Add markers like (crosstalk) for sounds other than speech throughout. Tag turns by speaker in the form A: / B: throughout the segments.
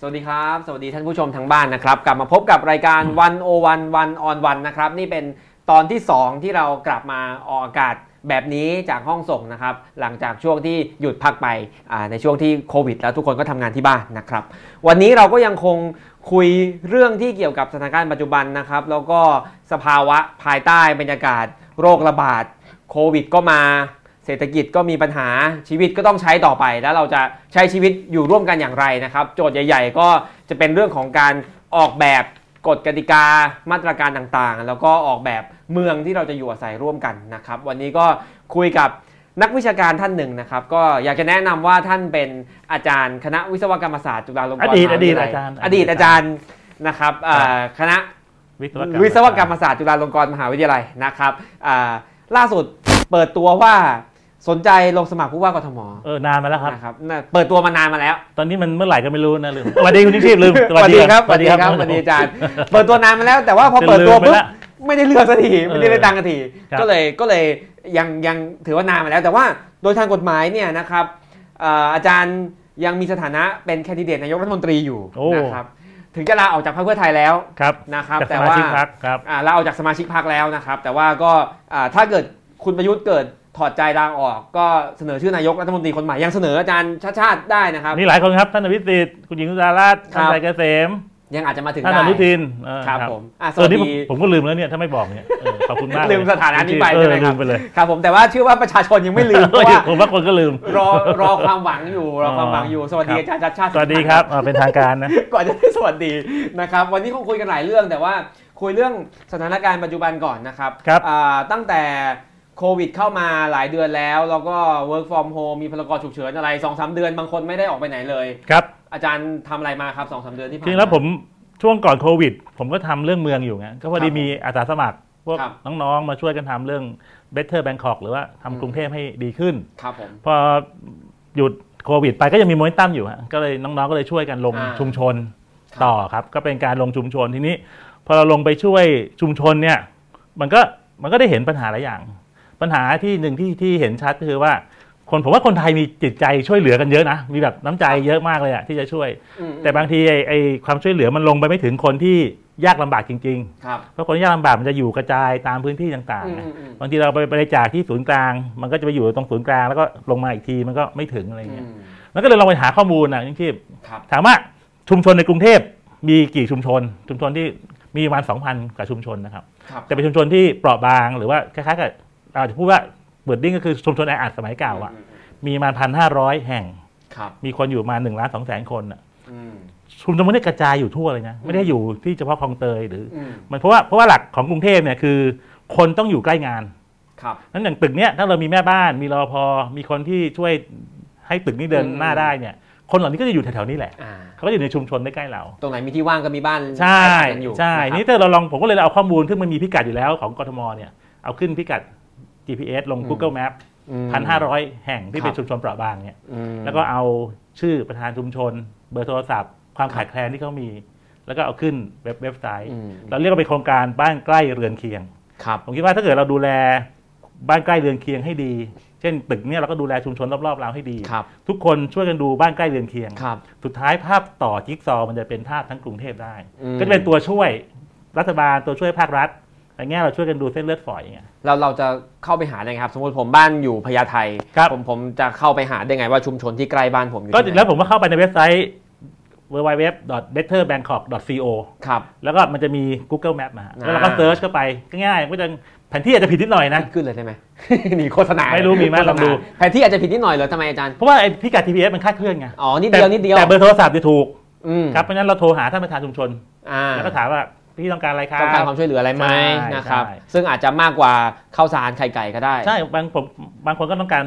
A: สวัสดีครับ สวัสดีท่านผู้ชมทางบ้านนะครับ กลับมาพบกับรายการวันโอวันวันออนวันนะครับ นี่เป็นตอนที่ 2 ที่เรากลับมาออกอากาศแบบนี้จากห้องส่งนะครับ หลังจากช่วงที่หยุดพักไปอ่าในช่วงที่โควิด แล้วทุกคนก็ทำงานที่บ้านนะครับ วันนี้เราก็ยังคงคุยเรื่องที่เกี่ยวกับสถานการณ์ปัจจุบันนะครับ แล้วก็สภาวะภายใต้บรรยากาศ โรคระบาดโควิดก็มา เศรษฐกิจก็มีปัญหาชีวิตก็ต้องใช้ต่อไปแล้วเราจะใช้ชีวิตอยู่ร่วมกันอย่างไรนะครับ โจทย์ใหญ่ ๆ ก็จะเป็นเรื่องของการออกแบบกฎกติกามาตรการต่างๆ แล้วก็ออกแบบเมืองที่เราจะอยู่อาศัยร่วมกันนะครับ วันนี้ก็คุยกับนักวิชาการท่านหนึ่งนะครับ ก็อยากจะแนะนำว่าท่านเป็นอาจารย์คณะวิศวกรรมศาสตร์จุฬาลงกรณ์
B: อดีต
A: มหวิทลั
B: อดีตอาจารย์
A: อดีตอาจารย์นะครับเอ่อคณะ
B: วิศวกรรม
A: วิศวกรรมศาสตร์จุฬาลงกรณ์มหาวิทยาลัยนะครับอ่าล่าสุดเปิดตัวว่าสนใจลงสมัครผู้ว่ากทม
B: เออนานมาแล้วครับ
A: นะครับน่ะเปิดตัวมานานมาแล้ว
B: ตอนนี้มันเมื่อไหร่ก็ไม่รู้นะลืม สวัสดีคุณนิทิพย์ลืม
A: ครับสวัสดีครับสวัสดีอาจารย์ เปิดตัวนานมาแล้วแต่ว่าพอเปิดตัวปุ๊บไม่ได้เลือกสักทีไม่ได้เลือกตั้งสักที
B: ครับ
A: ก็เลยก็เลยยังยังถือว่านานมาแล้ว แต่ว่าโดยทางกฎหมายเนี่ยนะครับอ่าอาจารย์ยังมีสถานะเป็นแคนดิเดตนายกรัฐมนตรีอยู่
B: โอ้
A: นะครับถึงจะลาออกจากพรรคเพื่อไทยแล้ว
B: ครับ
A: นะครับ
B: จาก
A: แต่
B: สมา
A: ว่า
B: ชิกพรรคครับ
A: อ่าลาออกจากสมาชิกพักแล้วนะครับ แต่ว่าก็อ่าถ้าเกิดคุณประยุทธ์เกิดถอดใจลาออก ก็เสนอชื่อนายกรัฐมนตรีคนใหม่ยังเสนออาจารย์ชาติชาติได้นะครับ
B: นี่หลายคนครับ ท่านอภิสิทธิ์คุณหญิงสุดารัตน์
A: ครั
B: ท่าน
A: บ
B: ชัยเกษม
A: ยังอาจจะมาถึง
B: ท่าน
A: ได้
B: อนุทินเออ
A: ครับผมอ่ะส
B: ส่ว
A: วัน ส
B: นี้ผม
A: ดี
B: ผมก็ลืมแล้วเนี่ยถ้าไม่บอกเนี่ยเออขอบคุณมากเย
A: ลืมสถานะนี้ไป
B: เอ
A: ใช่
B: อ
A: ไหมครับ
B: ลืมไปเลย
A: ครับผมแต่ว่าเชื่อว่าประชาชนยังไม่ลืมเพราะ
B: (laughs)
A: ว่า
B: ผมว่าคนก็ลืม
A: รอรอความหวังอยู่รอความหวังอยู่ สวัสดี
B: ครับ
A: อาจารย์ชาติชาติ
B: สวัสดีครับเออเป็นทางการนะ
A: ก่อนจะได้สวัสดีนะครับ วันนี้คงคุยกันหลายเรื่องแต่ว่าคุยเรื่องสถานการณ์ปัจจุบันก่อนนะครับ
B: ครับ
A: อ่าตั้งแต่โควิดเข้ามาหลายเดือนแล้ว แล้วก็ work from home มีพลกรฉุกเฉินอะไร2อสเดือนบางคนไม่ได้ออกไปไหนเลย
B: ครับ
A: อาจารย์ทำอะไรมาครับ2อสเดือนที่ผ่า
B: จ
A: น
B: ริง
A: มา
B: แล้วผมช่วงก่อนโควิด ผมก็ทำเรื่องเมืองอยู่ไงก็พอ
A: ค
B: ดี
A: รับผม
B: มีอาสาสมัคร พวก
A: ครับ
B: น้องๆ มาช่วยกันทำเรื่อง Better Bangkok หรือว่า
A: อืม
B: ทำกรุงเทพให้ดีขึ้น
A: ครับผม
B: พอหยุดโควิดไปก็ยังมีโมเมนตัมอยู่ฮะก็เลยน้องๆก็เลยช่วยกันลง
A: อ่า
B: ชุมชน
A: ครับ
B: ต่อครับ ก็เป็นการลงชุมชนทีนี้ พอเราลงไปช่วยชุมชนเนี่ยมันก็มันก็ได้เห็นปัญหาหลายอย่าง ปัญหาที่หนึ่งที่ที่เห็นชัดก็คือว่า คนผมว่าคนไทยมีจิตใจช่วยเหลือกันเยอะนะมีแบบน้ำใจเยอะมากเลยอะที่จะช่วย
A: อืม
B: แต่บางทีไอ้ไอ้ความช่วยเหลือมันลงไปไม่ถึงคนที่ยากลำบากจริง
A: ครับ
B: ๆ เพราะคนยากลำบากมันจะอยู่กระจายตามพื้นที่ต่าง
A: อืม
B: ๆไง
A: อืมอืม
B: บางทีเราไปบริจาคที่ศูนย์กลาง มันก็จะไปอยู่ตรงศูนย์กลางแล้วก็ลงมาอีกทีมันก็ไม่ถึงอะไรเงี้ย
A: อืม
B: แล้วก็เลยลองไปหาข้อมูลนะจริง
A: ครับ
B: ๆถามว่าชุมชนในกรุงเทพมีกี่ชุมชน ชุมชนที่มีประมาณ2,000กว่าชุมชนนะครับ
A: ครับ
B: แต่เป็นชุมชนที่เปราะบางหรือว่าคล้ายๆกับอาจจะพูดว่าเบิร์ดดิ้งก็คือชุมชนแออัดสมัยเก่าอ่ะ
A: มม
B: มีประมาณพันห้าร้อยแห่ง
A: ครับ
B: มีคนอยู่ประมาหนึ่งล้านสองแสนคนอ่ะ
A: อืม
B: ชุมชนมันได้กระจายอยู่ทั่วเลยนะ
A: อืม
B: ไม่ได้อยู่ที่เฉพาะคลองเตยหรือ
A: อืม
B: มันเพราะว่าเพราะว่าหลักของกรุงเทพเนี่ยคือคนต้องอยู่ใกล้งาน
A: ครับ
B: นั้นอย่างตึกเนี้ยถ้าเรามีแม่บ้านมีรอพอมีคนที่ช่วยให้ตึกนี้เดินหน้าได้เนี่ย คนเหล่านี้ก็จะอยู่แถวๆนี้แหละ
A: อ่า
B: เขาก็อยู่ในชุมชนใกล้ๆเรา
A: ตรงไหนมีที่ว่างก็มีบ้าน
B: ใช่
A: อาศัยกันอยู่
B: ใช่
A: ะครับ
B: นี่ถ้าเราลองผมก็เลยเอาข้อมูลซึ่งมันมีพิกัดอยู่แล้วของกทมเนี่ยเอาขึ้นพิกัด GPS ลง
A: อืม
B: Google Map
A: อืม
B: 1,500 แห่งที่เป็
A: ครับ
B: นชุมชนเปราะบางเนี่ย
A: อืม
B: แล้วก็เอาชื่อประธานชุมชน เบอร์โทรศัพท์ ความ
A: ครับ
B: ขาดแคลนที่เขามี แล้วก็เอาขึ้นเว็บเว็บไซต์
A: อืม
B: เราเรียกว่าเป็นโครงการบ้านใกล้เรือนเคียง
A: ครับ
B: ผมคิดว่าถ้าเกิดเราดูแลบ้านใกล้เรือนเคียงให้ดี เช่นตึกเนี่ยเราก็ดูแลชุมชนรอบๆเราให้ดี
A: ครับ
B: ทุกคนช่วยกันดูบ้านใกล้เรือนเคียง
A: ครับ
B: สุดท้ายภาพต่อจิ๊กซอว์มันจะเป็นภาพทั้งกรุงเทพได้
A: อืม
B: ก็จะเป็นตัวช่วยรัฐบาลตัวช่วยภาครัฐในแง่เราช่วยกันดูเส้นเลือดฝอยไง
A: เราเราจะเข้าไปหาได้ไงครับ สมมติผมบ้านอยู่พญาไท
B: ครับ
A: ผมผมจะเข้าไปหาได้ไงว่าชุมชนที่ใกล้บ้านผมอยู่
B: ก็
A: ที่ไหน
B: แล้วผมก็เข้าไปในเว็บไซต์ www.betterbangkok.co
A: ครับ
B: แล้วก็มันจะมี Google Map มาฮะ
A: อ่า
B: แล้วเราก็เซิร์ชเข้าไปก็ง่ายก็จะแผนที่อาจจะผิดนิดหน่อยนะ
A: ขึ้นเลยได้ไหม (laughs) นี่โฆษณา
B: ไม่รู้มีไหม
A: โฆษณา
B: ลองดู
A: แผนที่อาจจะผิดนิดหน่อยเหรอทำไมอาจารย์
B: เพราะว่าไอ้พิกัด TPS มันคลาดเคลื่อนไง
A: อ๋อ นิดเดียว นิดเดียว
B: แต่แต่เบอร์โทรศัพท์จะถูก
A: อืม
B: ครับ เพราะฉะนั้นเราโทรหาท่านประธานชุมชน
A: อ่า
B: แล้วก็ถามว่าพี่ต้องการอะไรครับ
A: ต้องการความช่วยเหลืออะไรไหม
B: ใช่
A: นะครับ
B: ใช่
A: ซึ่งอาจจะมากกว่าข้าวสารไข่ไก่ก็ได้
B: ใช่บางผมบางคนก็ต้องการ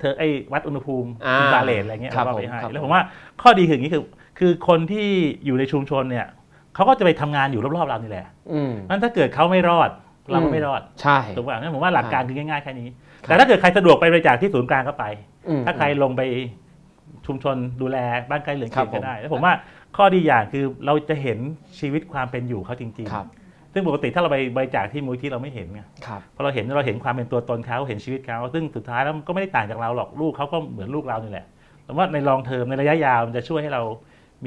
B: เธอไอ้วัดอุณหภูมิ
A: อ่า
B: อินฟราเรดอะไรเงี้ย
A: ครับ
B: เราก็ไป
A: ผม
B: ให้
A: ครับ
B: แล้วผมว่าข้อดีคืออย่างนี้คือ คือคนที่อยู่ในชุมชนเนี่ยเขาก็จะไปทำงานอยู่รอบๆเรานี่แหละ
A: อืม
B: งั้นถ้าเกิดเขาไม่รอดเราก็ไม่รอด
A: ใช่
B: ถูกป่ะงั้นผมว่าหลักการคือง่ายๆแค่นี้ แต่ถ้าเกิดใครสะดวกไปบริจาคที่ศูนย์กลางก็ไป
A: อืม
B: ถ้าใครลงไปชุมชนดูแลบ้านใกล้เรือน
A: ครั
B: เคีย
A: บ
B: ง
A: ผม
B: ก็ได้ แล้วผมว่าข้อดีอย่างคือเราจะเห็นชีวิตความเป็นอยู่เขาจริง
A: ครับ
B: ๆ ซึ่งปกติถ้าเราไปบริจาคที่มูลที่เราไม่เห็นไง
A: ครับ
B: พอเราเห็นเราเห็นความเป็นตัวตนเขาเห็นชีวิตเขาซึ่งสุดท้ายแล้วมันก็ไม่ได้ต่างจากเราหรอกลูกเขาก็เหมือนลูกเรานี่แหละแต่ว่าในลองเทอมในระยะยาวมันจะช่วยให้เรา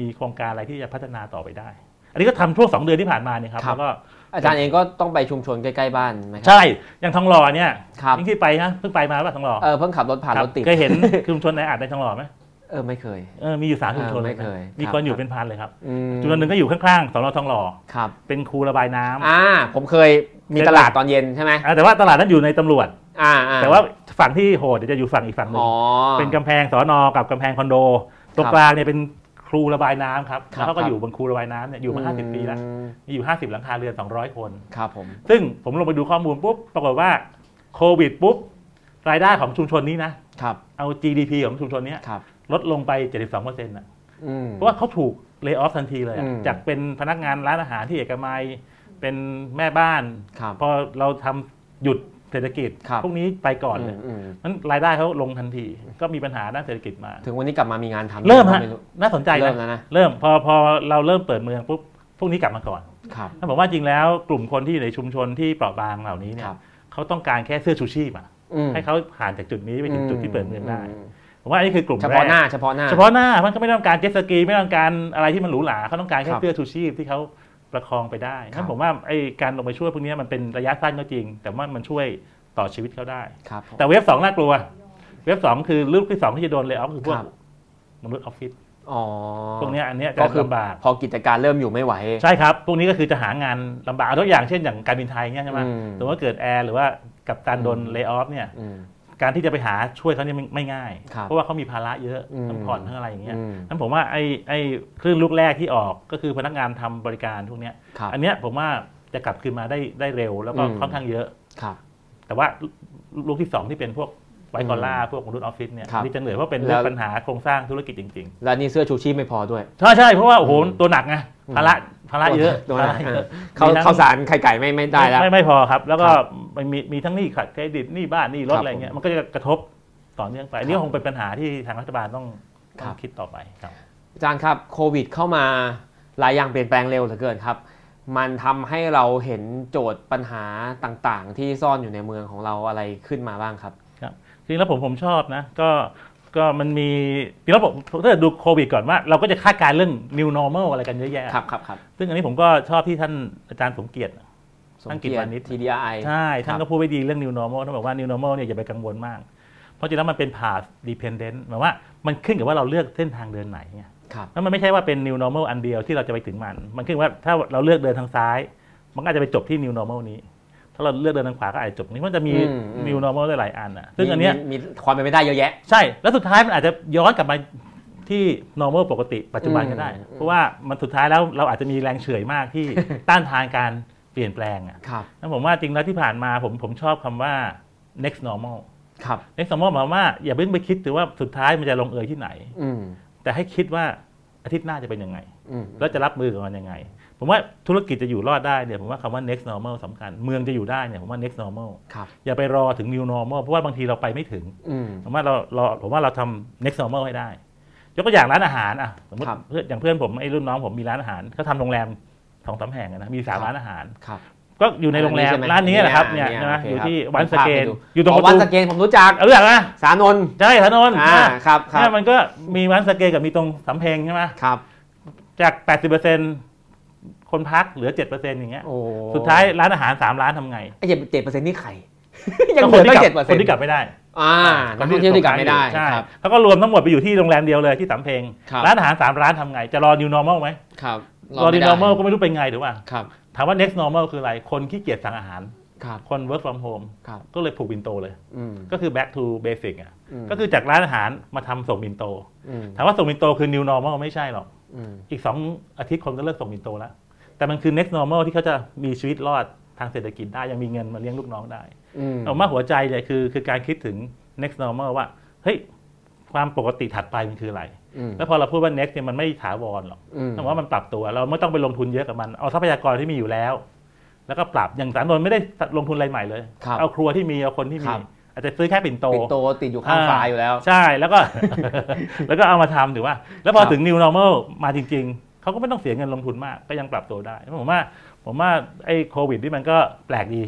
B: มีโครงการอะไรที่จะพัฒนาต่อไปได้ อันนี้ก็ทำช่วงสองเดือนที่ผ่านมาเนี่ยครับ
A: ครับ
B: แล้วก็
A: อาจารย์เองก็ต้องไปชุมชนใกล้ๆบ้านไหมครับ
B: ใช่ อย่างทองหล่อเนี่ย
A: ครับ
B: ยิ่งที่ไปนะเพิ่งไปมาป่ะทองหล่อ
A: เออเพิ่งขับรถผ่าน
B: ครั
A: ร
B: บ
A: ถติด
B: เคยเห็น ชุมชนในอาดในทองหล่อไหม
A: เออไม่เคย
B: เออมีอยู่สามชุมชน
A: เออไม่
B: นะ
A: เคย
B: มี
A: ครับ
B: คนอ
A: ครั
B: ยู่
A: บ
B: เป็นพันเลยครับ
A: อืม
B: จุดหนึ่งก็อยู่ข้างๆสอนอทองหล่อ
A: ครับ
B: เป็นคูระบายน้ำ
A: อ่าผมเคยมี
B: เคย
A: ตลาดตอนเย็นใช่ไหม
B: อ่าแต่ว่าตลาดนั้นอยู่ในตำรวจ
A: อ่าอ่
B: แต่ว่าฝั่งที่โหดเดี๋ยวจะอยู่ฝั่งอีกฝั่งหนึ่ง
A: อ๋อ
B: เป็นกำแพงสอนอกับกำแพงคอนโด ตรง
A: ครับ
B: กลางเนี่ยเป็นครูระบายน้ำครับ
A: ครับ
B: แล้วเขาก็
A: ครับ
B: อยู่บนครูระบายน้ำเนี่ยอยู่มา 50 ปีแล้ว
A: อืม
B: มีอยู่ 50 หลังคาเรือน 200 คน
A: ครับผม
B: ซึ่งผมลงไปดูข้อมูลปุ๊บ ปรากฏว่าโควิดปุ๊บ รายได้ของชุมชนนี้นะ
A: ครับ
B: เอา GDP ของชุมชนเนี้ย
A: ครับ
B: ลดลงไป 72%นะ
A: อืม
B: เพราะว่าเขาถูกเลิกออฟทันทีเลยอะ
A: อืม
B: จากเป็นพนักงานร้านอาหารที่เอกมัยเป็นแม่บ้าน
A: ครับ
B: พอเราทำหยุดเศรษฐกิจ
A: ครับ
B: พวกนี้ไปก่อนเลย
A: มม
B: นั้นรายได้เขาลงทันที ก็มีปัญหาด้านเศรษฐกิจมา
A: ถึงวันนี้กลับมามีงานทำ
B: เริ่ม
A: ไ
B: ฮะน่าสนใจ
A: เริ่ม
B: นะ
A: แล้วนะ
B: เริ่มพอพอเราเริ่มเปิดเมืองปุ๊บพวกนี้กลับมาก่อน
A: ครับ
B: นั่นบอกว่าจริงแล้วกลุ่มคนที่อยู่ในชุมชนที่เปราะบางเหล่านี้เนี่
A: ค
B: ย
A: รับ
B: เขาต้องการแค่เสื้อชูชีพอะ
A: อืม
B: ให้เขาผ่านจากจุดนี้ไปถึงจุดที่เปิดเมืองได้
A: ม
B: ผมว่าอันนี้คือกลุ่ม
A: เฉ
B: แร
A: พาะ
B: ก
A: หน้าเฉพาะหน้า
B: เฉพาะหน้ามันก็ไม่ต้องการเจ็ตสกีไม่ต้องการอะไรที่มันหรูหราเขาต้องการแค่
A: ครับ
B: เสื้อชูชีพที่เขาประคองไปได้
A: ครั
B: นั่
A: บ
B: นผมว่าไอ้การลงไปช่วยพวกนี้มันเป็นระยะสั้นก็จริง แต่ว่ามันช่วยต่อชีวิตเขาได้
A: ครับผม
B: แต่เว็บสองน่ากลัว เว็บสองคือลูกที่สองที่จะโดนเลยออฟคือพวก
A: ครับ
B: มนุษย์ออฟฟิศ
A: อ๋อ
B: พวกเนี้ยอันเนี้ยจะ
A: ก็คือ
B: ลำบาก
A: พอกิจการเริ่มอยู่ไม่ไหว
B: ใช่ครับ พวกนี้ก็คือจะหางานลำบากเอาตัวอย่างเช่นอย่างการบินไทยเนี่ยใช่ไหม
A: อืม
B: สมมติว่าเกิดแอร์หรือว่ากับการโดน
A: อืม
B: เล y o ออฟเนี่ย
A: อืม
B: การที่จะไปหาช่วยเขาเนี่ยไม่ไม่ง่าย
A: ครับ
B: เพราะว่าเขามีภาระเยอะ
A: อืม
B: ทั้งผ่อนทั้งอะไรอย่างเงี้ย
A: อืม
B: นั้นผมว่าไอ้ไอ้คลื่นลูกแรกที่ออกก็คือพนักงานทำบริการพวกเนี้ย
A: ครับ
B: อันเนี้ยผมว่าจะกลับคืนมาได้ได้เร็วแล้วก็
A: อืม
B: ค่อนข้างเยอะ
A: ครับ
B: แต่ว่าลูกที่สองที่เป็นพวกไวท์คอล่าพวกมนุษย์ออฟฟิศเนี่ย
A: ครับ
B: อันนี่จะเหนื่อยเพราะเป็นเรื่อง
A: แล้ว
B: ปัญหาโครงสร้างธุรกิจจริง ๆ
A: แล้วนี่เสื้อชูชีพไม่พอด้วย
B: ใช่ใช่เพราะว่าโอ้โห
A: อืม
B: ตัวหนักไง
A: อืม
B: ภาระภาระเยอะ
A: ตัว
B: ภา
A: หนั
B: ระ
A: ก
B: เยอะ
A: เขา
B: มีทั้ง
A: เขาวสารไข่ไก่ไม่ไม่ได้แล้ว
B: ไม่ไม่พอครับ แล้วก็
A: ครับ
B: มันมีมีทั้งหนี้ขัดเครดิตหนี้บ้านหนี้ร
A: ค
B: ถ
A: รับ
B: อะไรเงี้ยมันก็จะกระทบต่อเนื่องไปอัน
A: ค
B: นี่
A: รับ
B: คงเป็นปัญหาที่ทางรัฐบาลต้อง
A: ค
B: ต้
A: รั
B: อง
A: บ
B: คิดต่อไปครับ
A: อาจารย์ครับโควิดเข้ามาหลายอย่างเปลี่ยนแปลงเร็วเหลือเกินครับ มันทำให้เราเห็นโจทย์ปัญหาต่างๆ ที่ซ่อนอยู่ในเมืองของเราอะไรขึ้นมาบ้างครับ
B: จริงแล้วผมผมชอบนะก็ก็มันมีจริงแล้วผมถ้าดูโควิดก่อนว่า เราก็จะคาดการณ์เรื่อง new normal อะไรกันเยอะแยะ
A: ครับครับครับ
B: ซึ่งอันนี้ผมก็ชอบที่ท่านอาจารย์สมเกียรติ
A: สมเกียร
B: ท่านกิตติวานิช
A: ติ TDI
B: ใช่ ท่านก็พูดไว้ดีเรื่อง new normal ท่านบอกว่า new normal เนี่ยอย่าไปกังวลมาก เพราะจริงแล้วมันเป็น path dependent หมายว่ามันขึ้นกับว่าเราเลือกเส้นทางเดินไหนไง
A: ครับ
B: แล้วมันไม่ใช่ว่าเป็น new normal อันเดียวที่เราจะไปถึงมัน มันขึ้นว่าถ้าเราเลือกเดินทางซ้าย มันก็อาจจะไปจบที่ new normal นี้ ถ้าเราเลือกเดินทางขวาก็อาจจะจบนี้มันจะมี
A: อืมอืม
B: new normal ได้หลายอันนะซึ่งอันเนี้ย
A: มีมีมีความเป็นไปได้เยอะแยะ
B: ใช่แล้วสุดท้ายมันอาจจะย้อนกลับมาที่ normal ปกติปัจจุบันก็ได้
A: อืม
B: เพราะว่ามันสุดท้ายแล้วเราอาจจะมีแรงเฉื่อยมากที่
A: (laughs)
B: ต้านทานการเปลี่ยนแปลงอะ
A: ครับ
B: แล้วผมว่าจริงแล้วที่ผ่านมาผมผมชอบคำว่า next normal
A: ครับ
B: next normal หมายความว่าอย่าเพิ่งไปคิดถึงว่าสุดท้ายมันจะลงเอยที่ไหน
A: อืม
B: แต่ให้คิดว่าอาทิตย์หน้าจะเป็นยังไง
A: อืม
B: แล้วจะรับมือกับมันยังไง ผมว่าธุรกิจจะอยู่รอดได้เนี่ยผมว่าคำว่า next normal สำคัญ เมืองจะอยู่ได้เนี่ยผมว่า next normal
A: ครับ
B: อย่าไปรอถึง new normal เพราะว่าบางทีเราไปไม่ถึง
A: อืม
B: ผมว่าเราเราผมว่าเราทำ next normal ให้ได้ ยกตัวอย่างร้านอาหารอ่ะสมมติ
A: ครับ
B: เพื่อนอย่างเพื่อนผมไอ้รุ่นน้องผมมีร้านอาหารเขาทำโรงแรมสองสามแห่งอะนะมีสา
A: ค
B: ม
A: รับ
B: ร้านอาหาร
A: ครับ
B: ก็อยู่ในโรงแรมร้านนี้แหละครับเนี่ย
A: อ่า
B: ใช่ไหม
A: โเค
B: อ
A: ค
B: ยู่
A: รับ
B: ที่วันสเก
A: ผ
B: น
A: มพาไปดู
B: อยู่ตรง
A: อ๋
B: ป
A: อ
B: ระ
A: วัน
B: ตู
A: สเกนผมรู้จัก
B: เอาเรื่องนะ
A: สานนท์
B: ใช่ถนน
A: อ่าครับครับ
B: เนี่ยมันก็มีวันสเกนกับมีตรงสำเพ็งใช่ไหม
A: ครับ
B: จาก 80%คนพักเหลือ 7%อย่างเงี้ย
A: โอ้
B: สุดท้ายร้านอาหาร 3 ร้านทำไง
A: ไอ้เจ็ดเจ็ดเปอร์เซ็นต์นี่ใคร (laughs) ยัง
B: ก็
A: เห
B: ค
A: ลือ
B: นที่
A: ตั้ง
B: กลั
A: เจ็ดเปอร์
B: ค
A: เซ็น
B: น
A: ต์
B: ที่กลับไม่ได้
A: อ่านักท่องเที่ยวที่กลับไม่ได้
B: ใช่
A: ครับ
B: แล้วก็รวมทั้งหมดไปอยู่ที่โรงแรมเดียวเลยที่สำเพ็ง
A: ครับ
B: ร้านอาหาร 3 ร้านทำไง จะรอ new normal ไหม
A: ครับ
B: รอ
A: ไได้
B: new normal ก็ไม่รู้เป็นไงถูกป่ะ
A: ครับ
B: ถามว่า next normal คืออะไรคนขี้เกียจสั่งอาหาร
A: ครับ
B: คน work from home
A: ครับ
B: ก็เลยผูกบินโตเลย
A: อืม
B: ก็คือ back to basic อ่ะ
A: ม
B: ก็คือจากร้านอาหารมาทำส่งมินโต
A: ม
B: ถามว่าส่งมินโตคือ new normal ไม่ใช่หรอก
A: อืม
B: อีก 2 อาทิตย์คนก็เลิกส่งมินโตแล้ว แต่มันคือ next normal ที่เขาจะมีชีวิตรอดทางเศรษฐกิจได้ ยังมีเงินมาเลี้ยงลูกน้องได้
A: อืม
B: เอามาหัวใจเลยคือคือการคิดถึง next normal ว่า เฮ้ย ความปกติถัดไปมันคืออะไร
A: อืม
B: แล้วพอเราพูดว่า next เนี่ยมันไม่ถาวรหรอก
A: อืม
B: แต่ว่ามันปรับตัวเราไม่ต้องไปลงทุนเยอะกับมัน เอาทรัพยากรที่มีอยู่แล้ว แล้วก็ปรับอย่างสารนนท์ไม่ได้ลงทุนอะไรใหม่เลย
A: ครับ
B: เอาครัวที่มีเอาคนที่
A: ค
B: มี
A: รับ
B: อาจจะซื้อแค่ปิ่นโต
A: ปิดโตติดอยู่ข้าง
B: อ่า
A: ฝาอยู่แล้ว
B: ใช่แล้วก็ (laughs) แล้วก็เอามาทำถือว่า แล้วพอ
A: ครับ
B: ถึง new normal มาจริง ๆ เขาก็ไม่ต้องเสียเงินลงทุนมาก ก็ยังปรับตัวได้ ผมว่า ผมว่าไอ้โควิดนี่มันก็แปลกดี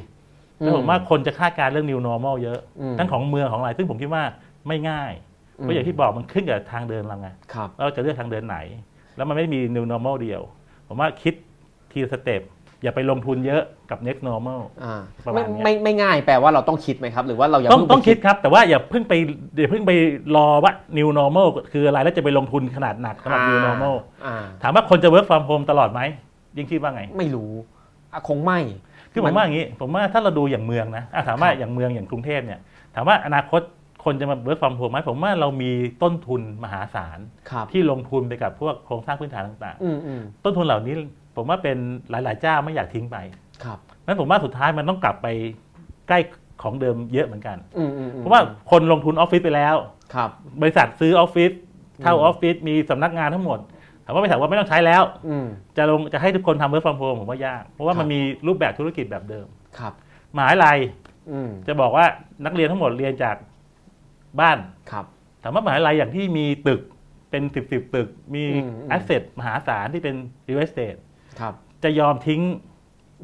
B: แล้วผมว่าคนจะคาดการณ์เรื่อง new normal เยอะ
A: อืม
B: ทั้งของเมืองของอะไร ซึ่งผมคิดว่าไม่ง่าย เพราะอย่างที่บอกมันขึ้นกับทางเดินเราไง
A: ครับ
B: เราจะเลือกทางเดินไหน แล้วมันไม่ได้มี new normal เดียว ผมว่าคิดทีละสเต็ปอย่าไปลงทุนเยอะกับ next normal
A: อ่า
B: ประ
A: ไม่
B: มาณเนี้ย
A: ไม่ไม่ง่ายแปลว่าเราต้องคิดไหมครับ หรือว่าเราอย่า
B: ต้อง
A: เพิ่งไป
B: ต้องคิดครับ แต่ว่าอย่าเพิ่งไปอย่าเพิ่งไปรอว่า new normal คืออะไรแล้วจะไปลงทุนขนาดหนักสำหรับ new normal
A: อ่า
B: ถามว่าคนจะ work from home ตลอดไหมยิ่งคิดว่าไง
A: ไม่รู้อ่ะคงไม่
B: คือ
A: มั
B: ผ
A: น
B: มว่าอย่างนี้ผมว่าถ้าเราดูอย่างเมืองนะอ่ะถามว่า
A: ครับ
B: อย่างเมืองอย่างกรุงเทพเนี่ยถามว่าอนาคตคนจะมา work from home ไหมผมว่าเรามีต้นทุนมหาศาล
A: ครับ
B: ที่ลงทุนไปกับพวกโครงสร้างพื้นฐานต่าง
A: อืมอืม
B: ๆ ต้นทุนเหล่านี้ผมว่าเป็นหลายๆเจ้าไม่อยากทิ้งไป
A: ครับ
B: นั้นผมว่าสุดท้ายมันต้องกลับไปใกล้ของเดิมเยอะเหมือนกัน
A: อืมอืมอืม
B: เพราะว่าคนลงทุนออฟฟิศไปแล้ว
A: ครับ
B: บริษัทซื้อออฟฟิศเท่า
A: อืม
B: ออฟฟิศมีสำนักงานทั้งหมดถามว่าบริษัทว่าไม่ต้องใช้แล้ว
A: อืม
B: จะลงจะให้ทุกคนทำ work from home ผมว่ายาก เพราะว่า
A: ครับ
B: มันมีรูปแบบธุรกิจแบบเดิม
A: ครับ
B: มหาวิทยาลัย
A: อืม
B: จะบอกว่านักเรียนทั้งหมดเรียนจากบ้าน
A: ครับ
B: ถามว่ามหาวิทยาลัยอย่างที่มีตึกเป็นสิบสิบตึก มี
A: อืมอืม
B: แอสเซทมหาศาลที่เป็น real estate
A: ครับ
B: จะยอมทิ้ง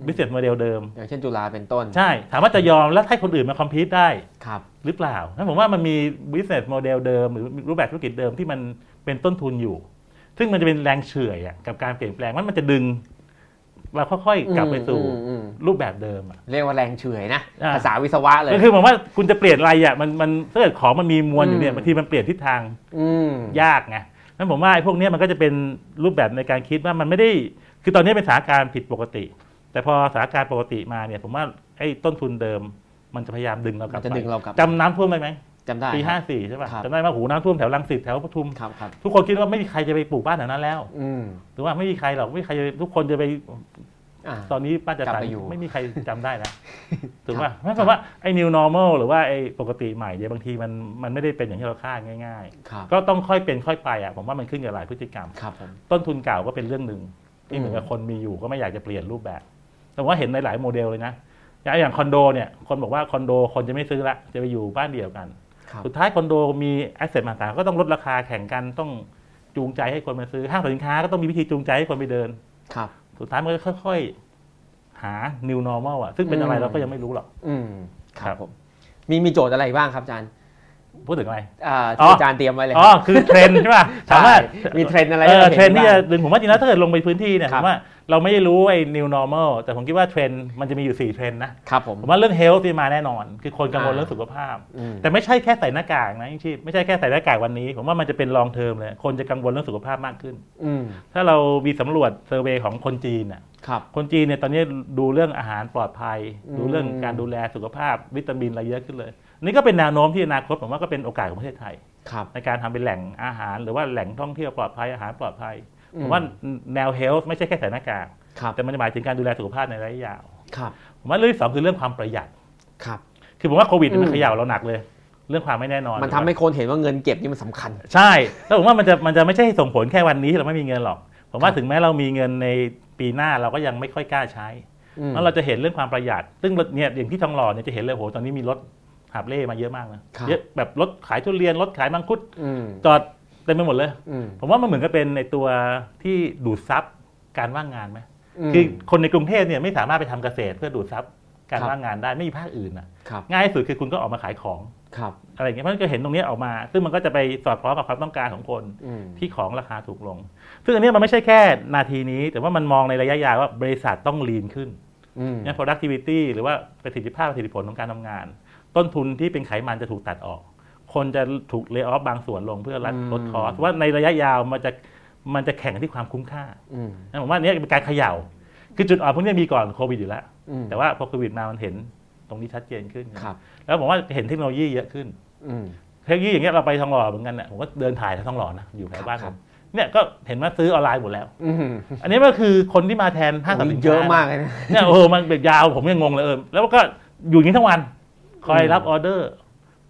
B: business model เดิม
A: อย่างเช่นจุฬาเป็นต้น
B: ใช่ ถามว่าจะยอมแล้วให้คนอื่นมาคอมพิวได้
A: ครับ
B: หรือเปล่านั้นผมว่ามันมี business model เดิม หรือรูปแบบธุรกิจเดิมที่มันเป็นต้นทุนอยู่ ซึ่งมันจะเป็นแรงเฉื่อยอะกับการเปลี่ยนแปลงว่ามันจะดึงเราค่อยๆกลับไปสู่
A: อืมอืมอืม
B: รูปแบบเดิมอะ
A: เรียกว่าแรงเฉื่อยนะ
B: อ่า
A: ภาษาวิศวะเลย
B: ก็คือผมว่าคุณจะเปลี่ยนอะไรอ่ะมันมันถ้าเกิดของมันมีมวลอยู่เนี่
A: อืม
B: ยบางทีมันเปลี่ยนทิศทาง
A: อืม
B: ยากไงนั้นผมว่าไอ้พวกเนี้ยมันก็จะเป็นรูปแบบในการคิดว่ามันไม่ได้ คือตอนนี้เป็นสถานการณ์ผิดปกติ แต่พอสถานการณ์ปกติมาเนี่ย ผมว่าไอ้ต้นทุนเดิม มันจะพยายามดึงเรากลับ
A: มันจะ
B: ไป
A: ดึงเรากลับ
B: จำน้ำท่วมได้ไหม
A: จำได้
B: ปี
A: ค
B: ห้า
A: รับ
B: สี่ใช่ป่ะ
A: ครับ
B: จำได้ว่าหูน้ำท่วมแถวรังสิตแถวปทุม
A: ครับครับ
B: ทุกคนคิดว่าไม่มีใครจะไปปลูกบ้านแถวนั้นแล้ว
A: อืม
B: หรือว่าไม่มีใครหรอกไม่มีใครจะทุกคนจะไป
A: อ่า
B: ตอนนี้บ้านจะ
A: กลั
B: ตา
A: บ
B: ย
A: ไปอยู่
B: ไม่มีใครจำได้
A: (laughs)
B: นะถูก
A: ครั
B: ป่ะ
A: บ
B: นั่นแปลว่าไอ้ new normal หรือว่าไอ้ปกติใหม่เนี่ยบางทีมันมันไม่ได้เป็นอย่างที่เราคาดง่าย ๆ
A: ครับ
B: ก็ต้องค่อยเป็นค่อยไปอ่ะผมว่ามันขึ้นกับหลายพฤติกรรม
A: ครับผม
B: ต้นทุนเก่าก็เป็นเรื่องหนึ่ง
A: อืม
B: ที่เหมือนกับคนมีอยู่ก็ไม่อยากจะเปลี่ยนรูปแบบ แต่ว่าเห็นในหลายโมเดลเลยนะอย่างอย่างคอนโดเนี่ยคนบอกว่าคอนโดคนจะไม่ซื้อละจะไปอยู่บ้านเดียวกัน
A: ครับ
B: สุดท้ายคอนโดมีแอสเซทมหาศาลก็ต้องลดราคาแข่งกันต้องจูงใจให้คนมาซื้อห้างสรรพสินค้าก็ต้องมีวิธีจูงใจให้คนไปเดิน
A: ครับ
B: สุดท้ายมันก็ค่อย ๆ หา new normal อ่ะซึ่งเป็นอะไร
A: อืม
B: เราก็ยังไม่รู้หรอก
A: อืมค
B: ครั
A: รับบ ผมมีมีโจทย์อะไรบ้างครับอาจารย์
B: พูดถึงอะไร
A: อ่า
B: อ๋อ
A: ที่อาจารย์เตรียมไว้เลย
B: อ๋อคือเทรนด์ใช่ป่ะถามว่า
A: ใช่มีเทรนด์อะไร
B: เออ
A: ให้าห็
B: เทรนด์ที่จะ
A: บ้าง
B: ดึงผมว่าจริงแล้วถ้าเกิดลงไปพื้นที่เนี่ย
A: ค
B: ผ
A: รับ
B: มว่าเราไม่ได้รู้ไอ้ new normal แต่ผมคิดว่าเทรนด์มันจะมีอยู่ 4 เทรนด์นะครับ
A: ผม
B: ผมว่าเรื่อง health ที่มาแน่นอน คือคนกังวล
A: อ่า
B: เรื่องสุขภาพ
A: อืม
B: แต่ไม่ใช่แค่ใส่หน้ากากนะยิ่งชีพไม่ใช่แค่ใส่หน้ากากวันนี้ ผมว่ามันจะเป็น long term เลย คนจะกังวลเรื่องสุขภาพมากขึ้น
A: อืม
B: ถ้าเรามีสำรวจเซอร์เวยของคนจีนน่ะ
A: ครับ
B: คนจีนเนี่ยตอนนี้ดูเรื่องอาหารปลอดภัย
A: อืม
B: ดูเรื่องการดูแลสุขภาพวิตามินอะไรเยอะขึ้นเลยอันนี่ก็เป็นแนวโน้มที่อนาคตผมว่าก็เป็นโอกาสของประเทศไทย
A: ครับ
B: ในการทำเป็นแหล่งอาหารหรือว่าแหล่งท่องเที่ยวปลอดภัยอาหารปลอดภัย
A: อื
B: ผมว่าแนวเฮลท์ไม่ใช่แค่ใส่หน้ากาก
A: ครับ
B: แต่มันจะหมายถึงการดูแลสุขภาพในระยะยาว
A: ครับ
B: ผมว่าเรื่องที่สองคือเรื่องความประหยัด
A: ครับ
B: คือผมว่าโควิดเนี่ยมั
A: อื
B: น
A: ม
B: เขย่าเราหนักเลย เรื่องความไม่แน่นอน
A: มันทำให้คนเห็นว่าเงินเก็บนี่มันสำคัญ
B: ใช่แล้วผมว่ามันจะมันจะไม่ใช่ส่งผลแค่วันนี้ที่เราไม่มีเงินหรอก ผมว่า
A: ครับ
B: ถึงแม้เรามีเงินในปีหน้าเราก็ยังไม่ค่อยกล้าใช้
A: อืม
B: แล้วเราจะเห็นเรื่องความประหยัด ซึ่งเนี่ยอย่างที่ทองหล่อเนี่ยจะเห็นเลยโหตอนนี้มีรถหาบเล่มาเยอะมากนะเยอะแบบรถขายทุเรียนรถขายมังคุด
A: อืม
B: จอดเต็มไปหมดเลย
A: อืม
B: ผมว่ามันเหมือนกับเป็นในตัวที่ดูดซับการว่างงานไหม
A: ม
B: คือคนในกรุงเทพเนี่ยไม่สามารถไปทำเกษตรเพื่อดูดซับการ
A: ครับ
B: ว่างงานได้ไม่มีภาคอื่นนะครับ ง่ายที่สุดคือคุณก็ออกมาขายของ
A: ครับ
B: อะไรอย่างเงี้ยเพราะฉะนั้นก็เห็นตรงเนี้ยออกมา ซึ่งมันก็จะไปสอดคล้องกับความต้องการของคน
A: อืม
B: ที่ของราคาถูกลง ซึ่งอันเนี้ยมันไม่ใช่แค่นาทีนี้ แต่ว่ามันมองในระยะยาวว่าบริษัทต้อง lean ขึ้น
A: อืม
B: เนี่ย productivity หรือว่าประสิทธิภาพประสิทธิผลของการทำงาน ต้นทุนที่เป็นไขมันจะถูกตัดออก คนจะถูกเลิกออฟบางส่วนลงเพื่อลดลดคอสว่าในระยะยาวมันจะมันจะแข่งกันที่ความคุ้มค่า
A: อืม
B: นะผมว่าอันเนี้ยเป็นการเขย่า คือจุดอ่อนพวกเนี้ยมีก่อนโควิดอยู่แล้ว
A: อืม
B: แต่ว่าพอโควิดมามันเห็นตรงนี้ชัดเจนขึ้น
A: ครับ
B: แล้วผมว่าเห็นเทคโนโลยีเยอะขึ้น
A: อืม
B: เทคโนโลยีอย่างเงี้ยเราไปทองหล่อเหมือนกันน่ะผมก็เดินถ่ายทองหล่อนะอยู่แถวบ้าน
A: ค
B: ผ
A: รับ
B: มเนี่ยก็เห็นว่าซื้อออนไลน์หมดแล้ว
A: อืม
B: อันนี้ก็คือคนที่มาแทนห้างสรรพสินค้า
A: เยอะมากเลยนะ
B: เนี่ยโอ้โหมันแบบยาวผมยังงงเลยเออแล้วก็อยู่อย่างนี้ทั้งวันคอยรับออเดอร์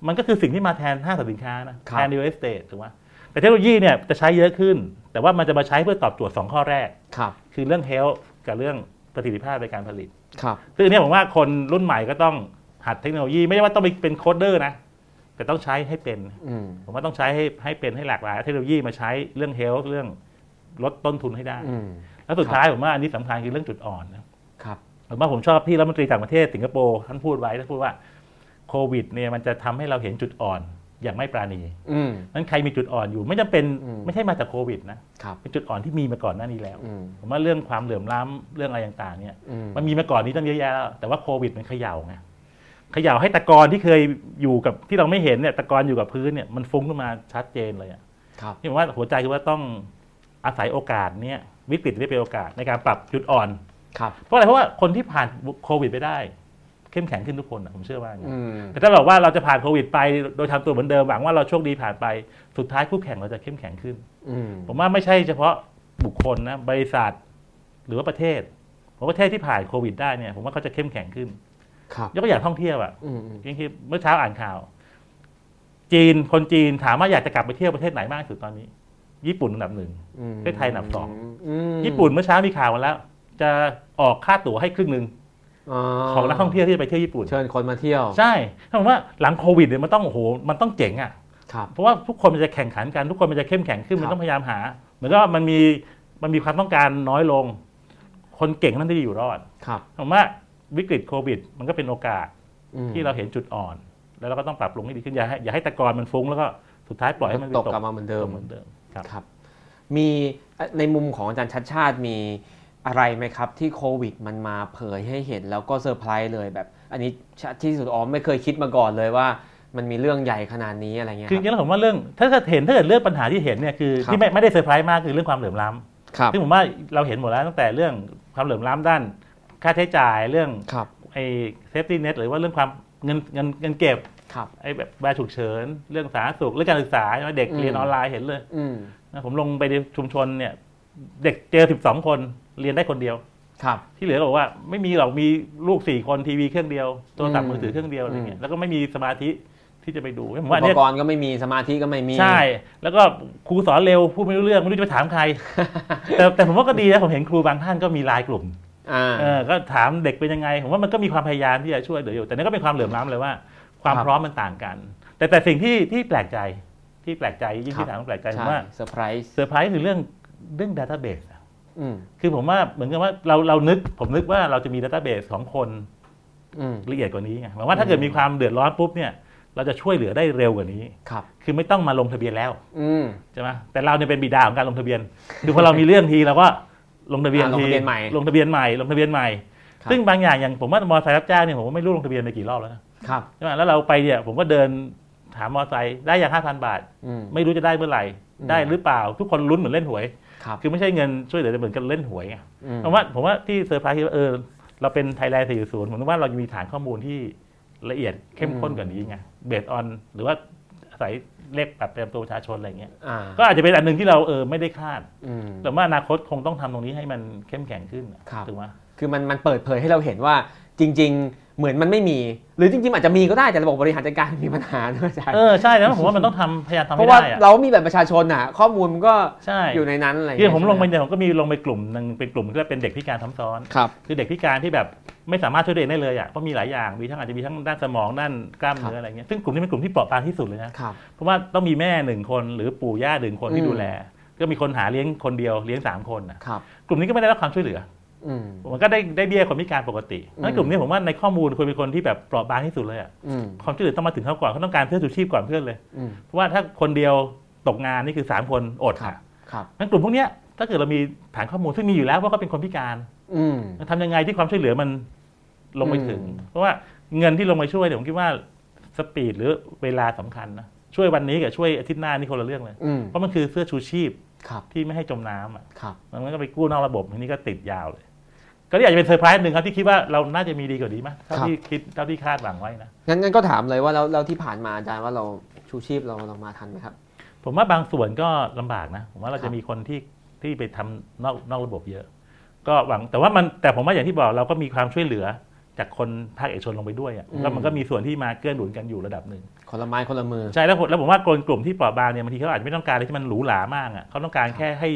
B: มันก็คือสิ่งที่มาแทนห้างสรรพสินค้านะครับ แทนดิวเอสเตทถูกไหมแต่เทคโนโลยีเนี่ยจะใช้เยอะขึ้น แต่ว่ามันจะมาใช้เพื่อตอบโจทย์สองข้อแรก
A: ครับ
B: คือเรื่อง health กับเรื่องประสิทธิภาพในการผลิต
A: ครับ
B: ซึ่งอันเนี่ยผมว่าคนรุ่นใหม่ก็ต้องหัดเทคโนโลยี ไม่ได้ว่าต้องไปเป็นโคดเดอร์นะ แต่ต้องใช้ให้เป็น
A: อืม
B: ผมว่าต้องใช้ให้ให้เป็นให้หลากหลายเทคโนโลยีมาใช้เรื่อง health เรื่องลดต้นทุนให้ได้
A: อืม
B: แล้วสุดท้ายผมว่าอันนี้สำคัญคือเรื่องจุดอ่อนนะครับ ผมว่าผมชอบที่รัฐมนตรีต่างประเทศสิงคโปร์ท่านพูดไว้ท่านพูดว่าโควิดเนี่ยมันจะทำให้เราเห็นจุดอ่อน อย่างไม่ปราณี
A: อืม
B: นั้นใครมีจุดอ่อนอยู่ ไม่จำเป็น
A: อืม
B: ไม่ใช่มาจากโควิดนะครับ เป็นจุดอ่อนที่มีมาก่อนหน้านี้แล้ว
A: อืม
B: ผมว่าเรื่องความเหลื่อมล้ำเรื่องอะไรต่างๆเนี่ย
A: อืม
B: มันมีมาก่อนนี้ตั้งเยอะแยะแล้วแต่ว่าโควิดมันเขย่าไงเขย่าให้ตะกอนที่เคยอยู่กับที่เราไม่เห็นเนี่ยตะกอนอยู่กับพื้นเนี่ยมันฟุ้งขึ้นมาชัดเจนเลยอะ
A: ครับ
B: ที่ผมว่าหัวใจคือว่าต้องอาศัยโอกาสเนี่ยวิกฤตได้เป็นโอกาสในการปรับจุดอ่อน
A: ครับ
B: เพราะอะไรเพราะว่าคนที่ผ่านโควิดไปได้ เข้มแข็งขึ้นทุกคนอะผมเชื่อว่าอย่างนั้น
A: อืม
B: แต่ถ้าบอกว่าเราจะผ่านโควิดไปโดยทำตัวเหมือนเดิมหวังว่าเราโชคดีผ่านไปสุดท้ายคู่แข่งเราจะเข้มแข็งขึ้น
A: อืม
B: ผมว่าไม่ใช่เฉพาะบุคคลนะบริษัทหรือว่าประเทศผมว่าประเทศที่ผ่านโควิดได้เนี่ยผมว่าเขาจะเข้มแข็งขึ้น
A: ครับ
B: ยกตัวอย่างท่องเที่ยวอะ
A: อืมอืม
B: จริงๆเมื่อเช้าอ่านข่าว จีนคนจีนถามว่าอยากจะกลับไปเที่ยวประเทศไหนมากที่สุดตอนนี้ ญี่ปุ่นอันดับหนึ่ง
A: อืม
B: ประเทศไทยอันดับสอง
A: ม
B: ญี่ปุ่นเมื่อเช้ามีข่าวมาแล้ว จะออกค่าตั๋วให้ครึ่งหนึ่งของนักท่องเที่ยวที่จะไปเที่ยวญี่ปุ่น
A: เชิญคนมาเที่ยว
B: ใช่ถ้าผมว่าหลังโควิดเนี่ยมันต้องโอ้โหมันต้องเจ๋งอ่ะ
A: ครับ
B: เพราะว่าทุกคนมันจะแข่งขันกัน ทุกคนมันจะเข้มแข็งขึ้
A: ค
B: น
A: รับ
B: มันต้องพยายามหา เหมือนก็มันมีมันมีความต้องการน้อยลง คนเก่งนั่นที่จะอยู่รอด
A: ครับ
B: ผมว่าวิกฤตโควิด มันก็เป็นโอกาส
A: อืม
B: ที่เราเห็นจุดอ่อน แล้วเราก็ต้องปรับปรุงให้ดีขึ้นอย่าให้อย่าให้ตะกอนมันฟุ้งแล้วก็สุดท้ายปล่อยให้มันไป
A: ตกกลับมาเหมือนเดิม
B: เหมือนเดิมครับ
A: ครับมีเอ่อในมุมของอาจารย์ชัดชาติมีอะไรไหมครับ ที่โควิดมันมาเผยให้เห็นแล้วก็เซอร์ไพรส์เลยแบบ อันนี้ชัดที่สุดอ๋อไม่เคยคิดมาก่อนเลยว่า มันมีเรื่องใหญ่ขนาดนี้อะไรเงี้ย
B: คือจ
A: ค
B: ริ
A: รับ
B: งๆแล้วผมว่าเรื่องถ้าเกิดเห็นถ้าเกิดเรื่องปัญหาที่เห็นเนี่ยคือ
A: ครับ
B: ที่ไม่ไม่ได้เซอร์ไพรส์มากคือเรื่องความเหลื่อมล้
A: ครับ
B: ำซึ่งผมว่าเราเห็นหมดแล้วตั้งแต่เรื่องความเหลื่อมล้ำด้าน ค่าใช้จ่ายเรื่อง
A: ครับ
B: ไอ้เซฟตี้เน็ตหรือว่าเรื่องความเงินเงินเงินเก็บ
A: ครับ
B: ไอ้แบบบาฉุกเฉิน เรื่องสาธารณสุขเรื่องการศึกษาใช่ไหมเด็ก
A: อืม
B: เรียนออนไลน์เห็นเลย
A: อืม
B: นะผมลงไปในชุมชนเนี่ยเด็กเจอ 12 คนเรียนได้คนเดียว
A: ครับ
B: ที่เหลือก็บอกว่าไม่มีหรอกมีลูกสี่คนทีวีเครื่องเดียวโทรศัพท์มือถือเครื่องเดียวอะไรเงี้
A: อื
B: ย
A: ม
B: แล้วก็ไม่มีสมาธิที่จะไปดูผม
A: อุ
B: ว่าอั
A: ป
B: นเนี้ย
A: กรณ์ก็ไม่มีสมาธิก็ไม่มี
B: ใช่ แล้วก็ครูสอนเร็วพูดไม่รู้เรื่องไม่รู้จะไปถาม
A: (laughs)
B: ใคร แต่แต่ผมว่าก็ดีนะผมเห็นครูบางท่านก็มีไลน์กลุ่ม
A: อ่า
B: เออก็ถามเด็กเป็นยังไง ผมว่ามันก็มีความพยายามที่จะช่วยเหลืออยู่ แต่นี่ก็เป็นความเหลื่อมล้ำเลยว่า ความ
A: ครับ
B: พร้อมมันต่างกัน แต่แต่สิ่งที่ที่แปลกใจที่แปลกใจยิ่งที่ถามว่าแปลกใจผมว่า
A: เซอร์ไพรส์
B: เซอร์ไพรส์คือเรื่องเรื่องดัตเตอร์เบส
A: อืม
B: คือผมว่าเหมือนกับว่าเราเรานึกผมนึกว่าเราจะมีดัตเตอร์เบสของคน
A: อืม
B: ละเอียดกว่านี้ไงหมายว่าถ้า
A: อืม
B: เกิดมีความเดือดร้อนปุ๊บเนี่ยเราจะช่วยเหลือได้เร็วกว่านี้
A: ครับ
B: คือไม่ต้องมาลงทะเบียนแล้ว
A: อืม
B: ใช่ไหมแต่เราเนี่ยเป็นบิดาของการลงทะเบียนคือพอเรามีเรื่องทีเราก็ลงทะเบียน
A: อ่าลง
B: ที
A: ทะเบียนใหม่
B: ลงทะเบียนใหม่ลงทะเบียนใหม่
A: ครับ
B: ซึ่งบางอย่างอย่างผมว่ามอเตอร์ไซค์รับจ้างเนี่ยผมว่าไม่รู้ลงทะเบียนไปกี่รอบแล้วนะครับ ใช่ไหมแล้วเราไปเนี่ยผมก็เดินถามมอเตอร์ไซค์ได้อย่างห้าพันบาท
A: อืม
B: ไม่รู้จะได้เมื่อไหร่
A: อืม
B: ได้หรือเปล่าทุกคนลุ้นเหมือนเล่นหวย
A: ครับ
B: คือไม่ใช่เงินช่วยเหลือแต่เหมือนกันเล่นหวยไง
A: อืม
B: ผมว่าผมว่าที่เซอร์ไพรส์คือว่าเออเราเป็นไทยแลนด์40ผมว่าเรายังมีฐานข้อมูลที่ละเอียดเข้มข้นกว่านี้ไงเบสออนหรือว่าอาศัยเลขบัตรประจำตัวประชาชนอะไรเงี้ย
A: อ่า
B: ก็อาจจะเป็นอันหนึ่งที่เราเออไม่ได้คาด
A: อืม
B: แต่ว่าอนาคตคงต้องทำตรงนี้ให้มันเข้มแข็งขึ้น
A: ครับ
B: ถูกไหม
A: คือมันมันเปิดเผยให้เราเห็นว่าจริง ๆ เหมือนมันไม่มี หรือจริง ๆ อาจจะมีก็ได้แต่ระบบบริหารจัดการมีปัญหาด้วยอาจารย์
B: เออใช่แล้วผมว่ามันต้องทำพยายามทำ
A: เพ
B: ให้
A: ราะว่า
B: ได้อะ
A: เรามีแบบประชาชนอ่ะ ข้อมูลมันก็
B: ใช่
A: อยู่ในนั้นอะไรอย่าง
B: คือ
A: เงี้ย
B: ผมลงไป
A: ใช่ห
B: เนี่ยผมก็มีลงไปกลุ่มหนึ่งเป็นกลุ่มที่เป็นเด็กพิการซ้ำซ้อน
A: ครับ
B: คือเด็กพิการที่แบบไม่สามารถช่วยตัวเองได้เลยอ่ะเพราะมีหลายอย่างมีทั้งอาจจะมีทั้งด้านสมองด้านกล้ามเนื้ออะไรเงี้ยซึ่งกลุ่มนี้เป็นกลุ่มที่เปราะบางที่สุดเลยนะ
A: ครับ
B: เพราะว่าต้องมีแม่หนึ่งคนหรือปู่ย่าหนึ่งคน
A: อื
B: ที่
A: ม
B: ดูแล ก็มีคนหาเลี้ยงคนเดียวเลี้ยงสามคนนะครับ กลุ่มนี้ก็ไม่ได้รับความช่วยเหลือ
A: อืม
B: มันก็ได้ได้เบี้ยคนพิการปกติ
A: อืม
B: นั้นกลุ่มนี้ผมว่าในข้อมูลควรเป็นคนที่แบบเปราะบางที่สุดเลยอะ
A: อืม
B: ความช่วยเหลือต้องมาถึงเขาก่อนเขาต้องการเพื่อนสุชีพก่อนเพื่อนเลย
A: อืม
B: เพราะว่าถ้าคนเดียวตกงานนี่คือสามคนอดค่ะ
A: ครับ
B: นั้นกลุ่มพวกเนี้ยถ้าเกิดเรามีฐานข้อมูลซึ่งมีอยู่แล้วว่าเขาเป็นคนพิการ
A: อืม
B: ทำยังไงที่ความช่วยเหลือมันลงไปถึง
A: อืม
B: เพราะว่าเงินที่ลงไปช่วยเนี่ยผมคิดว่าสปีดหรือเวลาสำคัญนะช่วยวันนี้กับช่วยอาทิตย์หน้านี่คนละเรื่องเลย
A: อืม
B: เพราะมันคือเสื้อชูชีพ
A: ครับ
B: ที่ไม่ให้จมน้ำอ่ะ
A: ครับ
B: มันก็ไปกู้นอกระบบทีนี้ก็ติดยาวเลย ก็อยากจะเป็นเซอร์ไพรส์หนึ่งครับที่คิดว่าเราน่าจะมีดีกว่านี้มั้ยเท่าที่คิดเท่าที่คาดหวังไว้นะ
A: งั้นงั้นก็ถามเลยว่าแล้วแล้วที่ผ่านมาอาจารย์ว่าเราชูชีพเราเรามาทันไหมครับ
B: ผมว่าบางส่วนก็ลำบากนะ ผมว่าเรา
A: ครั
B: จะ
A: บ
B: มีคนที่ที่ไปทำนอกนอกระบบเยอะ ก็หวังแต่ว่ามันแต่ผมว่าอย่างที่บอกเราก็มีความช่วยเหลือจากคนภาคเอกชนลงไปด้วยอ่ะแล้วมันก็มีส่วนที่มาเกื้อหนุนกันอยู่ระดับหนึ่ง
A: คนละไม้คนละมือ
B: ใช่แล้วผมแล้วผมว่ากลุ่มกลุ่มที่เปราะบางเนี่ยบางทีเขาอาจจะไม่ต้องการอะไรที่มันหรูหรามากอ่ะเขาต้องการแค่ให้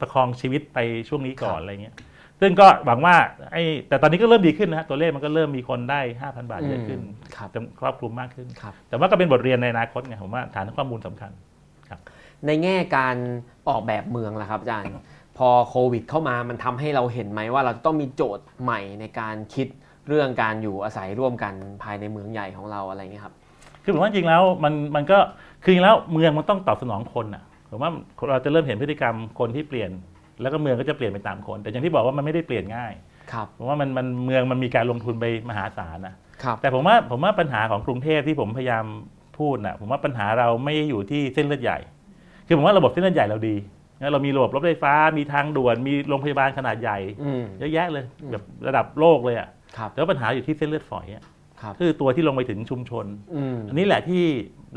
B: ประคองชีวิตไปช่วงนี้ก่อนอะไรเงี้ยซึ่งก็หวังว่าไอ้แต่ตอนนี้ก็เริ่มดีขึ้นนะฮะตัวเลขมันก็เริ่มมีคนได้ 5,000 บาทเยอะขึ้น
A: อืมครับ
B: จำครอบคลุมมากขึ้น
A: ครับ
B: แต่ว่าก็เป็นบทเรียนในอนาคตไงผมว่าฐานข้อมูลสำคัญ
A: ในแง่การออกแบบเมืองล่ะครับอาจ (laughs) ารย์ พอโควิดเข้ามามันทำให้เราเห็นไหมว่าเราจะต้องมีโจทย์ใหม่ในการคิดเรื่องการอยู่อาศัยร่วมกันภายในเมืองใหญ่ของเราอะไรเงี้ยครับ
B: คือ คือผมว่าจริงแล้วมันมันก็คือจริงแล้วเมืองมันต้องตอบสนองคนอ่ะผมว่าเราจะเริ่มเห็นพฤติกรรมคนที่เปลี่ยน แล้วก็เมืองก็จะเปลี่ยนไปตามคน แต่อย่างที่บอกว่ามันไม่ได้เปลี่ยนง่าย
A: ครับ
B: ผมว่ามันมันเมืองมันมีการลงทุนไปมหาศาลนะ
A: ครับ
B: แต่ผมว่าผมว่าปัญหาของกรุงเทพที่ผมพยายามพูดนะผมว่าปัญหาเราไม่ได้อยู่ที่เส้นเลือดใหญ่ คือผมว่าระบบเส้นเลือดใหญ่เราดีนะเรามีระบบรถไฟฟ้ามีทางด่วนมีโรงพยาบาลขนาดใหญ่
A: อืม
B: เยอะแยะเลย
A: อืม
B: แบบระดับโลกเลยอะ
A: ครับ
B: แต่ว่าปัญหาอยู่ที่เส้นเลือดฝอยอะ
A: ครับ
B: คือตัวที่ลงไปถึงชุมชน
A: อืม
B: อันนี้แหละที่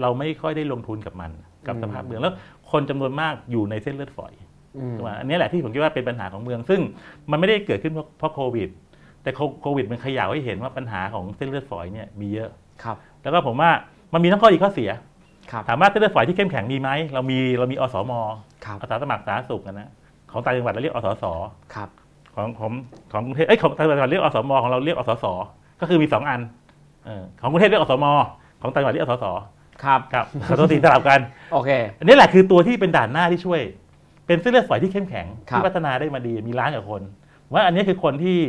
B: เราไม่ค่อยได้ลงทุนกับมันกับ
A: อืม
B: สภาพเมืองแล้วคนจำนวนมากอยู่ในเส้นเลือดฝอย
A: อืม
B: ถูกไหมอันนี้แหละที่ผมคิดว่าเป็นปัญหาของเมือง ซึ่งมันไม่ได้เกิดขึ้นเพราะเพราะโควิด แต่โควิดมันเขย่าให้เห็นว่าปัญหาของเส้นเลือดฝอยเนี่ยมีเยอะ
A: ครับ
B: แล้วก็ผมว่ามันมีทั้งข้อดีข้อเสีย
A: ครับ
B: ถามว่าเส้นเลือดฝอยที่เข้มแข็งมีไหมเรามีเรามีอสม
A: ครับ
B: อาสาสมัครสาธารณสุขนะนะของต่างจังหวัดเราเรียกอสส
A: ครับ
B: ของของของกรุงเทพเอ้ยของต่างจังหวัดเรียกอสมของเราเรียกอสสก็คือมีสองอันเออของกรุงเทพเรียกอสมของต่างจังหวัดเรียกอสส
A: ครับ
B: ครับขอโทษทีสลับกัน
A: โอเค
B: อันนี้แหละคือตัวที่เป็นด่านหน้าที่ช่วย เป็นเส้นเลือดฝอยที่เข้มแข็ง
A: ครับ
B: ที่พัฒนาได้มาดีมีล้านกับคนผมว่าอันนี้คือคนที่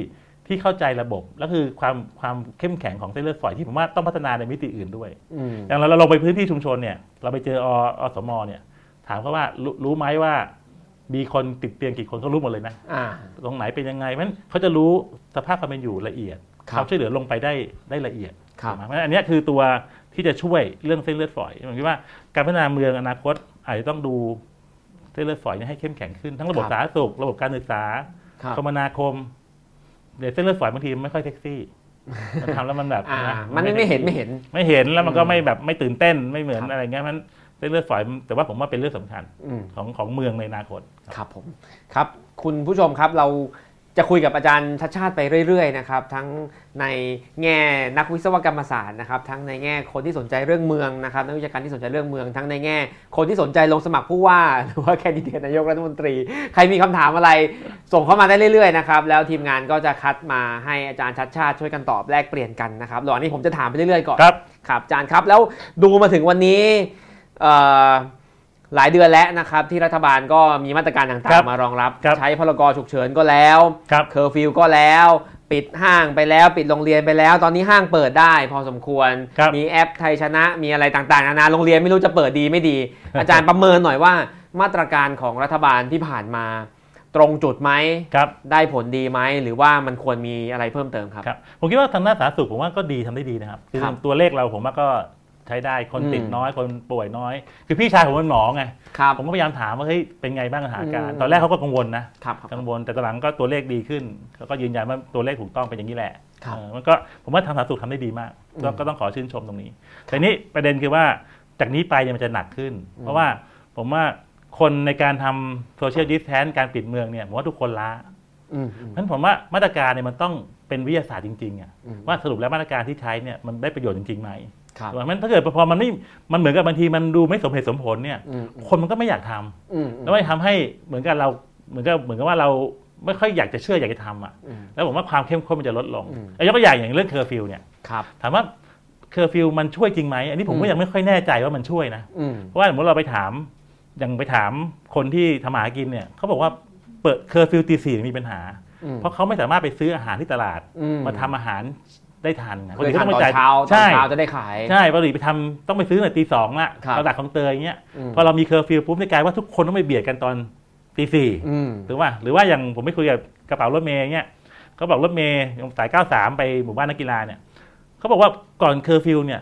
B: ที่เข้าใจระบบและคือความความเข้มแข็งของเส้นเลือดฝอยที่ผมว่าต้องพัฒนาในมิติอื่นด้วย
A: อืม
B: อย่างเราเราลงไปพื้นที่ชุมชนเนี่ยเราไปเจอออสมเนี่ย ถามเขาว่ารู้รู้ไหมว่า มีคนติดเตียงกี่คนเขารู้หมดเลยนะ
A: อ่า
B: ตรงไหนเป็นยังไงเพราะฉะนั้นเขาจะรู้สภาพความเป็นอยู่ละเอียด
A: ครับ
B: เขามช่วยเหลือลงไปได้ได้ละเอียด
A: ครับ
B: ถูกไหมเพราะฉะนั้นอันเนี้ยคือตัวที่จะช่วยเรื่องเส้นเลือดฝอยผมคิดว่าการพัฒนาเมืองอนาคตอาจจะต้องดูเส้นเลือดฝอยเนี่ยให้เข้มแข็งขึ้นทั้งระบ
A: ค
B: บ
A: รับ
B: สาธารณสุขระบบการศึกษา
A: ครับ
B: คมนาคมเดี๋ยวเส้นเลือดฝอยบางทีมันไม่ค่อยเซ็กซี่มันทำแล้วมันแบบ
A: (laughs) อ่า
B: ะ
A: มันไม่
B: ซ็ก
A: เห็น
B: ซี่
A: ไม่เห็น
B: ไม่เห็นแล้วมันก็
A: อืม
B: ไม่แบบไม่ตื่นเต้นไม่เหมือน
A: ครับ
B: อะไรเงี้ยมันเส้นเลือดฝอยมันแต่ว่าผมว่าเป็นเรื่องสำคัญ
A: อืม
B: ของของเมืองในอนาคต
A: ครับผมครับคุณผู้ชมครับเราจะคุยกับอาจารย์ชัดชาติไปเรื่อยๆนะครับทั้งในแง่นักวิศวกรรมศาสตร์นะครับทั้งในแง่คนที่สนใจเรื่องเมืองนะครับนักวิชาการที่สนใจเรื่องเมือง ทั้งในแง่ คนที่สนใจลงสมัครผู้ว่า (laughs) หรือว่าแคนดิเดตนายกรัฐมนตรี ใครมีคำถามอะไรส่งเข้ามาได้เรื่อยๆนะครับแล้วทีมงานก็จะคัดมาให้อาจารย์ชัดชาติช่วยกันตอบแลกเปลี่ยนกันนะครับระหว่างนี้ผมจะถามไปเรื่อยๆก่อน
B: ครับ
A: ครับอาจารย์ครับแล้วดูมาถึงวันนี้เอ่อหลายเดือนแล้วนะครับ ที่รัฐบาลก็มีมาตรการต่า
B: ครั
A: ง
B: บ
A: ๆ มารองรับ
B: ครับ
A: ใช้พรกฉุกเฉินก็แล้ว
B: ครับ
A: เคอร์ฟิวก็แล้ว ปิดห้างไปแล้ว ปิดโรงเรียนไปแล้ว ตอนนี้ห้างเปิดได้พอสมควร
B: ครับ
A: มีแอปไทยชนะมีอะไรต่างๆนานาโรงเรียนไม่รู้จะเปิดดีไม่ดี อาจารย์ประเมินหน่อยว่ามาตรการของรัฐบาลที่ผ่านมา ตรงจุดไหม
B: ครับ
A: ได้ผลดีไหมหรือว่ามันควรมีอะไรเพิ่มเติมครับ
B: ครับผมคิดว่าทางด้านสาธารณสุขผมว่าก็ดีทำได้ดีนะครับคือ
A: ครับ
B: ตัวเลขเราผมว่าก็ใช้ได้คน
A: อืม
B: ติดน้อยคนป่วยน้อย คือพี่ชายผมเป็นหมอไง
A: ครับ
B: ผมก็พยายามถามว่าเฮ้ยเป็นไงบ้างสถานการณ์
A: อืม
B: ตอนแรกเขาก็กังวลนะครับ กังวลแต่ตอนหลังก็ตัวเลขดีขึ้นเขาก็ยืนยันว่าตัวเลขถูกต้องเป็นอย่างนี้แหละ
A: ครับ
B: เออมันก็ผมว่าทางสาธารณสุขทำได้ดีมาก
A: อืม
B: ก็ก็ต้องขอชื่นชมตรงนี้ แต่นี่ประเด็นคือว่าจากนี้ไปเนี่ยมันจะหนักขึ้น
A: อืม
B: เพราะว่าผมว่าคนในการทำโซเชียลดิสแทนการปิดเมืองเนี่ยผมว่าทุกคนล้า
A: อืม
B: เพราะฉะนั้นผมว่ามาตรการเนี่ยมันต้องเป็นวิทยาศาสตร์จริงๆอะ
A: อืม
B: ว่าสรุปแล้วมาตรการที่ใช้เนี่ยมันได้ประโยชน์จริงๆไหม
A: ครับ
B: ถูกไหมมันถ้าเกิดพอมันไม่มันเหมือนกับบางทีมันดูไม่สมเหตุสมผลเนี่ย
A: อืม
B: คนมันก็ไม่อยากทำ
A: อืม
B: แล้วมันทำให้เหมือนกับเราเหมือนกับเหมือนกับว่าเราไม่ค่อยอยากจะเชื่ออยากจะทำอะ
A: อืม
B: แล้วผมว่าความเข้มข้นมันจะลดลง
A: อืม
B: ยกตัวอย่างอย่างเรื่องเคอร์ฟิวเนี่ย
A: ครับ
B: ถามว่าเคอร์ฟิวมันช่วยจริงไหมอันนี้ผม
A: อื
B: ก็
A: ม
B: ยังไม่ค่อยแน่ใจว่ามันช่วยนะ
A: อืม
B: เพราะว่าสมมติเราไปถามอย่างไปถามคนที่ทำอาหารกินเนี่ยเขาบอกว่าเปิดเคอร์ฟิวตีสี่มีปัญหา
A: อืม
B: เพราะเขาไม่สามารถไปซื้ออาหารที่ตลาด
A: อื
B: มาทำอาหารได้ทันไง
A: เคย
B: ก็
A: ทำตอนเช้าตอน
B: ใช่
A: เช้าจะได้ขาย
B: ใช่ปกติไปทำต้องไปซื้อหน่อยตีสองละ
A: ครับ
B: ตลาดของเตยอย่างเงี้ย
A: ม
B: พอเรามีเคอร์ฟิวปุ๊บในยกลายว่าทุกคนต้องไปเบียดกันตอนตีสี่
A: อืม
B: หรือว่าหรือว่าอย่างผมไม่คุยกับกระเป๋ารถเมย์เนี่ยเขาบอกรถเมย์สาย 93 ไปหมู่บ้านนักกีฬาเนี่ยเขาบอกว่าก่อนเคอร์ฟิวเนี่ย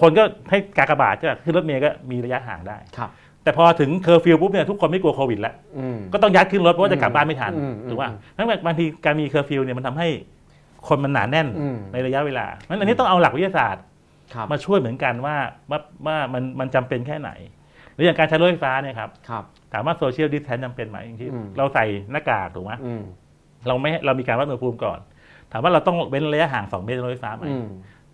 B: คนก็ให้กากบาทใช่ไหมขึ้นรถเมย์ก็มีระยะห่างได้
A: ครับ
B: แต่พอถึงเคอร์ฟิวปุ๊บเนี่ยทุกคนไม่กลัวโควิดแล้ว
A: อืม
B: ก็ต้องยัดขึ้นรถเพราะว่าจะกลับบ้านไม่ทัน
A: อืม
B: ถูกป่ะนั่นแบบบางทีการมีเคอร์ฟิวเนี่ยมันทำให้คนมันหนาแน่น
A: อืม
B: ในระยะเวลานั้นอันนี้ต้องเอาหลักวิทยาศาสตร์
A: ครับ
B: มาช่วยเหมือนกันว่าว่าว่ามันมันจำเป็นแค่ไหน หรืออย่างการใช้รถไฟฟ้าเนี่ยครับ
A: ครับ
B: ถามว่าโซเชียลดิสแทนจำเป็นไหมอย่างที่
A: อืม
B: เราใส่หน้ากากถูกไหม
A: อืม
B: เราไม่เรามีการวัดอุณหภูมิก่อน ถามว่าเราต้องเว้นระยะห่าง 2 เมตรรถไฟฟ้าไหม
A: อืม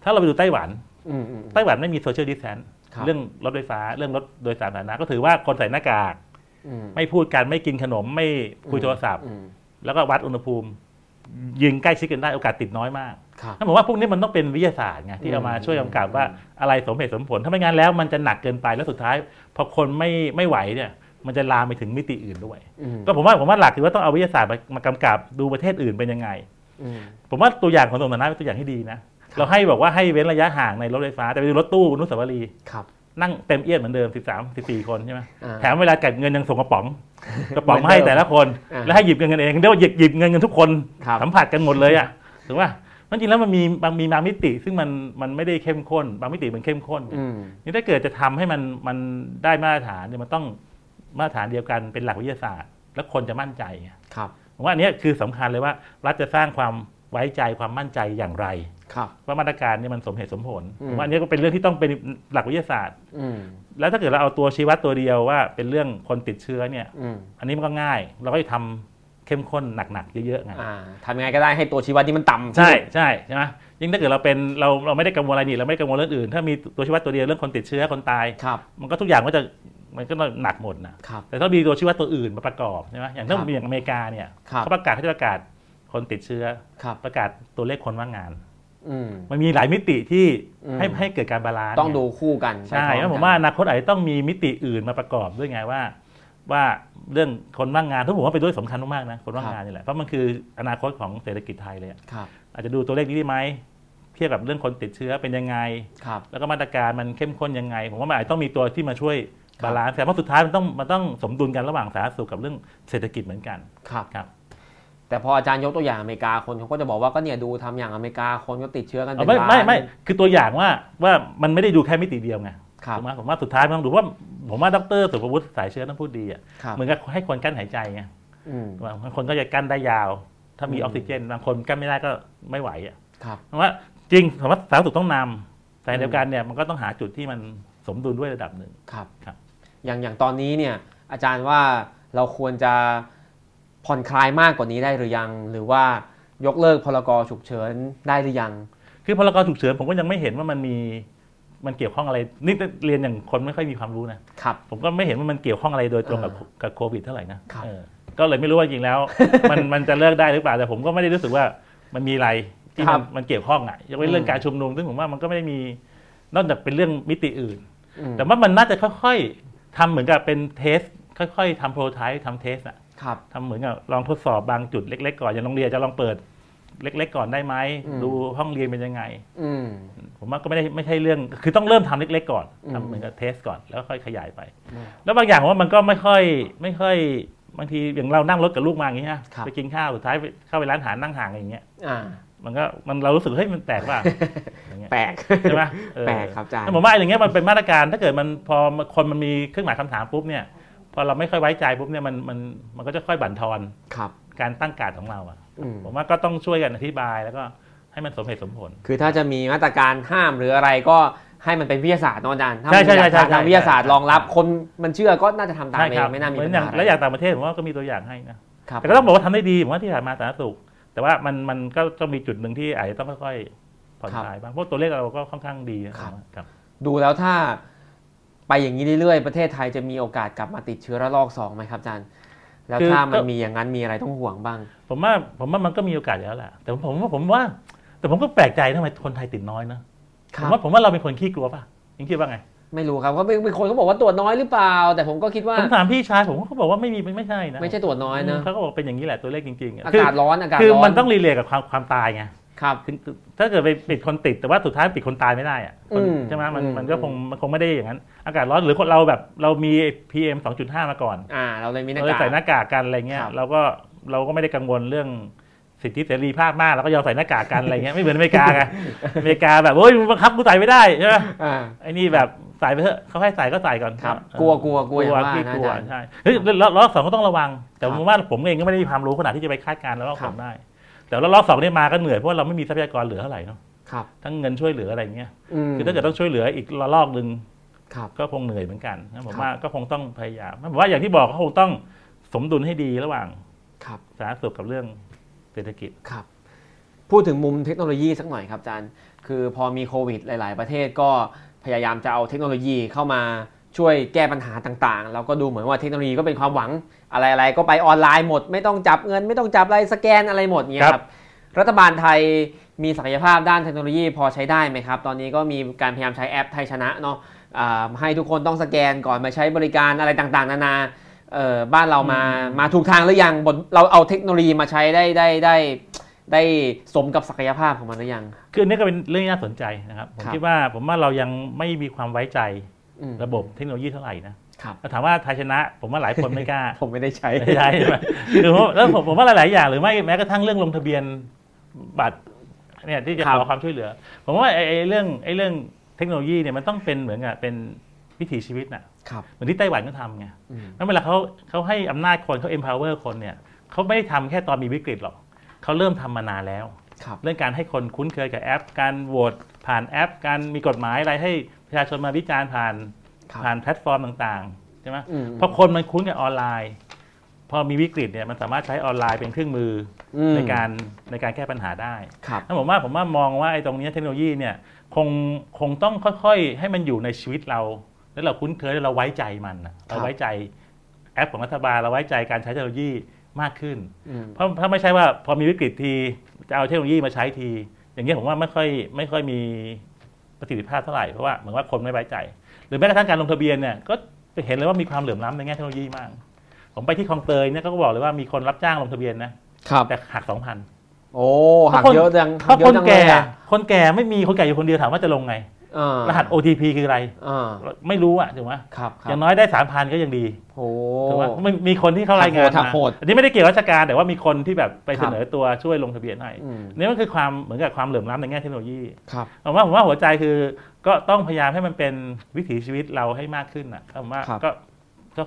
B: ถ้าเราไปดูไต้หวัน
A: อืมอืม
B: ไต้หวันไม่มีโซเชียลดิสแทน
A: ครับ
B: เรื่องรถไฟฟ้าเรื่องรถโดยสารสาธารณะก็ถือว่าคนใส่หน้ากาก
A: อืม
B: ไม่พูดกันไม่กินขนมไม่คุยโทรศัพท์
A: อืม
B: แล้วก็วัดอุณหภูมิ ยืนใกล้ชิดกันได้โอกาสติดน้อยมาก
A: ครับ
B: นั่นผมว่าพวกนี้มันต้องเป็นวิทยาศาสตร์ไงที่เอามาช่วยกำกับว่าอะไรสมเหตุสมผล ถ้าไม่งั้นแล้วมันจะหนักเกินไปแล้วสุดท้ายพอคนไม่ไม่ไหวเนี่ยมันจะลามไปถึงมิติอื่นด้วย
A: อืม
B: ก็ผมว่าผมว่าหลักคือว่าต้องเอาวิทยาศาสตร์มามากำกับดูประเทศอื่นเป็นยังไง
A: อืม
B: ผมว่าตัวอย่างของสมรรถนะเป็นตัวอย่างที่ดีนะ เราให้บอกว่าให้เว้นระยะห่างในรถไฟฟ้า แต่ไปดูรถตู้อนุสาวรีย์
A: ครับ
B: นั่งเต็มเอียดเหมือนเดิม 13 14 คนใช่ไหม
A: อ่า
B: แถมเวลาเก็บเงินยังส่งกระป๋องกระป๋อง
A: เหมื
B: มา
A: อนเดิม
B: ให้แต่ละคน
A: อ่า
B: แล้วให้หยิบเงินกันเองเรียกว่าหยิบหยิบเงินกันทุกคน
A: ครับ
B: สัมผัสกันหมดเลยอ่ะถูกป่ะนั่นจริงแล้วมันมีบางมีบางมิติ ซึ่งมันมันไม่ได้เข้มข้น บางมิติมันเข้มข้น
A: อืม
B: นี่ถ้าเกิดจะทำให้มันมันได้มาตรฐานเนี่ยมันต้องมาตรฐานเดียวกันเป็นหลักวิทยาศาสตร์ แล้วคนจะมั่นใจไง
A: ครับ
B: ผมว่าอันเนี้ยคือสำคัญเลยว่ารัฐจะสร้างความไว้ใจความมั่นใจอย่างไร
A: ครับ
B: ว่ามาตรการเนี่ยมันสมเหตุสมผล
A: อืม
B: ผมว่าอันเนี้ยก็เป็นเรื่องที่ต้องเป็นหลักวิทยาศาสตร์
A: อืม
B: แล้วถ้าเกิดเราเอาตัวชี้วัดตัวเดียวว่าเป็นเรื่องคนติดเชื้อเนี่ย
A: อืม
B: อันนี้มันก็ง่าย เราก็จะทำเข้มข้นหนักๆเยอะๆไง
A: อ่าทำยังไงก็ได้ให้ตัวชี้วัดที่มันต่ำ
B: ใช่ใช่ใช่ไหมยิ่งถ้าเกิดเราเป็นเราเราไม่ได้กังวลอะไรนี่เราไม่ได้กังวลเรื่องอื่น ถ้ามีตัวชี้วัดตัวเดียวเรื่องคนติดเชื้อคนตาย
A: ครับ
B: มันก็ทุกอย่างก็จะมันก็หนักหมดนะครับ แต่ถ้ามีตัวชี้วัดตัวอื่นมาประกอบใช่ไหมอย่างถ้า
A: ครับ
B: มีอย่างอเมริกาเนี่ย
A: ครับ
B: เขาประกาศเขาจะประกาศคนติดเชื้อ
A: ครับ
B: ประกาศตัวเลขคนว่างงาน
A: อืม
B: มันมีหลายมิติที่
A: อืม
B: ให้ให้เกิดการบาลานซ์
A: ต้องดูคู่กัน
B: ใช่
A: ไปพร้
B: แล้
A: อ
B: ว
A: กั
B: ผมว่าอนาคตอาจจะต้องมีมิติอื่นมาประกอบด้วยไงว่า ว่าเรื่องคนว่างงานทุกผมว่าเป็นเรื่องสำคัญมากๆนะคนว่างงานนี่แหละเพราะมันคืออนาคตของเศรษฐกิจไทยเลยอะ
A: ครับ
B: อาจจะดูตัวเลขนี้ได้ไหมเทียบกับเรื่องคนติดเชื้อเป็นยังไง
A: ครับ
B: แล้วก็มาตรการมันเข้มข้นยังไง ผมว่ามันอาจจะต้องมีตัวที่มาช่วยบาลานซ์แต่ว่าสุดท้ายมันต้องมันต้องสมดุลกันระหว่างสาธารณสุขกับเรื่องเศรษฐกิจเหมือนกัน
A: ครับ
B: ครับ
A: แต่พออาจารย์ยกตัวอย่างอเมริกาคนเขาก็จะบอกว่าก็เนี่ยดูทำอย่างอเมริกาคนก็ติดเชื้อกันเป็
B: เอา
A: น
B: ไม่
A: ล้าน
B: ไม่ไม่คือตัวอย่างว่าว่ามันไม่ได้ดูแค่มิติเดียวไง
A: ครับ
B: ถูกไหมผมว่าสุดท้ายมันต้องดูว่าผมว่าดรสุภวุฒิสายเชื้อต้องพูดดีอ่ะ
A: ครับ
B: เหมือนกับให้คนกั้นหายใจไง
A: อืม
B: บางคนก็จะกั้นได้ยาว ถ้ามี
A: อืม
B: ออกซิเจนบางคนกั้นไม่ได้ก็ไม่ไหวอ่ะ
A: ครับ
B: ผมว่าจริงผมว่าสาธารณสุขต้องนำแต่เดียวกันเนี่ยมันก็ต้องหาจุดที่มันสมดุลด้วยระดับหนึ่ง
A: ครับ
B: ครับ
A: อย่างอย่างตอนนี้เนี่ยอาจารย์ว่าเราควรจะผ่อนคลายมากกว่านี้ได้หรือยัง หรือว่ายกเลิกพรกฉุกเฉินได้หรือยัง
B: คือพรกฉุกเฉินผมก็ยังไม่เห็นว่ามันมีมันเกี่ยวข้องอะไรนี่เรียนอย่างคนไม่ค่อยมีความรู้นะครับ ผมก็ไม่เห็นว่ามันเกี่ยวข้องอะไรโดยตรงกับ
A: อ่า
B: กับโควิดเท่าไหร่นะครับ เออก็เลยไม่รู้ว่าจริงแล้ว มันมันจะเลิกได้หรือเปล่าแต่ผมก็ไม่ได้รู้สึกว่ามันมีอะไรที่
A: ครั
B: มัน
A: บ
B: มันเกี่ยวข้องอ่ะยกเว้นเรื่อง
A: อืม
B: การชุมนุมซึ่งผมว่ามันก็ไม่ได้มีนอกจากเป็นเรื่องมิติอื่น
A: อืม
B: แต่ว่ามันน่าจะค่อยๆทำเหมือนกับเป็นเทสค่อยๆทำโปรไทป์ทำเทสอะ
A: ครับ
B: ทำเหมือนกับลองทดสอบบางจุดเล็ก ๆ ก่อนอย่างโรงเรียนจะลองเปิดเล็ก ๆ ก่อนได้ไหม
A: อืม
B: ดูห้องเรียนเป็นยังไง
A: อืม
B: ผมว่าก็ไม่ได้ไม่ใช่เรื่อง คือต้องเริ่มทำเล็ก ๆ ก่อน
A: อืม
B: ทำเหมือนกับเทสก่อนแล้วค่อยขยายไป
A: อืม
B: แล้วบางอย่างผมว่ามันก็ไม่ค่อยไม่ค่อยบางทีอย่างเรานั่งรถกับลูกมาอย่างนี้นะครับ ไปกินข้าวสุดท้ายไปเข้าไปร้านอาหารนั่งห่างอย่างเงี้ย
A: อ่า
B: มันก็มันเรารู้สึกเฮ้ยมันแปลกว่า อย่างเงี้ย
A: แปลก
B: ใช่ไหมเออ
A: แปลกครับอาจารย์
B: แต่ผมว่าอย่างเงี้ยมันเป็นมาตรการถ้าเกิดมันพอคนมันมีเครื่องหมายคำถามปุ๊บเนี่ยพอเราไม่ค่อยไว้ใจปุ๊บเนี่ยมันมันมันก็จะค่อยบั่นทอน
A: ครับ
B: การตั้งการของเราอะ
A: อืม
B: ผมว่าก็ต้องช่วยกันอธิบายแล้วก็ให้มันสมเหตุสมผล
A: คือถ้าจะมีมาตรการห้ามหรืออะไรก็ให้มันเป็นวิทยาศาสตร์เนอะอาจารย์ถ้า
B: ใช่
A: มันมีห
B: ใช่
A: ลักฐา
B: ใช่
A: นทาง
B: ใช่
A: วิทยาศาสตร์
B: ใช่
A: รองรับคนมันเชื่อก็น่าจะทำตาม
B: ใช่
A: เอ
B: ค
A: ง
B: รับ
A: ไม่น่ามี
B: เหมือ
A: ปัญ
B: นอย่าง
A: หาอะไร
B: และอย่างต่างประเทศผมว่าก็มีตัวอย่างให้นะครับ แต่ก็ต้องบอกว่าทำได้ดีผมว่าที่ผ่านมาสาธารณสุข แต่ว่ามันมันก็ต้องมีจุดหนึ่งที่อาจจะต้องค่อยๆผ่อนคลายบ้างเพราะตัวเลขเราก็ค่อนข้างดีนะครับครับ
A: ดูแล้วถ้าไปอย่างนี้เรื่อยๆประเทศไทยจะมีโอกาสกลับมาติดเชื้อระลอกสองไหมครับอาจารย์ แล้ว
B: คือ
A: ถ้ามัน
B: ก็
A: มีอย่างนั้นมีอะไรต้องห่วงบ้าง
B: ผมว่าผมว่ามันก็มีโอกาสอยู่แล้วแหละแต่ผมว่าผมว่า แต่ผมก็แปลกใจนะทำไมคนไทยติดน้อยนะ
A: ค
B: ผ
A: รั
B: ม
A: บ
B: ว่าผมว่าเราเป็นคนขี้กลัวป่ะยิงคิดว่าไง
A: ไม่รู้ครับก็ไม่มีคนก็บอกว่าตรวจน้อยหรือเปล่า แต่ผมก็คิดว่า
B: ผมถามพี่ชายผมเขาบอกว่าไม่มีไม่ใช่นะ
A: ไม่ใช่ตรวจน้อยนะ
B: เขาก็บอกเป็นอย่างนี้แหละตัวเลขจริงๆอะ
A: อา
B: คื
A: กาศร้อนอากาศ
B: คือ
A: ร้อน
B: มันต้องรีเลทกับความความตายไง
A: ครับ
B: ถึงถ้าเกิดไปปิดคนติดแต่ว่าสุดท้ายปิดคนตายไม่ได้อะคน
A: อืม
B: ใช่ไหมมัน
A: อืม
B: มันก็คงมันคงไม่ได้อย่างนั้น อากาศร้อนหรือคนเราแบบเรามี PM 2.5 มาก่อน
A: อ่า เราเลยมีหน้า
B: เราเลย
A: กา
B: ใส่ห
A: ก
B: น้ากากกันอะไรเงี้ย
A: ครับ
B: เราก็เราก็ไม่ได้กังวลเรื่องสิทธิเสรีภาพมากเราก็ยอมใส่หน้ากากกันอะไรเงี้ยไม่เหมือนอเมริกา
A: (laughs)
B: ไงอเมริกาแบบโอ้ยมึงบังคับกูใส่ไม่ได้ใช่ไหม
A: อ่า
B: ไอ้นี่แบบใส่ไปเถอะเขาให้ใส่ก็ใส่ก่อน
A: ครับ
B: เออก
A: ลัวกลัวกลัวอย่างว่า
B: ขี้
A: นะ
B: กลั
A: อาว จารย์
B: ใช่เฮ้ยแล้วแล้วรอบสองก็ต้องระวัง แต่
A: ค
B: ผ
A: รับ
B: มว่าผมเองก็ไม่ได้มีความรู้ขนาดที่จะไปคาดการณ์แล้วรอบ
A: ค
B: ส
A: รั
B: อบ งได้ แต่แล้วรอบสองเนี่ยมาก็เหนื่อยเพราะว่าเราไม่มีทรัพยากรเหลือเท่าไหร่เนอะ
A: ครับ
B: ทั้งเงินช่วยเหลืออะไรเงี้ย
A: ม
B: คือถ้าเกิดต้องช่วยเหลืออีกระลอกหนึ่ง
A: ครับ
B: ก็คงเหนื่อยเหมือนกันนะผ
A: ค
B: ม
A: รับ
B: ว่าก็คงต้องพยายามผมว่าอย่างที่บอกก็คงต้องสมดุลให้ดีระหว่าง
A: ครับ
B: สาธารณสุขกับเรื่องเศรษฐกิจ
A: ครับ พูดถึงมุมเทคโนโลยีสักหน่อยครับอาจารย์ คือพอมีโควิดหลาย ๆ ประเทศก็พยายามจะเอาเทคโนโลยีเข้ามาช่วยแก้ปัญหาต่าง ๆ แล้วก็ดูเหมือนว่าเทคโนโลยีก็เป็นความหวังอะไร ๆ ก็ไปออนไลน์หมด ไม่ต้องจับเงิน ไม่ต้องจับอะไรสแกนอะไรหมดเนี่ยค
B: ครั
A: รับ
B: บ
A: รัฐบาลไทยมีศักยภาพด้านเทคโนโลยีพอใช้ได้ไหมครับ ตอนนี้ก็มีการพยายามใช้แอปไทยชนะเนาะอ่าให้ทุกคนต้องสแกนก่อนมาใช้บริการอะไรต่าง ๆ นานา เอ่อบ้านเรามามาถูกทางหรือยังบนเราเอาเทคโนโลยีมาใช้ได้ได้ได้ ได้สมกับศักยภาพของมันหรือยัง
B: คืออันนี้ก็เป็นเรื่องที่น่าสนใจนะครับ ผม
A: ครับ
B: คิดว่าผมว่าเรายังไม่มีความไว้ใจ
A: อืม
B: ระบบเทคโนโลยีเท่าไหร่นะครับ แต่ถามว่าไทยชนะ ผมว่าหลายคนไม่กล้า
A: ผมไม่ได้ใช้
B: ไม่ใช่ใช่ไหมคือผมแล้วผมผมว่าหลาย ๆ อย่างหรือไม่แม้กระทั่งเรื่องลงทะเบียนบัตรเนี่ยที่จะ
A: ครั
B: ขอบ ความช่วยเหลือ ผมว่าไอ้ไอ้เรื่องไอ้เรื่องเทคโนโลยีเนี่ยมันต้องเป็นเหมือนกับเป็นวิถีชีวิตน่ะ
A: ครับ
B: เหมือนที่ไต้หวันก็ทำไง
A: อืม
B: แล้วเวลาเขาเขาให้อำนาจคนเขา empower คนเนี่ยเขาไม่ได้ทำแค่ตอนมีวิกฤตหรอกเขาเริ่มทำมานานแล้ว
A: ครับ
B: เรื่องการให้คนคุ้นเคยกับแอป การโหวตผ่านแอป การมีกฎหมายอะไรให้ประชาชนมาวิจารณ์ผ่าน
A: ครับ
B: ผ่านแพลตฟอร์มต่าง ๆ ใช่ไหม
A: อืม
B: พอคนมันคุ้นกับออนไลน์ พอมีวิกฤตเนี่ยมันสามารถใช้ออนไลน์เป็นเครื่องมือ
A: อื
B: อ
A: ม
B: ในการในการแก้ปัญหาได้
A: ครับ
B: ถ้าผมว่าผมว่ามองว่าไอ้ตรงเนี้ยเทคโนโลยีเนี่ยคงคงต้องค่อยๆ ให้มันอยู่ในชีวิตเรา แล้วเราคุ้นเคยแล้วเราไว้ใจมันน่ะเราไว้ใจแอปของรัฐบาลเราไว้ใจการใช้เทคโนโลยีมากขึ้น
A: อืม
B: เพราะถ้าไม่ใช่ว่าพอมีวิกฤตทีจะเอาเทคโนโลยีมาใช้ที อย่างเงี้ยผมว่าไม่ค่อยไม่ค่อยมีประสิทธิภาพเท่าไหร่เพราะว่าเหมือนว่าคนไม่ไว้ใจ หรือแม้กระทั่งการลงทะเบียนเนี่ยก็เห็นเลยว่ามีความเหลื่อมล้ำในแง่เทคโนโลยีมาก ผมไปที่คลองเตยเนี่ยเขาก็บอกเลยว่ามีคนรับจ้างลงทะเบียนนะครับ แต่หักสองพัน
A: โอ้หักเยอะจัง
B: เพ
A: หั
B: ราะ
A: กเยอะ
B: คน
A: จังเล
B: แก่
A: ยอะ
B: คนแก่ไม่มีคนแก่อยู่คนเดียวถามว่าจะลงไง
A: อ่าร
B: หัส OTP คืออะไร
A: อ่า
B: ไม่รู้อะถูกไหม
A: ครับค
B: อ
A: รับ
B: ย่างน้อยได้สามพันก็ยังดี
A: โอ้
B: ถูกไหมมันมีคนที่เข้ารายงาน
A: หั
B: มาก
A: โหด
B: อันนี้ไม่ได้เกี่ยวกับราชการแต่ว่ามีคนที่แบบไป
A: ครับ
B: เสนอตัวช่วยลงทะเบียนให้
A: อืม
B: นี่มันคือความเหมือนกับความเหลื่อมล้ำในแง่เทคโนโลยี
A: ครับ
B: ผมว่าผมว่าหัวใจคือก็ต้องพยายามให้มันเป็นวิถีชีวิตเราให้มากขึ้นนะผมว่า
A: ครับ
B: ก็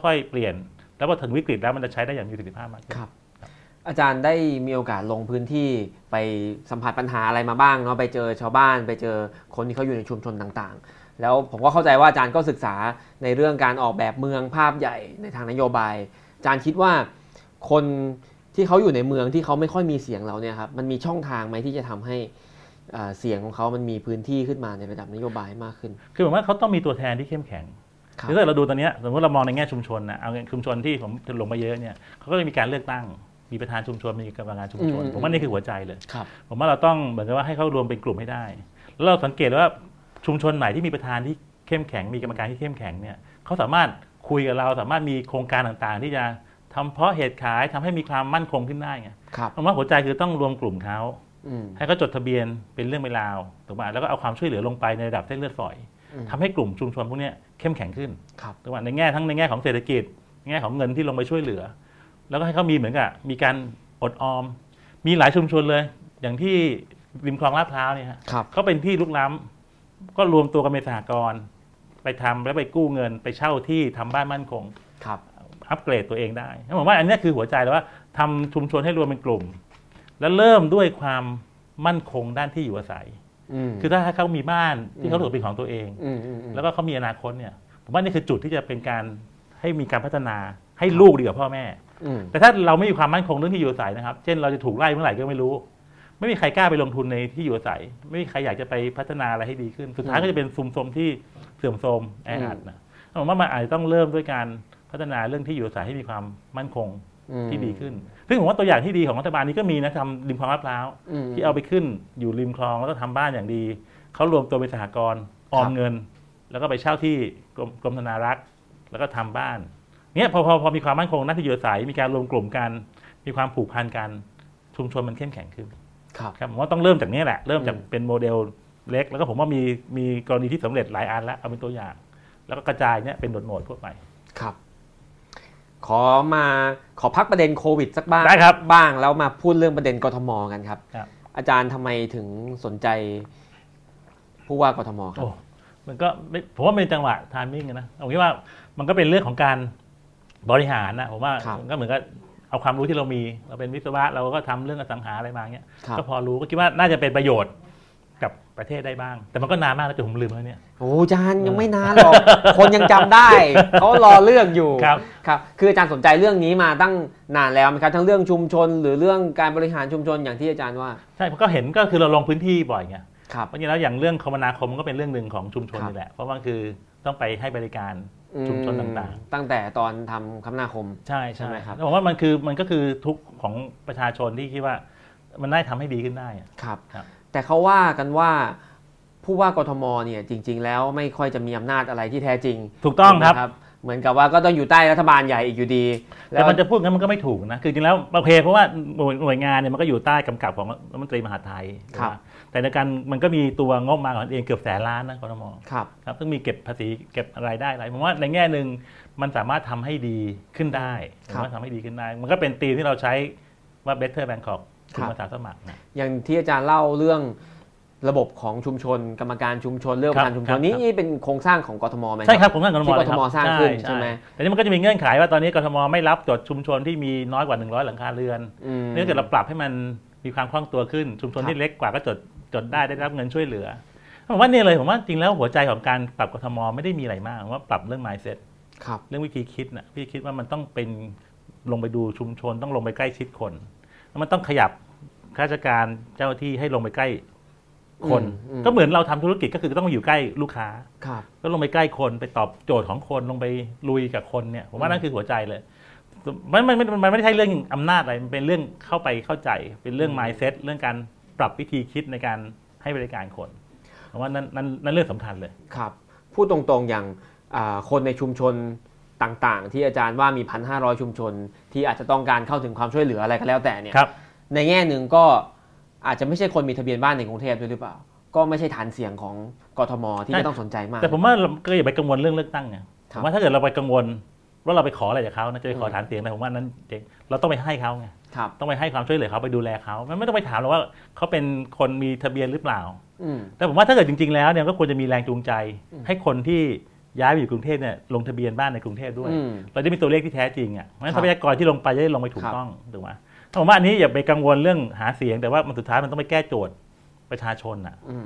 B: ค่อยๆเปลี่ยน แล้วพอถึงวิกฤตแล้วมันจะใช้ได้อย่างมีประสิทธิภาพมากขึ้น
A: ครับ อาจารย์ได้มีโอกาสลงพื้นที่ไปสัมผัสปัญหาอะไรมาบ้างเนาะไปเจอชาวบ้าน ไปเจอคนที่เขาอยู่ในชุมชนต่างๆ แล้วผมก็เข้าใจว่าอาจารย์ก็ศึกษาในเรื่องการออกแบบเมืองภาพใหญ่ในทางนโยบาย อาจารย์คิดว่าคนที่เขาอยู่ในเมืองที่เขาไม่ค่อยมีเสียงเราเนี่ยครับมันมีช่องทางไหมที่จะทำให้เอ่อเสียงของเขามันมีพื้นที่ขึ้นมาในระดับนโยบายมากขึ้น
B: คือผมว่าเขาต้องมีตัวแทนที่เข้มแข็ง
A: ครับ
B: คือถ้าเราดูตอนเนี้ยสมมติเรามองในแง่ชุมชนนะเอาชุมชนที่ผมลงมาเยอะเนี่ยเขาก็จะมีการเลือกตั้ง มีประธานชุมชน มีกรรมการชุมชน
A: อืมอืม
B: ผมว่านี่คือหัวใจเลย
A: ครับ
B: ผมว่าเราต้องเหมือนกับว่าให้เขารวมเป็นกลุ่มให้ได้ แล้วเราสังเกตว่าชุมชนไหนที่มีประธานที่เข้มแข็ง มีกรรมการที่เข้มแข็งเนี่ยเขาสามารถคุยกับเราสามารถมีโครงการต่างๆ ที่จะทำเพาะเหตุขายทำให้มีความมั่นคงขึ้นได้ไง
A: ครับ
B: ผมว่าหัวใจคือต้องรวมกลุ่มเขา
A: อืม
B: ให้เขาจดทะเบียนเป็นเรื่องเป็นราวถูกป่ะแล้วก็เอาความช่วยเหลือลงไปในระดับเส้นเลือดฝอย
A: อืม
B: ทำให้กลุ่มชุมชนพวกเนี้ยเข้มแข็งขึ้น
A: ครับ
B: ถูกป่ะในแง่ทั้งในแง่ของเศรษฐกิจในแง่ของเงินที่ลงไปช่วยเหลือ แล้วก็ให้เขามีเหมือนกับมีการอดออม มีหลายชุมชนเลย อย่างที่ริมคลองลาดพร้าวเนี่ยฮะ
A: ครับ
B: เขาเป็นที่ลุกล้ำก็รวมตัวกันเป็นสหกรณ์ไปทำแล้วไปกู้เงิน ไปเช่าที่ทำบ้านมั่นคง
A: ครับ
B: อัปเกรดตัวเองได้แล้วผมว่าอันเนี้ยคือหัวใจแล้วว่าทำชุมชนให้รวมเป็นกลุ่ม แล้วเริ่มด้วยความมั่นคงด้านที่อยู่อาศัย
A: อืม
B: คือถ้าให้เขามีบ้านที่เขาถือเป็นของตัวเอง
A: อืมอืมอืม
B: แล้วก็เขามีอนาคตเนี่ยผมว่านี่คือจุดที่จะเป็นการให้มีการพัฒนาให้ลูกดีกว่าพ่อแม่
A: อืม
B: แต่ถ้าเราไม่มีความมั่นคงเรื่องที่อยู่อาศัยนะครับ เช่นเราจะถูกไล่เมื่อไหร่ก็ไม่รู้ ไม่มีใครกล้าไปลงทุนในที่อยู่อาศัย ไม่มีใครอยากจะไปพัฒนาอะไรให้ดีขึ้น สุดท้าย
A: อืม
B: ก็จะเป็นซุมโทรมที่เสื่อมโทรมแออัด
A: อืม
B: นะผมว่ามันอาจจะต้องเริ่มด้วยการพัฒนาเรื่องที่อยู่อาศัยให้มีความมั่นคง
A: อืม
B: ที่ดีขึ้น ซึ่งผมว่าตัวอย่างที่ดีของรัฐบาลนี้ก็มีนะทำริมคลองลาดพร้าว
A: ม
B: ที่เอาไปขึ้นอยู่ริมคลองแล้วก็ทำบ้านอย่างดี เขารวมตัวเป็นสหกรณ์ออ
A: ครั
B: ม
A: บ
B: เงิน แล้วก็ไปเช่าที่กรมกรมธนารักษ์แล้วก็ทำบ้านเนี่ยพอพอพอมีความมั่นคงน่าที่อยู่อาศัยมีการรวมกลุ่มกัน มีความผูกพันกันชุมชนมันเข้มแข็งขึ้น
A: ครับ
B: ครับผมว่าต้องเริ่มจากเนี้ยแหละ เริ่มจาก
A: อืม
B: เป็นโมเดลเล็ก แล้วก็ผมว่ามีมีกรณีที่สำเร็จหลายอันแล้วเอาเป็นตัวอย่าง แล้วก็กระจายเนี่ยเป็นโหนดๆทั่วไป
A: ครับ ขอมาขอพักประเด็นโควิดสักบ้าง
B: ได้ครับ
A: งแล้วมาพูดเรื่องประเด็นกทมกันครับ
B: ครับ
A: อาจารย์ทำไมถึงสนใจผู้ว่ากทมครั
B: โอ้
A: บ
B: มันก็ไม่ผมว่าเป็นจังหวะทามมิ่งนะผมคิดว่ามันก็เป็นเรื่องของการบริหารนะผมว่า
A: ครับ
B: มันก็เหมือนกับเอาความรู้ที่เรามี เราเป็นวิศวะเราก็ทำเรื่องอสังหาอะไรมาเงี้ย
A: ครับ
B: ก็พอรู้ก็คิดว่าน่าจะเป็นประโยชน์กับประเทศได้บ้าง แต่มันก็นานมากแล้วจนผมลืมแล้วเนี่ย
A: โอ้อาจารย์ยังไม่นานหรอก (laughs) คนยังจำได้เขารอเรื่องอยู่
B: ครับ
A: ครับ คืออาจารย์สนใจเรื่องนี้มาตั้งนานแล้วไหมครับทั้งเรื่องชุมชน หรือเรื่องการบริหารชุมชนอย่างที่อาจารย์ว่า
B: ใช่ผมก็เห็นก็คือเราลงพื้นที่บ่อยไง
A: ครับ
B: เพราะฉะนั้นแล้วอย่างเรื่องคมนาคมมันก็เป็นเรื่องหนึ่งของชุมชน
A: ครับ
B: นี่แหละเพราะว่าคือต้องไปให้บริการ ชุมชนต่าง
A: อืมตั้งแต่ตอนทำคมนาคม
B: ใช่
A: ใช่ไหมครับ
B: แล้วผมว่ามันคือมันก็คือทุกข์ของประชาชนที่คิดว่ามันน่าจะทำให้ดีขึ้นได้อะ
A: ครับ
B: ครับ
A: แต่เขาว่ากันว่าผู้ว่ากทมเนี่ยจริง ๆ แล้วไม่ค่อยจะมีอำนาจอะไรที่แท้จริง
B: ถูกต้องครับ
A: นะ เหมือนกับว่าก็ต้องอยู่ใต้รัฐบาลใหญ่อีกอยู่ดี
B: แต่มันจะพูดงั้นมันก็ไม่ถูกนะ คือจริงแล้วโอเคเพราะว่าหน่วยหน่วยงานเนี่ยมันก็อยู่ใต้กำกับของรัฐมนตรีมหาดไทย
A: ครับ
B: นะแต่ในการมันก็มีตัวงบประมาของมันเองเกือบแสนล้านนะกทม
A: ครับ
B: ครับซึ่งมีเก็บภาษีเก็บรายได้อะไรผมว่าในแง่หนึ่งมันสามารถทำให้ดีขึ้นได้
A: ครับ
B: สามารถทำให้ดีขึ้นได้ มันก็เป็นธีมที่เราใช้ว่า better Bangkok
A: ครั
B: คื
A: บ
B: อภาษาสมัครนะ
A: อย่างที่อาจารย์เล่าเรื่องระบบของชุมชน กรรมการชุมชนเรื่องประธานชุมช
B: ครั
A: น
B: บ
A: นี่นี่เป็นโครงสร้างของกทมไหม
B: ใช่ครับผมก็กทม
A: ที่
B: เลยค
A: กท
B: บ
A: มสร้างขึ้นใช่ไหม
B: แต่นี่มันก็จะมีเงื่อนไขว่าตอนนี้กทมไม่รับจดชุมชนที่มีน้อยกว่า 100 หลังคาเรือน
A: อืม
B: เนื่องจากเราปรับให้มันมีความคล่องตัวขึ้น ชุมชน
A: ครับ
B: ที่เล็กกว่าก็จดจดได้ได้รับเงินช่วยเหลือผมว่าเนี่ยเลยผมว่าจริงแล้วหัวใจของการปรับกทมไม่ได้มีอะไรมากผมว่าปรับเรื่อง mindset
A: ครับ
B: เรื่องวิธีคิดนะพี่คิดว่ามันต้องเป็นลงไปดูชุมชนต้องลงไปใกล้ชิดคนแล้วมันต้องขยับข้าราชการเจ้าหน้าที่ให้ลงไปใกล้คน
A: อืมอืม
B: ก็เหมือนเราทำธุรกิจก็คือต้องมาอยู่ใกล้ลูกค้า
A: ครับ
B: ก็ลงไปใกล้คนไปตอบโจทย์ของคนลงไปลุยกับคนเนี่ยผมว่านั่นคือหัวใจเลย มันมันมันมันไม่ใช่เรื่องอำนาจอะไรมันเป็นเรื่องเข้าไปเข้าใจ เป็นเรื่อง mindset เรื่องการปรับวิธีคิดในการให้บริการคนผมว่านั่นนั่นนั่นเรื่องสำคัญเลย
A: ครับพูดตรงๆอย่างอ่าคนในชุมชนต่างๆ ที่อาจารย์ว่ามี 1,500 ชุมชน ที่อาจจะต้องการเข้าถึงความช่วยเหลืออะไรก็แล้วแต่เนี่ย
B: ครับ
A: ในแง่หนึ่งก็อาจจะไม่ใช่คนมีทะเบียนบ้านในกรุงเทพด้วยหรือเปล่า ก็ไม่ใช่ฐานเสียงของกทมที่
B: ใช่
A: จะต้องสนใจมาก
B: แต่ผมว่าเราก็อย่าไปกังวลเรื่องเลือกตั้งไง
A: ค
B: ผ
A: รับ
B: มว่าถ้าเกิดเราไปกังวลว่าเราไปขออะไรจากเขานะจะไปขอ
A: อืม
B: ฐานเสียงอะไรผมว่านั้นเจ๊งเราต้องไปให้เขาไง
A: ครับ
B: ต้องไปให้ความช่วยเหลือเขาไปดูแลเขามันไม่ต้องไปถามหรอกว่าเขาเป็นคนมีทะเบียนหรือเปล่า
A: อืม
B: แต่ผมว่าถ้าเกิดจริงๆแล้วเนี่ยก็ควรจะมีแรงจูงใจ
A: อืม
B: ให้คนที่ย้ายไปอยู่กรุงเทพเนี่ยลงทะเบียนบ้านในกรุงเทพด้วย
A: อืม
B: เราจะมีตัวเลขที่แท้จริงอ่ะเพราะฉะนั้
A: คน รับ
B: ทรัพยากรที่ลงไปจะได้ลงไปถู
A: ค
B: ก
A: รับ
B: ต้องถูกไหมผมว่าอันนี้อย่าไปกังวลเรื่องหาเสียง แต่ว่ามันสุดท้ายมันต้องไปแก้โจทย์ประชาชนอ่ะ
A: อืม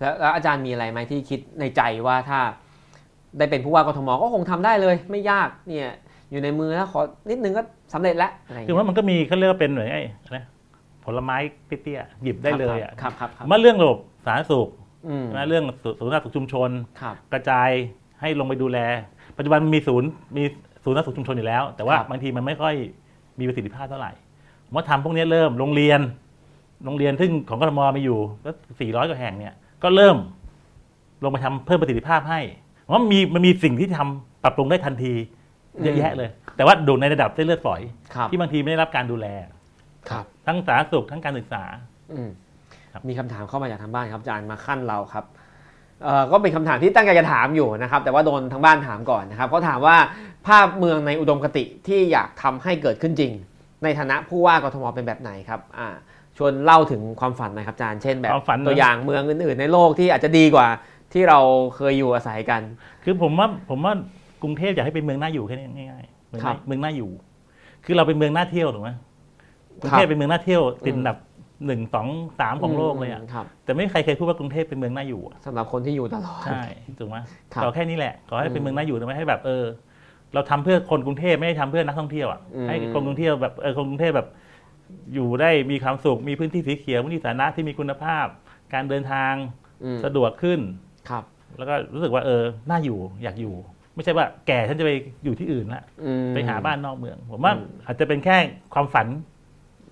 A: แล้วแล้วอาจารย์มีอะไรไหมที่คิดในใจว่าถ้าได้เป็นผู้ว่ากทมก็คงทำได้เลย ไม่ยากเนี่ยอยู่ในมือแล้วขอนิดนึงก็สำเร็จแล้วอะไรอย่าง
B: คือ
A: เงี้ย
B: ว่ามันก็มีเขาเรียกว่าเป็นเหมือนไอ้อะไรนะผลไม้เตี้ยๆหยิบได้เลยอ่ะ
A: ครับครับครับ
B: เมื่อเรื่องระบบสาธารณสุข
A: อืม
B: นะเรื่องศูนย์สาธารณสุขชุมชน
A: ครับ
B: กระจายให้ลงไปดูแล ปัจจุบันมีศูนย์มีศูนย์สาธารณสุขชุมชนอยู่แล้ว แต่ว่า
A: ครับ
B: บางทีมันไม่ค่อยมีประสิทธิภาพเท่าไหร่ผมว่าทำพวกนี้เริ่มโรงเรียน โรงเรียนซึ่งของกทมมีอยู่ก็400กว่าแห่งเนี่ยก็เริ่มลงไปทำเพิ่มประสิทธิภาพให้ผมว่ามีมันมีสิ่งที่ทำปรับปรุงได้ทันทีเยอะแยะเลย แต่ว่าดูในระดับเส้นเลือดฝอย
A: ครับ
B: ที่บางทีไม่ได้รับการดูแล
A: ครับ
B: ทั้งสาธารณสุขทั้งการศึกษา
A: อืม
B: ครับ
A: มีคำถามเข้ามาจากทางบ้านครับอาจารย์มาขั้นเราครับเอ่อก็เป็นคำถามที่ตั้งใจจะถามอยู่นะครับ แต่ว่าโดนทางบ้านถามก่อนนะครับเขาถามว่าภาพเมืองในอุดมคติที่อยากทำให้เกิดขึ้นจริง ในฐานะผู้ว่ากทมเป็นแบบไหนครับอ่าชวนเล่าถึงความฝันหน่อยครับอาจารย์เช่นแบบ
B: ความฝันนะ
A: ตัวอย่างเมืองอื่นๆ ในโลกที่อาจจะดีกว่าที่เราเคยอยู่อาศัยกัน
B: คือผมว่าผมว่ากรุงเทพอยากให้เป็นเมืองน่าอยู่แค่นี้ง่ายๆเมือง
A: ครับ
B: น่าเมืองน่าอยู่ คือเราเป็นเมืองน่าเที่ยวถูกไหมกรุงเท
A: ครั
B: พ
A: บ
B: เป็นเมืองน่าเที่ยวติดอันดับหนึ่งสองสามของโลกเลยอ่ะ
A: มครับ
B: แต่ไม่มีใครเคยพูดว่ากรุงเทพเป็นเมืองน่าอยู่อะ
A: สำหรับคนที่อยู่ตลอด
B: ใช่ถูกไหม
A: ครับ
B: ขอแค่นี้แหละขอให้
A: อื
B: เป็
A: ม
B: นเมืองน่าอยู่ทำไมให้แบบเออ เราทำเพื่อคนกรุงเทพไม่ได้ทำเพื่อนักท่องเที่ยวอ่ะ
A: อืม
B: ให้คนกรุงเทพแบบเออคนกรุงเทพแบบ อยู่ได้มีความสุขมีพื้นที่สีเขียวพื้นที่สาธารณะที่มีคุณภาพ การเดินทาง
A: อืม
B: สะดวกขึ้น
A: ครับ
B: แล้วก็รู้สึกว่าเออ น่าอยู่ อยากอยู่ ไม่ใช่ว่าแก่ฉันจะไปอยู่ที่อื่นละ
A: อืม
B: ไปหาบ้านนอกเมือง ผมว่า
A: อืม
B: อาจจะเป็นแค่ความฝัน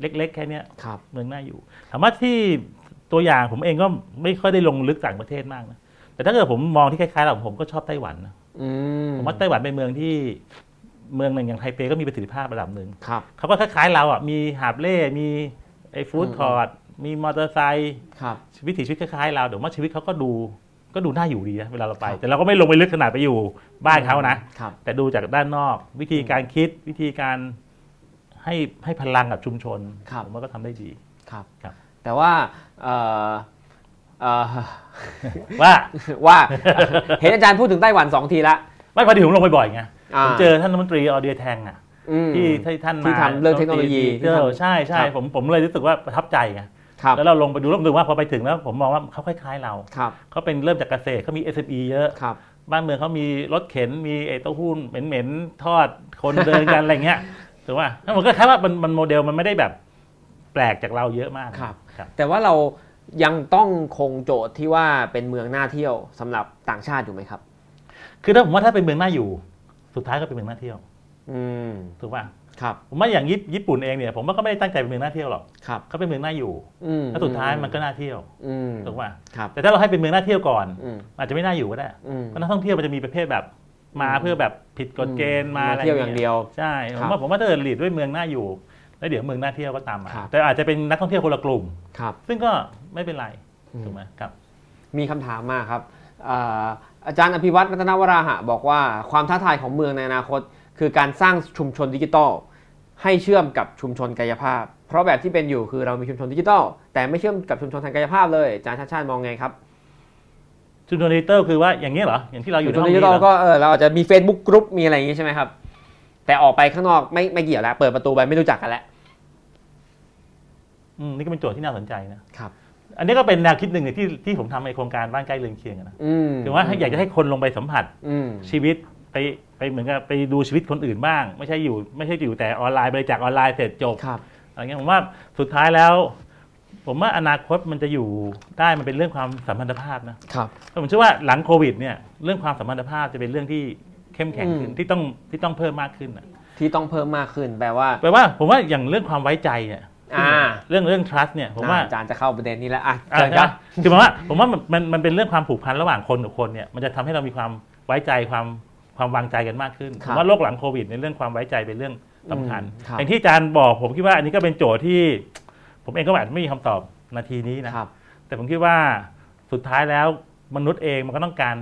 B: เล็ก ๆ แค่เนี้ย
A: ครับ
B: เมืองน่าอยู่ ถามว่าที่ตัวอย่างผมเองก็ไม่ค่อยได้ลงลึกต่างประเทศมากนะ แต่ถ้าเกิดผมมองที่คล้ายๆเราผมก็ชอบไต้หวันนะ
A: อืม
B: ผมว่าไต้หวันเป็นเมืองที่เมืองหนึ่งอย่างไทเปก็มีประสิทธิภาพระดับหนึ่ง
A: ครับ
B: เขาก็คล้ายๆเราอ่ะ มีหาบเล่ มีไอ้ฟู้ดคอร์ทมีมอเตอร์ไซค์
A: ครับ
B: วิถีชีวิตคล้ายๆเราเดี๋ยวว่าชีวิตเขาก็ดูก็ดูน่าอยู่ดีนะเวลาเราไป
A: ครับ
B: แต่เราก็ไม่ลงไปลึกขนาดไปอยู่บ้านเขานะ
A: ครับ
B: แต่ดูจากด้านนอก วิธีการคิดวิธีการให้ให้พลังกับชุมชน
A: ครับ
B: ผมว่าก็ทำได้ดี
A: ครับ
B: ครับ
A: แต่ว่าเอ่อเอ่อ (laughs)
B: ว่า
A: ว่า (laughs) เห็นอาจารย์พูดถึงไต้หวันสองทีละ
B: ไม่พอดีผมลงไปบ่อยไง
A: า
B: ผมเจอท่านรัฐมนตรีออเดียแทงอ่ะ
A: ม
B: ที่ที่ท่านมา
A: ที่ทำเรื่องเทคโนโลยี
B: เออใช่ใช่
A: ครับ
B: ผมผมเลยรู้สึกว่าประทับใจไง
A: ครับ
B: แล้วเราลงไปดูแล้วผมรู้สึกว่าพอไปถึงแล้วผมมองว่าเขาคล้ายๆเรา
A: ครับ
B: เขาเป็นเริ่มจากเกษตรเขามี SME เยอะ
A: ครับ
B: บ้านเมืองเขามีรถเข็นมีไอ้เต้าหู้เหม็นๆทอดคนเดินกัน อะไร
A: (laughs)
B: เงี้ยถือว่าแล้วมันก็แค่ว่ามันมันโมเดลมันไม่ได้แบบแปลกจากเราเยอะมาก
A: ครับ
B: ครับ
A: แต่ว่าเรายังต้องคงโจทย์ที่ว่าเป็นเมืองน่าเที่ยวสำหรับต่างชาติอยู่ไหมครับ
B: คือถ้าผมว่าถ้าเป็นเมืองน่าอยู่ สุดท้ายก็เป็นเมืองน่าเที่ยว
A: อืม
B: ถูกป่ะ
A: ครับ
B: ผมว่าอย่างญี่ญี่ปุ่นเองเนี่ยผมว่าก็ไม่ได้ตั้งใจเป็นเมืองน่าเที่ยวหรอก
A: ครับ
B: เขาเป็นเมืองน่าอยู่
A: อืม
B: แล้วสุดท้ายมันก็น่าเที่ยว
A: อืม
B: ถูกป่ะ
A: ครับ
B: แต่ถ้าเราให้เป็นเมืองน่าเที่ยวก่อน
A: อืม
B: อาจจะไม่น่าอยู่ก็ได้
A: อืม
B: เพราะนักท่องเที่ยวมันจะมีประเภทแบบ มาเพื่อแบบผิดกฎเกณฑ์มาอะไร
A: เที่ยวอย่างเดียว
B: ใช่ผม
A: ครั
B: ว่า
A: บ
B: ผมว่าถ้าเกิดหลีดด้วยเมืองน่าอยู่ แล้วเดี๋ยวเมืองน่าเที่ยวก็ตามมา
A: ครับ
B: แต่อาจจะเป็นนักท่องเที่ยวคนละกลุ่ม
A: ครับ
B: ซึ่งก็ไม่เป็นไร
A: อืม
B: ถูกไหมครับ
A: มีคำถามมาครับอ่าอาจารย์อภิวัตรรัตนวราหะบอกว่าความท้าทายของเมืองในอนาคต คือการสร้างชุมชนดิจิทัล ให้เชื่อมกับชุมชนกายภาพ เพราะแบบที่เป็นอยู่คือเรามีชุมชนดิจิทัล แต่ไม่เชื่อมกับชุมชนทางกายภาพเลยอาจารย์ชาติชาติมองไงครับ
B: ชุมชนดิจิตอลคือว่าอย่างนี้ยเหรออย่างที่เราอ
A: ชุ
B: ยู่
A: มชน
B: ในห้อง
A: ดิจิ
B: นี้
A: ทัล
B: เหรอ
A: ก็เออเราอาจจะมี Facebook กรุ๊ปมีอะไรอย่างงี้ใช่ไหมครับ แต่ออกไปข้างนอกไม่ไม่เกี่ยวแล้วเปิดประตูไปไม่รู้จักกันแล้ว
B: อืมนี่ก็เป็นโจทย์ที่น่าสนใจนะครับ อันนี้ก็เป็นแนวคิดหนึ่งเลยที่ที่ผมทำในโครงการบ้านใกล้เรือนเคียงอะนะ
A: อืม
B: คือว่าให้อยากจะให้คนลงไปสัมผัส
A: อืม
B: ชีวิตไปไปเหมือนกับไปดูชีวิตคนอื่นบ้าง ไม่ใช่อยู่ ไม่ใช่อยู่แต่ออนไลน์บริจาคออนไลน์เสร็จจบ
A: ครับ
B: อะไรเงี้ยผมว่าสุดท้ายแล้ว ผมว่าอนาคตมันจะอยู่ได้มันเป็นเรื่องความสัมพันธภาพนะครับ ผมเชื่อว่าหลังโควิดเนี่ยเรื่องความสัมพันธภาพจะเป็นเรื่องที่เข้มแข็งขึ้น
A: อืม
B: ที่ต้องที่ต้องเพิ่มมากขึ้นน่ะ
A: ที่ต้องเพิ่มมากขึ้นแปลว่า
B: แปลว่าผมว่าอย่างเรื่องความไว้ใจเนี่ย
A: อ่า
B: เรื่องเรื่อง trust เนี่ยผมว่า
A: อาจารย์จะเข้าประเด็นนี้แล้วอ่ะ
B: อ่ะ
A: เชิญครับ
B: ใช่ไหมคือผมว่าผมว่ามันมันมันเป็นเรื่องความผูกพันระหว่างคนกับคนเนี่ยมันจะทำให้เรามีความไว้ใจความความวางใจกันมากขึ้น
A: ค
B: ผ
A: รับ
B: มว่าโลกหลังโควิดในยเรื่องความไว้ใจเป็นเรื่อง สำคัญ
A: อืมครับ
B: อย่างที่อาจารย์บอกผมคิดว่าอันนี้ก็เป็นโจทย์ที่ ผมเองก็อาจจะไม่มีคำตอบนาทีนี้นะครับ แต่ผมคิดว่าสุดท้ายแล้วมนุษย์เองมันก็ต้องการ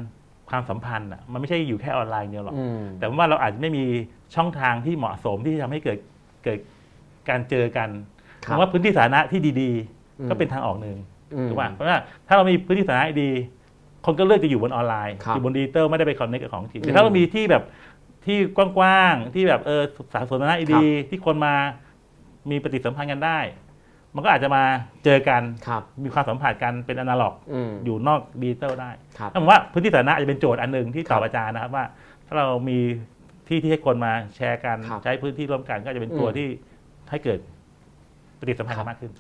B: ความสัมพันธ์อ่ะมันไม่ใช่อยู่แค่ออนไลน์เดียวหรอก
A: อืม
B: แต่ผมว่าเราอาจจะไม่มีช่องทางที่เหมาะสมที่จะทำให้เกิดเกิดการเจอกัน
A: ค
B: ผ
A: รับ
B: มว่าพื้นที่สาธารณะที่ดี
A: อืม
B: ๆ ก็เป็นทางออกหนึ่ง
A: อืม
B: ถูกป่ะเพราะว่าถ้าเรามีพื้นที่สาธารณะดี คนก็เลือกจะอยู่บนออนไลน์
A: ครับ
B: อยู่บนดิจิตอลไม่ได้ไปคอนเนคกับของจริง
A: อื
B: แต่
A: ม
B: ถ้าเรามีที่แบบที่กว้างๆที่แบบเออสาธารณะ
A: ครั
B: ดี
A: บ
B: ที่คนมามีปฏิสัมพันธ์กันได้ มันก็อาจจะมาเจอกัน
A: ครับ
B: มีความสัมผัสกันเป็นอนาล็อก
A: อืม
B: อยู่นอกดิจิตอลได้
A: ครับ
B: ถ้าผมว่าพื้นที่สาธารณะอาจจะเป็นโจทย์อันหนึ่งที่ต
A: ครั
B: อบ
A: บ
B: อาจารย์นะครับว่า ถ้าเรามีที่ที่ให้คนมาแชร์กัน
A: ครับ
B: ใช้พื้นที่ร่วมกันก็อาจจะเป็นตัว
A: อืม
B: ที่ให้เกิดปฏิสัมพัน
A: ครับ
B: ธ์มากขึ้น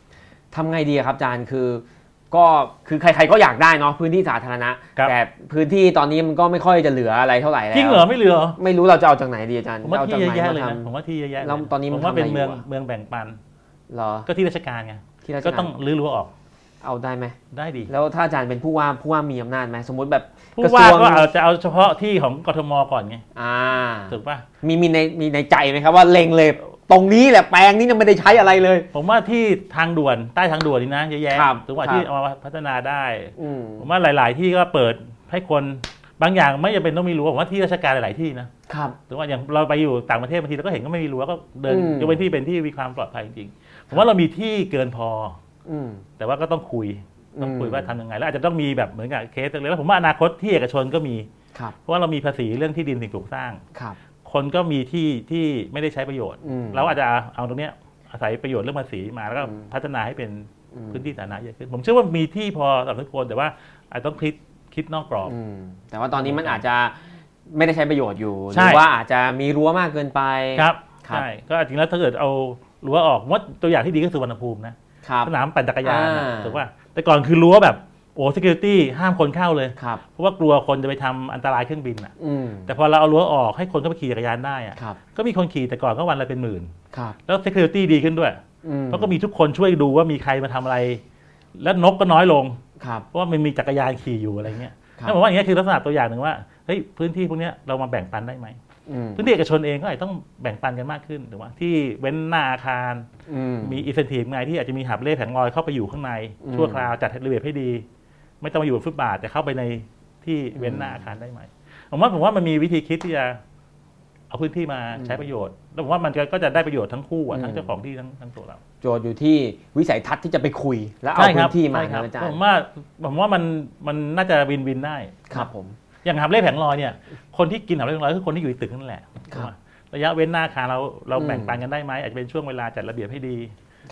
A: ทำไงดีอะครับอาจารย์คือก็คือใครๆก็อยากได้เนาะพื้นที่สาธารณะ
B: ครับ
A: แต่พื้นที่ตอนนี้มันก็ไม่ค่อยจะเหลืออะไรเท่าไหร่แล้ว
B: จริงเหรอไม่เหลือ
A: ไม่รู้เราจะเอาจากไหนดีอาจารย์
B: ผมว่า
A: จ
B: ที่
A: เอ
B: เย
A: จา
B: อะ
A: กไหนมา
B: แยะเลย
A: ท
B: นะผมว่าที่เยอะแยะ
A: แล้ว
B: เลยะ
A: ตอนนี้มัน
B: ผมว่าเป็น
A: ทำอะไรอยู่
B: เมือง
A: อะ
B: เมืองแบ่งปัน
A: ำเหรอ
B: ก็ที่ราชการไง
A: ที่ราช
B: ก็
A: การ
B: ต้องรื้อรั้วออก
A: เอาได้ไหม
B: ได้ดี
A: แล้วถ้าอาจารย์เป็นผู้ว่าผู้ว่ามีอำนาจไหมสมมติแบบ
B: ผู้
A: กระท
B: ว่าร
A: วง
B: ก็เอาจะเอาเฉพาะที่ของกทมก่อนไง
A: อ่า
B: ถูกป่ะ
A: มีมีในมีในใจไหมครับว่าเล็งเลย ตรงนี้แหละแปลงนี้ยังไม่ได้ใช้อะไรเลย
B: ผมว่าที่ทางด่วนใต้ทางด่วนนี่นะเยอะแยะ
A: ครับ
B: ถูกป่ะ
A: ครับ
B: ที่เอามาพัฒนาได้
A: อืม
B: ผมว่าหลาย ๆ ที่ก็เปิดให้คนบางอย่างไม่จำเป็นต้องมีรั้วผมว่าที่ราชการหลาย ๆ ที่นะครับ หรือว่าอย่างเราไปอยู่ต่างประเทศบางทีเราก็เห็นก็ไม่มีรั้วก็เดิน
A: อืม
B: ยกเว้นที่เป็นที่มีความปลอดภัยจริงๆผมว่าเรามีที่เกินพอ
A: อืม
B: แต่ว่าก็ต้องคุยต้องคุย
A: อืม
B: ว่าทำยังไงแล้วอาจจะต้องมีแบบเหมือนกับเคสเลยแล้วผมว่าอนาคตที่เอกชนก็มี
A: ครับ
B: เพราะว่าเรามีภาษีเรื่องที่ดินสิ่งปลูกสร้าง
A: ครับ
B: คนก็มีที่ที่ไม่ได้ใช้ประโยชน์
A: อืม
B: เราอาจจะเอาตรงเนี้ยอาศัยประโยชน์เรื่องภาษีมาแล้วก็
A: อืม
B: พัฒนาให้เป็น
A: อืม
B: พื้นที่สาธารณะเยอะขึ้นผมเชื่อว่ามีที่พอสำหรับทุกคนแต่ว่าอาจจะต้องคิดคิดนอกกรอบ
A: อืมแต่ว่าตอนนี้มันอาจจะไม่ได้ใช้ประโยชน์อยู่ห
B: ใช่
A: รือว่าอาจจะมีรั้วมากเกินไป
B: ครับ
A: ครับ
B: ใช่ ก็จริงแล้วถ้าเกิดเอารั้วออกผมว่าตัวอย่างที่ดีก็คือสุวรรณภูมินะ
A: ครับ
B: สนามปั่นจักรยานนะ
A: อ่า
B: ถูกป่ะแต่ก่อนคือรั้วแบบโอ้ security ห้ามคนเข้าเลย
A: ครับ
B: เพราะว่ากลัวคนจะไปทำอันตรายเครื่องบินอ่ะ
A: อืม
B: แต่พอเราเอารั้วออกให้คนเข้าไปขี่จักรยานได้อ่ะ
A: ครับ
B: ก็มีคนขี่แต่ก่อนก็วันละเป็นหมื่น
A: ครับ
B: แล้ว security ดีขึ้นด้วย
A: อืม
B: เพราะก็มีทุกคนช่วยดูว่ามีใครมาทำอะไร แล้วนกก็น้อยลง
A: ครับ
B: เพราะว่ามันมีจักรยานขี่อยู่อะไรเงี้ย
A: ครับ
B: นั่นผมว่าอย่างเงี้ยคือลักษณะตัวอย่างหนึ่งว่า เฮ้ยพื้นที่พวกเนี้ยเรามาแบ่งปันได้ไหม
A: อืม
B: พื้นที่เอกชนเองก็อาจจะต้องแบ่งปันกันมากขึ้นถูกไหมที่เว้นหน้าอาคาร
A: อืม
B: มีอินเซนティไงที่อาจจะมีหับเล่แผงลอยเข้าไปอยู่ข้างใน
A: อืม
B: ชั่วคราวจัดระเบียบให้ดี ไม่ต้องมาอยู่บนฟุตบาทแต่เข้าไปในที่เว้นหน้าอาคารได้ไหมผมว่าผมว่ามันมีวิธีคิดที่จะเอาพื้นที่มาใช้ประโยชน์ แล้วผมว่ามันก็ก็จะได้ประโยชน์ทั้งคู่อะ
A: อืม
B: ทั้งเจ้าของที่ทั้งทั้งตัวเรา
A: โจทย์อยู่ที่วิสัยทัศน์ที่จะไปคุย และเอาพื้นที่มา
B: ใช่ค
A: นะ
B: รับ
A: อาจารย์
B: ผมว่าผมว่ามันมันน่าจะวินวินได้
A: ครับผม
B: อย่างหับเล่แผงลอยเนี่ย คนที่กินหับเล่แผงลอยคือคนที่อยู่ในตึกนั่นแหละ
A: ครับ
B: ระยะเว้นหน้าอาคารเราเรา
A: อืม
B: แบ่งปันกันได้ไหมอาจจะเป็นช่วงเวลาจัดระเบียบให้ดี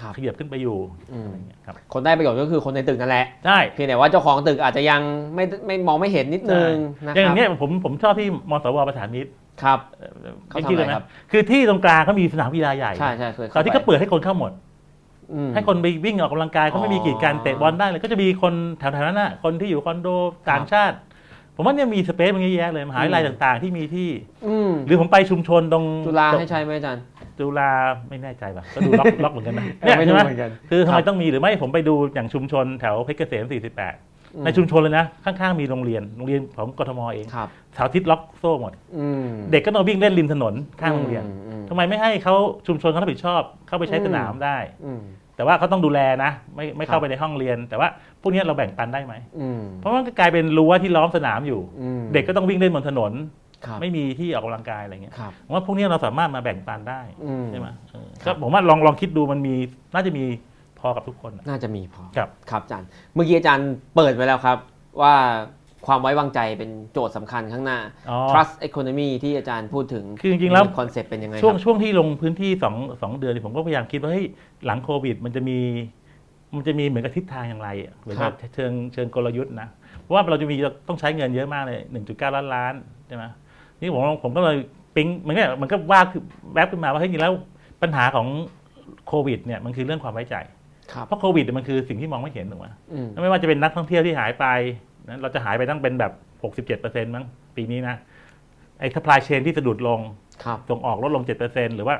A: ครับ
B: ขยับขึ้นไปอยู่
A: อืม
B: อะไรเงี้ยครับ
A: คนได้ประโยชน์ก็คือคนในตึกนั่นแหละ
B: ได้
A: เพียงแต่ว่าเจ้าของตึกอาจจะยังไม่ไม่มองไม่เห็นนิดนึงนะ
B: อ
A: ค
B: ย่า
A: รับ
B: งเนี้ยผมผมชอบที่มสวประสานมิตร
A: ครับ
B: เอ่อ
A: เขา
B: ยัง
A: ทำ
B: ชื่
A: อะไร
B: กัน
A: ครับ
B: คือที่ตรงกลางเขามีสนามกีฬาใหญ่
A: ใช่ใช่เคย
B: ตอนที่เขา
A: ไป
B: เปิดให้คนเข้าหมด
A: อืม
B: ให้คนไปวิ่งออกกำลังกายเขาไม่มีกีดกัน
A: อ๋อ
B: เตะบอลได้เลยก็จะมีคนแถวๆนั้นน่ะคนที่อยู่คอนโดต่างชาติ ผมว่าเนี่ยมีสเปซมันเยอะแยะเลยมหาวิทยาลัย
A: อืม
B: ต่างๆ ที่มีที่
A: อืม
B: หรือผมไปชุมชนตรง
A: จุฬาให้ใช่ไหมอาจารย์
B: จุฬาไม่แน่ใจป่ะก็ดูล็อก
A: (laughs)
B: ล็อกเหมือนกันนะเนี่ย
A: ไม่
B: ใช่
A: รู้
B: ไหม
A: เหมือนกัน
B: คือทำไม
A: รับ
B: ต้องมีหรือไม่ผมไปดูอย่างชุมชนแถวเพชรเกษม48
A: อืม
B: ในชุมชนเลยนะข้างๆมีโรงเรียนโรงเรียนของกทมเอง
A: ครับ
B: สาธิตล็อกโซ่หมด
A: อืม
B: เด็กก็นอนวิ่งเล่นริมถนนข้างโรงเรียน
A: อืมอืม
B: ทำไมไม่ให้เขาชุมชนเขารับผิดชอบ เข้าไปใช้
A: อืม
B: สนามได้
A: อืม
B: แต่ว่าเขาต้องดูแลนะ ไม่ไม่
A: ครั
B: เข้า
A: บ
B: ไปในห้องเรียน แต่ว่าพวกเนี้ยเราแบ่งปันได้ไหม
A: อืม
B: เพราะมันก็กลายเป็นรั้วที่ล้อมสนามอยู่
A: อืม
B: เด็กก็ต้องวิ่งเล่นบนถนน
A: ครับ
B: ไม่มีที่ออกกำลังกายอะไรเงี้ย
A: ครับ
B: ผมว่าพวกเนี้ยเราสามารถมาแบ่งปันได้
A: อืม
B: ใช่ไหมเออ
A: ครั
B: ก็
A: บ
B: ผมว่าลองลองคิดดูมันมีน่าจะมีพอกับทุกคนอะ
A: น่าจะมีพอ
B: ครับ
A: ครับอาจารย์ เมื่อกี้อาจารย์เปิดไปแล้วครับ ว่าความไว้วางใจเป็นโจทย์สำคัญข้างหน้า
B: อ๋อ
A: trust economy ที่อาจารย์พูดถึง
B: คือจริงๆแล้ว
A: คอนเซ็ปต์เป็นยังไง
B: ช่วง
A: ครับ
B: ช่วงที่ลงพื้นที่สองสองเดือนเนี่ยผมก็พยายามคิดว่าเฮ้ยหลังโควิด มันจะมีมันจะมีเหมือนกับทิศทางอย่างไรอะเหมือน
A: ครั
B: กับบ เชิงเชิงกลยุทธ์นะเพราะว่าเราจะมีต้องใช้เงินเยอะมากเลย 1.9 ล้านล้านใช่ไหมนี่ผมผมก็เลยปิ๊งมันเนี่ยมันก็ว่าคือแวบขึ้นมาว่าเฮ้ยจริงๆแล้วปัญหาของโควิดเนี่ยมันคือเรื่องความไว้ใจ
A: ครับ
B: เพราะโควิดเนี่ยมันคือสิ่งที่มองไม่เห็นถูกไหม
A: อืม
B: ไม่ว่าจะเป็นนักท่องเที่ยวที่หายไปนะเราจะหายไปตั้งเป็นแบบ 67%มั้งปีนี้นะไอ้ supply chain ที่สะดุดลง
A: ครับ
B: ส่งออกลดลง 7%หรือว่า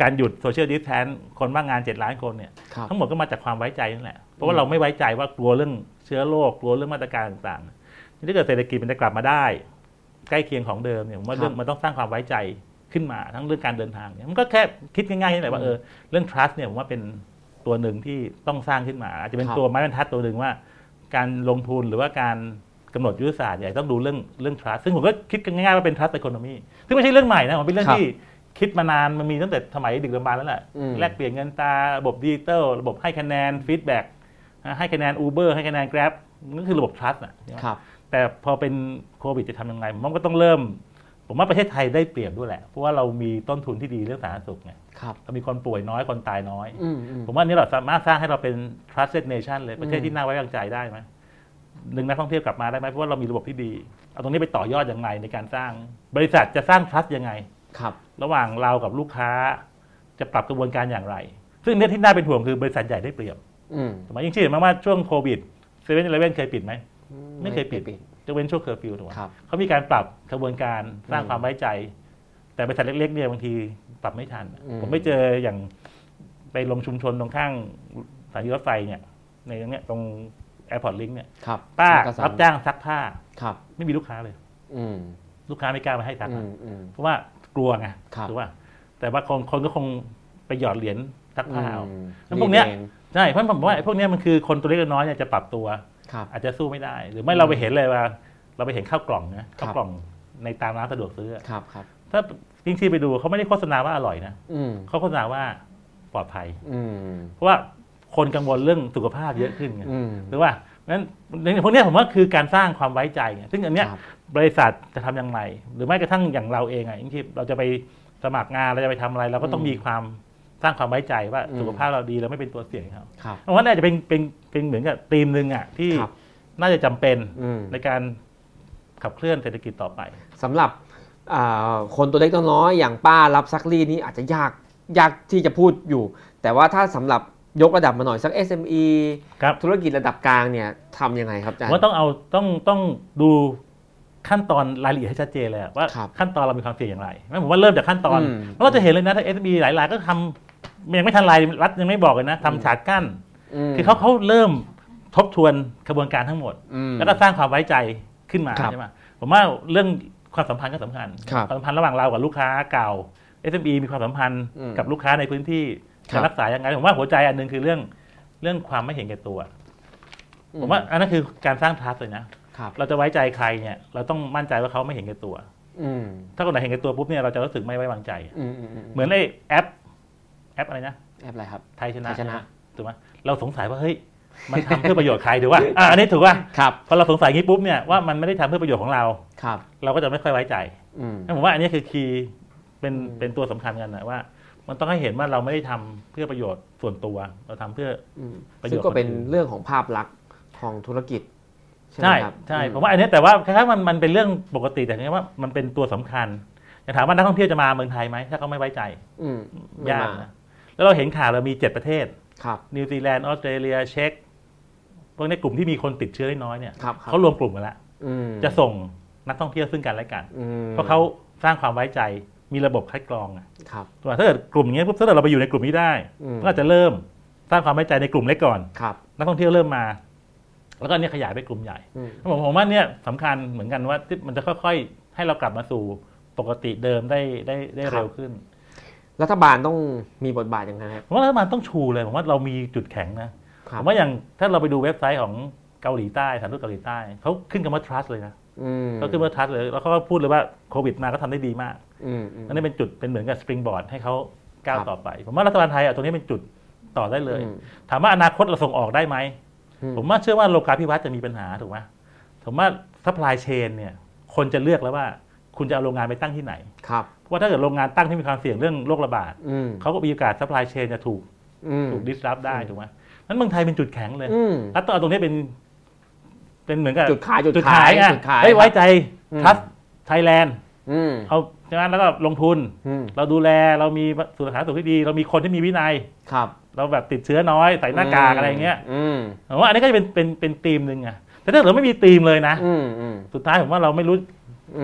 B: การหยุดโซเชียลดิสแทนคนว่างงาน 7 ล้านคนเนี่ย
A: ครับ
B: ทั้งหมดก็มาจากความไว้ใจนั่นแหละ เพราะ
A: อื
B: ว่าม เราไม่ไว้ใจว่ากลัวเรื่องเชื้อโรคกลัวเรื่องมาตรการต่างๆนี่ถ้าเกิดเศรษฐกิจมันจะกลับมาได้ ใกล้เคียงของเดิมเนี่ยผมว่าเรื่องมันต้องสร้างความไว้ใจขึ้นมาทั้งเรื่องการเดินทางเนี่ยมันก็แค่คิดง่ายๆนี่แหละว่าเออเรื่อง trust เนี่ยผมว่าเป็นตัวหนึ่งที่ต้องสร้างขึ้นมาอาจจะเป็นตัวไม้บรรทัดตัวหนึ่งว่า การลงทุนหรือว่าการกำหนดยุทธศาสตร์เนี่ยต้องดูเรื่องเรื่อง trust ซึ่งผมก็คิดกันง่ายๆว่าเป็น trust economy ซึ่งไม่ใช่เรื่องใหม่นะผมเป็นเรื่อง
A: ครับ
B: ที่คิดมานานมันมีตั้งแต่สมัยดึกดำบรรพ์แล้วแหละ
A: อืม
B: แลกเปลี่ยนเงินตราระบบดิจิตอลระบบให้คะแนนฟีดแบ็กให้คะแนน Uber ให้คะแนน Grab นั่นคือระบบ trust นะ
A: ครับ
B: แต่พอเป็นโควิดจะทำยังไงผมว่าก็ต้องเริ่ม ผมว่าประเทศไทยได้เปรียบด้วยแหละ เพราะว่าเรามีต้นทุนที่ดีเรื่องสาธารณสุขไง
A: ครับ
B: เรามีคนป่วยน้อยคนตายน้อย
A: อืมอืม
B: ผมว่าอันนี้เราสามารถสร้างให้เราเป็น trusted nation เลยประเทศ
A: อืม
B: ที่น่าไว้วางใจได้ไหมหนึ่งนักท่องเที่ยวกลับมาได้ไหมเพราะว่าเรามีระบบที่ดี เอาตรงนี้ไปต่อยอดยังไงในการสร้าง บริษัทจะสร้าง trust ยังไง
A: ครับ
B: ระหว่างเรากับลูกค้า จะปรับกระบวนการอย่างไร ซึ่งเนี่ยที่น่าเป็นห่วงคือบริษัทใหญ่ได้เปรียบ
A: อืม
B: สมัยยิ่งเชื่อมากว่าช่วงโควิดเซเว่นเลเว่นเคยปิดไหม ไม่เคยปิด จะเว้นช่วงเคอร์ฟิวถูกไหม
A: ครับ
B: เขามีการปรับกระบวนการสร้าง
A: อืม
B: ความไว้ใจ แต่บริษัทเล็กๆเนี่ยบางทีปรับไม่ทัน
A: อืม
B: ผมไม่เจออย่างไปลงชุมชนตรงข้างสถานีรถไฟเนี่ย ในตรงเนี้ยตรงแอร์พอร์ตลิงเนี่ย
A: ครับ
B: ป้า
A: แล้วก็ส
B: รับจ้างซักผ้า
A: ครับ
B: ไม่มีลูกค้าเลย
A: อืม
B: ลูกค้าไม่กล้ามาให้ซัก
A: อื
B: อะ
A: มอืม
B: เพราะว่ากลัวไง
A: ครับ
B: ถูกป่ะแต่ว่าคนคนก็คงไปหยอดเหรียญซักผ้าเอา
A: อืม
B: แล้วพวกเนี้ย
A: รีดอง
B: ใช่เพราะผมว่าไอ้พวกเนี้ยมันคือคนตัวเล็กตัวน้อยเนี่ยจะปรับตัว
A: ครับ
B: อาจจะสู้ไม่ได้ หรือไม่เราไปเห็นเลยว่า เราไปเห็นข้าวกล่องนะข้าว
A: ครับ
B: กล่องในตามร้านสะดวกซื้ออะ
A: ครับครับ
B: ถ้าจริงๆไปดูเขาไม่ได้โฆษณาว่าอร่อยนะ
A: อืม
B: เขาโฆษณาว่าปลอดภัย
A: อืม
B: เพราะว่าคนกังวลเรื่องสุขภาพเยอะขึ้นไง
A: อืม
B: หรือว่านั้นในพวกเนี้ยผมว่าคือการสร้างความไว้ใจไงซึ่งอันเนี้ย
A: ครับ
B: บริษัทจะทำอย่างไร หรือไม่กระทั่งอย่างเราเองอะจริงๆเราจะไปสมัครงานเราจะไปทำอะไร เราก็ต้องมีความสร้างความไว้ใจว่าสุขภาพเราดีเราไม่เป็นตัวเสี่ยงให้เขา
A: ครับ
B: เพราะว่าน่าจะเป็นเป็นเป็นเหมือนกับธีมหนึ่งอ่ะที่
A: ครับ
B: น่าจะจำเป็น
A: อืม
B: ในการขับเคลื่อนเศรษฐกิจต่อไป
A: สำหรับอ่าคนตัวเล็กตัวน้อยอย่างป้ารับซักรีดนี่อาจจะยากยากที่จะพูดอยู่ แต่ว่าถ้าสำหรับยกระดับมาหน่อยสัก SME
B: ครับ
A: ธุรกิจระดับกลางเนี่ยทำยังไงครับอาจาร
B: ผ
A: ย์
B: มว่าต้องเอาต้องต้องดูขั้นตอนรายละเอียดให้ชัดเจนเลยอะว่า
A: ครับ
B: ขั้นตอนเรามีความเสี่ยงอย่างไรไม่ผมว่าเริ่มจากขั้นตอน
A: อืม
B: เพราะเราจะเห็นเลยนะถ้า SME หลายรายก็ทำยังไม่ทันไรรัฐยังไม่บอกเลยนะ
A: อืม
B: ทำฉากกั้น
A: ม
B: คือเขาเขาเริ่มทบทวนกระบวนการทั้งหมด
A: อืม
B: แล้วก็สร้างความไว้ใจขึ้นมา
A: ครับ
B: ใช่ไหมผมว่าเรื่องความสัมพันธ์ก็สำคัญ
A: ครับ
B: ความสัมพันธ์ระหว่างเรากับลูกค้าเก่า SME มีความสัมพันธ์
A: อืม
B: กับลูกค้าในพื้นที่
A: ครับ
B: จะรักษายังไงผมว่าหัวใจอันหนึ่งคือเรื่องเรื่องความไม่เห็นแก่ตัว ผมว่าอันนั้นคือการสร้างทัสเลยนะ
A: ครับ
B: เราจะไว้ใจใครเนี่ยเราต้องมั่นใจว่าเขาไม่เห็นแก่ตัว
A: อืม
B: ถ้าคนไหนเห็นแก่ตัวปุ๊บเนี่ยเราจะรู้สึกไม่ไว้วางใจ
A: อืมอืมอืม
B: เหมือนไอ้แอป แอปอะไรนะ
A: แอปอะไรครับ
B: ไทยชนะ
A: ไทยชนะ
B: ถูกไหมเราสงสัยว่าเฮ้ยมันทำเพื่อประโยชน์ใครถูกป่ะอ่ะอันนี้ถูกป่ะ
A: ครับ
B: พอเราสงสัยอย่างนี้ปุ๊บเนี่ยว่ามันไม่ได้ทำเพื่อประโยชน์ของเรา
A: ครับ
B: เราก็จะไม่ค่อยไว้ใจ
A: อืม
B: งั้นผมว่าอันนี้คือคีย์เป็น
A: อืม
B: เป็นตัวสำคัญกันนะว่า มันต้องให้เห็นว่าเราไม่ได้ทำเพื่อประโยชน์ส่วนตัว เราทำเพื่อ
A: อืม
B: ประโยชน์
A: ซึ่งก็เป็นเรื่องของภาพลักษณ์ของธุรกิจ ใช่ไหม
B: ใช่
A: ครับ
B: ใช่
A: อื
B: ผมว่าอันเนี้ยแต่ว่าคล้ายๆมันมันเป็นเรื่องปกติแต่เนี่ยว่ามันเป็นตัวสำคัญอย่างถามว่านักท่องเที่ยวจะมาเมืองไทยไหมถ้าเขาไม่ไว้ใจ
A: อืม
B: ยากนะแล้วเราเห็นข่าวเรามี 7 ประเทศ
A: ครับ
B: นิวซีแลนด์ออสเตรเลียเช็กพวกเนี้ยกลุ่มที่มีคนติดเชื้อน้อยๆเนี่ย
A: ครับครับ
B: เขารวมกลุ่มกันแล้ว
A: อืม
B: จะส่งนักท่องเที่ยวซึ่งกันและกัน
A: อืม
B: เพราะเขาสร้างความไว้ใจมีระบบคัดกรองอะ
A: ครับ
B: ถ้าเกิดกลุ่มอย่างเงี้ยปุ๊บถ้าเกิดเราไปอยู่ในกลุ่มนี้ได้
A: อืม
B: ก็อาจจะเริ่มสร้างความไว้ใจในกลุ่มเล็กก่อน
A: ครับ
B: นักท่องเที่ยวเริ่มมา แล้วก็เนี่ยขยายไปกลุ่มใหญ่
A: อืม
B: ผมผมว่าเนี่ยสำคัญเหมือนกันว่าที่มันจะค่อยๆ ให้เรากลับมาสู่ปกติเดิมได้ได้ได้
A: ครับ
B: เร็วขึ้น
A: รัฐบาลต้องมีบทบาทอย่างไรครับ
B: ผมว่ารัฐบาลต้องชูเลยผมว่าเรามีจุดแข็งนะ
A: ค
B: ผ
A: รับ
B: มว่าอย่างถ้าเราไปดูเว็บไซต์ของเกาหลีใต้สถานทูตเกาหลีใต้เขาขึ้นคำว่า trust เลยนะ
A: อืม
B: เขาขึ้นว่า trust เลยแล้วเขาก็พูดเลยว่าโควิดมาก็ทำได้ดีมาก
A: อืมอืม
B: อันนี้เป็นจุดเป็นเหมือนกับสปริงบอร์ดให้เขาก้าว
A: ครับ
B: ต่อไป ผมว่ารัฐบาลไทยเอาตรงนี้เป็นจุดต่อได้เลย
A: อืม
B: ถามว่าอนาคตเราส่งออกได้ไหม
A: อืม
B: ผมว่าเชื่อว่าโลกาภิวัตน์จะมีปัญหาถูกไหมผมว่าซัพพลายเชนเนี่ย คนจะเลือกแล้วว่า คุณจะเอาโรงงานไปตั้งที่ไหน
A: ครับ
B: เพราะว่าถ้าเกิดโรงงานตั้งที่มีความเสี่ยงเรื่องโรคระบาด
A: อืม
B: เขาก็มีโอกาสซัพพลายเชนจะถูก
A: อืม
B: ถูกดิสรับได้ถูกไหมนั้นเมืองไทยเป็นจุดแข็งเลย
A: อืม
B: รัฐต้องเอาตรงนี้เป็น เป็นเหมือนกับ
A: จุดขายจุด
B: จุด
A: ขา
B: ขาย
A: ย
B: อ่ะ
A: จุดขาย
B: เฮ้ยไว้ใจ
A: อืม
B: ทัสไทยแลนด์
A: อืม
B: เอาจากนั้นแล้วก็ลงทุน
A: อืม
B: เราดูแลเรามีสุขภาพสุขที่ดี เรามีคนที่มีวินัย
A: ครับ
B: เราแบบติดเชื้อน้อย ใส่หน้ากากอะไรอย่างเงี้ย
A: อืม
B: ผมว่าอันนี้ก็จะเป็นเป็นเป็นธีมหนึ่งอะแต่ถ้าเราไม่มีธีมเลยนะ
A: อืมอืม
B: สุดท้ายผมว่าเราไม่รู้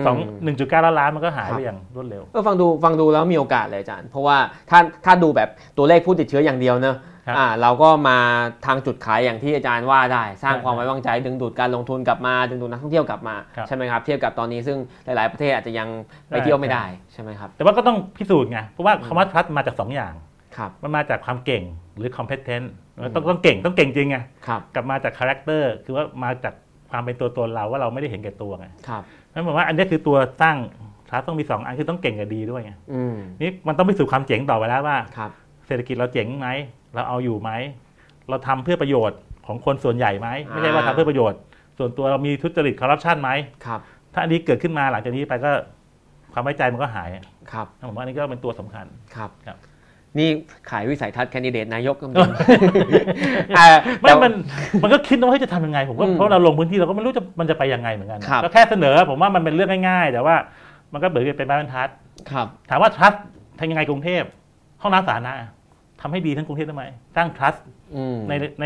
A: ม
B: สองหนึ่งจุดเก้าล้านล้านมันก็หาย
A: ครั
B: ไป
A: บ
B: อย่างรวดเร็ว
A: เออฟังดูฟังดูแล้วมีโอกาสเลยอาจารย์ เพราะว่าถ้าถ้าดูแบบตัวเลขผู้ติดเชื้ออย่างเดียวเนอะ
B: ครับ
A: อ่าเราก็มาทางจุดขายอย่างที่อาจารย์ว่าได้ สร้าง
B: ใช่
A: ความไว้วางใจดึงดูดการลงทุนกลับมาดึงดูดนักท่องเที่ยวกลับมา
B: ครับ
A: ใช่ไหมครับเทียบกับตอนนี้ซึ่งหลาย ๆ ประเทศอาจจะยังไปเที่ยวไม่ได้ใช่ไหมครับ
B: แต่ว่าก็ต้องพิสูจน์ไง เพราะว่าคำว่า trust มาจากสองอย่าง
A: ครับ
B: มันมาจากความเก่งหรือ competence ต้องต้องเก่งต้องเก่งจริงไง
A: ครับ
B: กลับมาจาก character คือว่ามาจากความเป็นตัวตนเราว่าเราไม่ได้เห็นแก่ตัวไง
A: ครับ
B: นั่นหมายว่าอันนี้คือตัวสร้าง trust ต้องมีสองอันคือต้องเก่งกับดีด้วยไง
A: อืม
B: นี่มันต้องพิสูจน์ความเจ๋งต่อไปแล้วว่า
A: ครับ
B: เศรษฐกิจเราเจ๋งไหม เราเอาอยู่ไหม เราทำเพื่อประโยชน์ของคนส่วนใหญ่ไหม ไม่ใช่ว่า
A: อ่า
B: ทำเพื่อประโยชน์ ส่วนตัวเรามีทุจริตคอร์รัปชันไหม
A: ครับ
B: ถ้าอันนี้เกิดขึ้นมาหลังจากนี้ไปก็ความไว้ใจมันก็หาย
A: ครับ
B: ผมว่าอันนี้ก็เป็นตัวสำคัญ
A: ครับ
B: ครับ
A: นี่ขายวิสัยทัศน์แคนดิเดตนายกกันดิอ่า
B: ไม่
A: แต่
B: มันมันก็คิดนะว่าเฮ้ยจะทำยังไง ผมก็
A: อืม
B: เพราะเราลงพื้นที่เราก็ไม่รู้จะมันจะไปยังไงเหมือนกันนะครับ ก็แค่เสนอผมว่ามันเป็นเรื่องง่าย ๆ แต่ว่ามันก็เบิดเป็นไม้บรรทัด
A: ครับ
B: ถามว่า trust ทำยังไงกรุงเทพห้องน้ำสาธารณะทำให้ดีทั้งกรุงเทพทำไมสร้าง trust
A: อืม
B: ในใน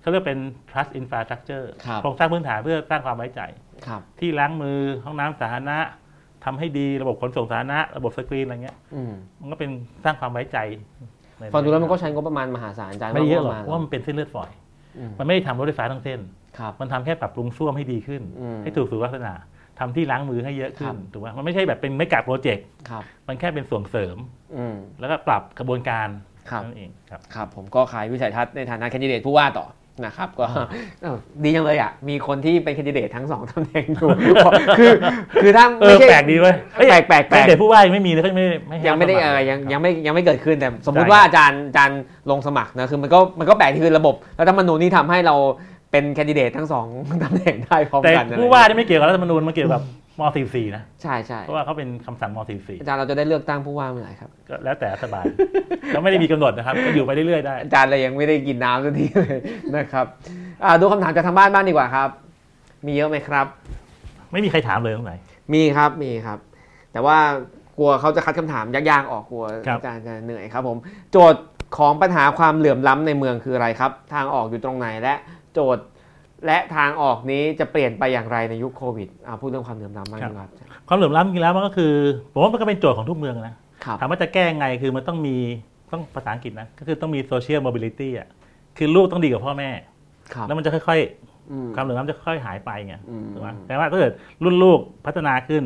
B: เขาเรียกเป็น trust infrastructure
A: ครับ
B: โครงสร้างพื้นฐานเพื่อสร้างความไว้ใจ
A: ครับ
B: ที่ล้างมือห้องน้ำสาธารณะทำให้ดีระบบขนส่งสาธารณะ ระบบสกรีนอะไรเงี้ย
A: อืม
B: มันก็เป็นสร้างความไว้ใจใน
A: ฟังดูแล้วมันก็ใช้งบประมาณมหาศาลอาจารย์
B: ไม่ได้เยอะห
A: ป
B: รอก
A: มาณ
B: เพราะว่ามันเป็นเส้นเลือดฝอย
A: อืม
B: มันไม่ได้ทำรถไฟฟ้าทั้งเส้น
A: ครับ
B: มันทำแค่ปรับปรุงส้วมให้ดีขึ้น
A: อืม
B: ให้ถูกสุขลักษณะทำที่ล้างมือให้เยอะขึ้
A: ครั
B: น
A: บ
B: ถูกไหมมันไม่ใช่แบบเป็นไม่กะโปรเจกต์
A: ครับ
B: มันแค่เป็นส่วนเสริม
A: อืม
B: แล้วก็ปรับกระบวนการ
A: ครับ
B: นั่นเองครับ
A: ครับ ผมก็ขายวิสัยทัศน์ในฐานะแคนดิเดตผู้ว่าต่อนะครับ
B: (laughs)
A: ก็ เอ้าดีจังเลยอ่ะ มีคนที่เป็นแคนดิเดตทั้งสองตำแหน่ง
B: (laughs)
A: อยู่ คือ คือถ้า
B: เอ
A: ไม่
B: อ
A: ใช่
B: แปลกดีเว้ยเอ้ย
A: แปลกแปลกแปล
B: แต่
A: ก
B: เด็กผู้ว่ายังไม่มีนะเขายังไม่ให้
A: ยังไม่ได้อะไรยัง
B: ครับ
A: ยังไม่ยังไม่เกิดขึ้นแต่สมมุติ
B: ใช่
A: ว่าอาจารย์อาจารย์ลงสมัครนะคือมันก็มันก็แปลกที่คือระบบรัฐธรรมนูญนี่ทำให้เราเป็นแคนดิเดตทั้งสอง (laughs) ตำแหน่งได้พร้อม
B: แต่
A: กันอะไร
B: ผู้ว่านี่ไม่เกี่ยวกับรัฐธรรมนูญมันเกี่ยวกับม .44 นะ
A: ใช่ใช่
B: เพราะว่าเขาเป็นคำสั่งม
A: อาจารย์เราจะได้เลือกตั้งผู้ว่าเมื่อไหร่ครับ
B: .44 ก็แล้วแต่รัฐ
A: (laughs)
B: บาลแล้วไม่ได้มีกำหนดนะครับ ก็อยู่ไปเรื่อยๆได้
A: อาจารย์เลยยังไม่ได้กินน้ำสักที (laughs) เลยนะครับอ่าดูคำถามจากทางบ้านบ้างดีกว่าครับ มีเยอะไหมครับ
B: ไม่มีใครถามเลยตรงไหน
A: มีครับมีครับ แต่ว่ากลัวเขาจะคัดคำถามยากๆออกกลัว
B: ครับ
A: อาจารย์จะเหนื่อยครับผม โจทย์ของปัญหาความเหลื่อมล้ำในเมืองคืออะไรครับ ทางออกอยู่ตรงไหนและโจทย์และทางออกนี้จะเปลี่ยนไปอย่างไรในยุคโควิดอ่าพูดเรื่องความเหลื่อมล้ำบ้างดีกว่า
B: ความเหลื่อมล้ำจริงๆแล้วมันก็คือผมว่ามันก็เป็นโจทย์ของทุกเมืองนะครับ ถามว่าจะแก้ยังไงคือมันต้องมีต้องภาษาอังกฤษนะ ก็คือต้องมี social mobility อ่ะคือลูกต้องดีกับพ่อแม่
A: ครับ
B: แล้วมันจะค่อย
A: อืม
B: ๆ ความเหลื่อมล้ำจะค่อยๆหายไปไง
A: อืม
B: ถูกไหมแต่ว่าถ้าเกิดรุ่นลูกพัฒนาขึ้น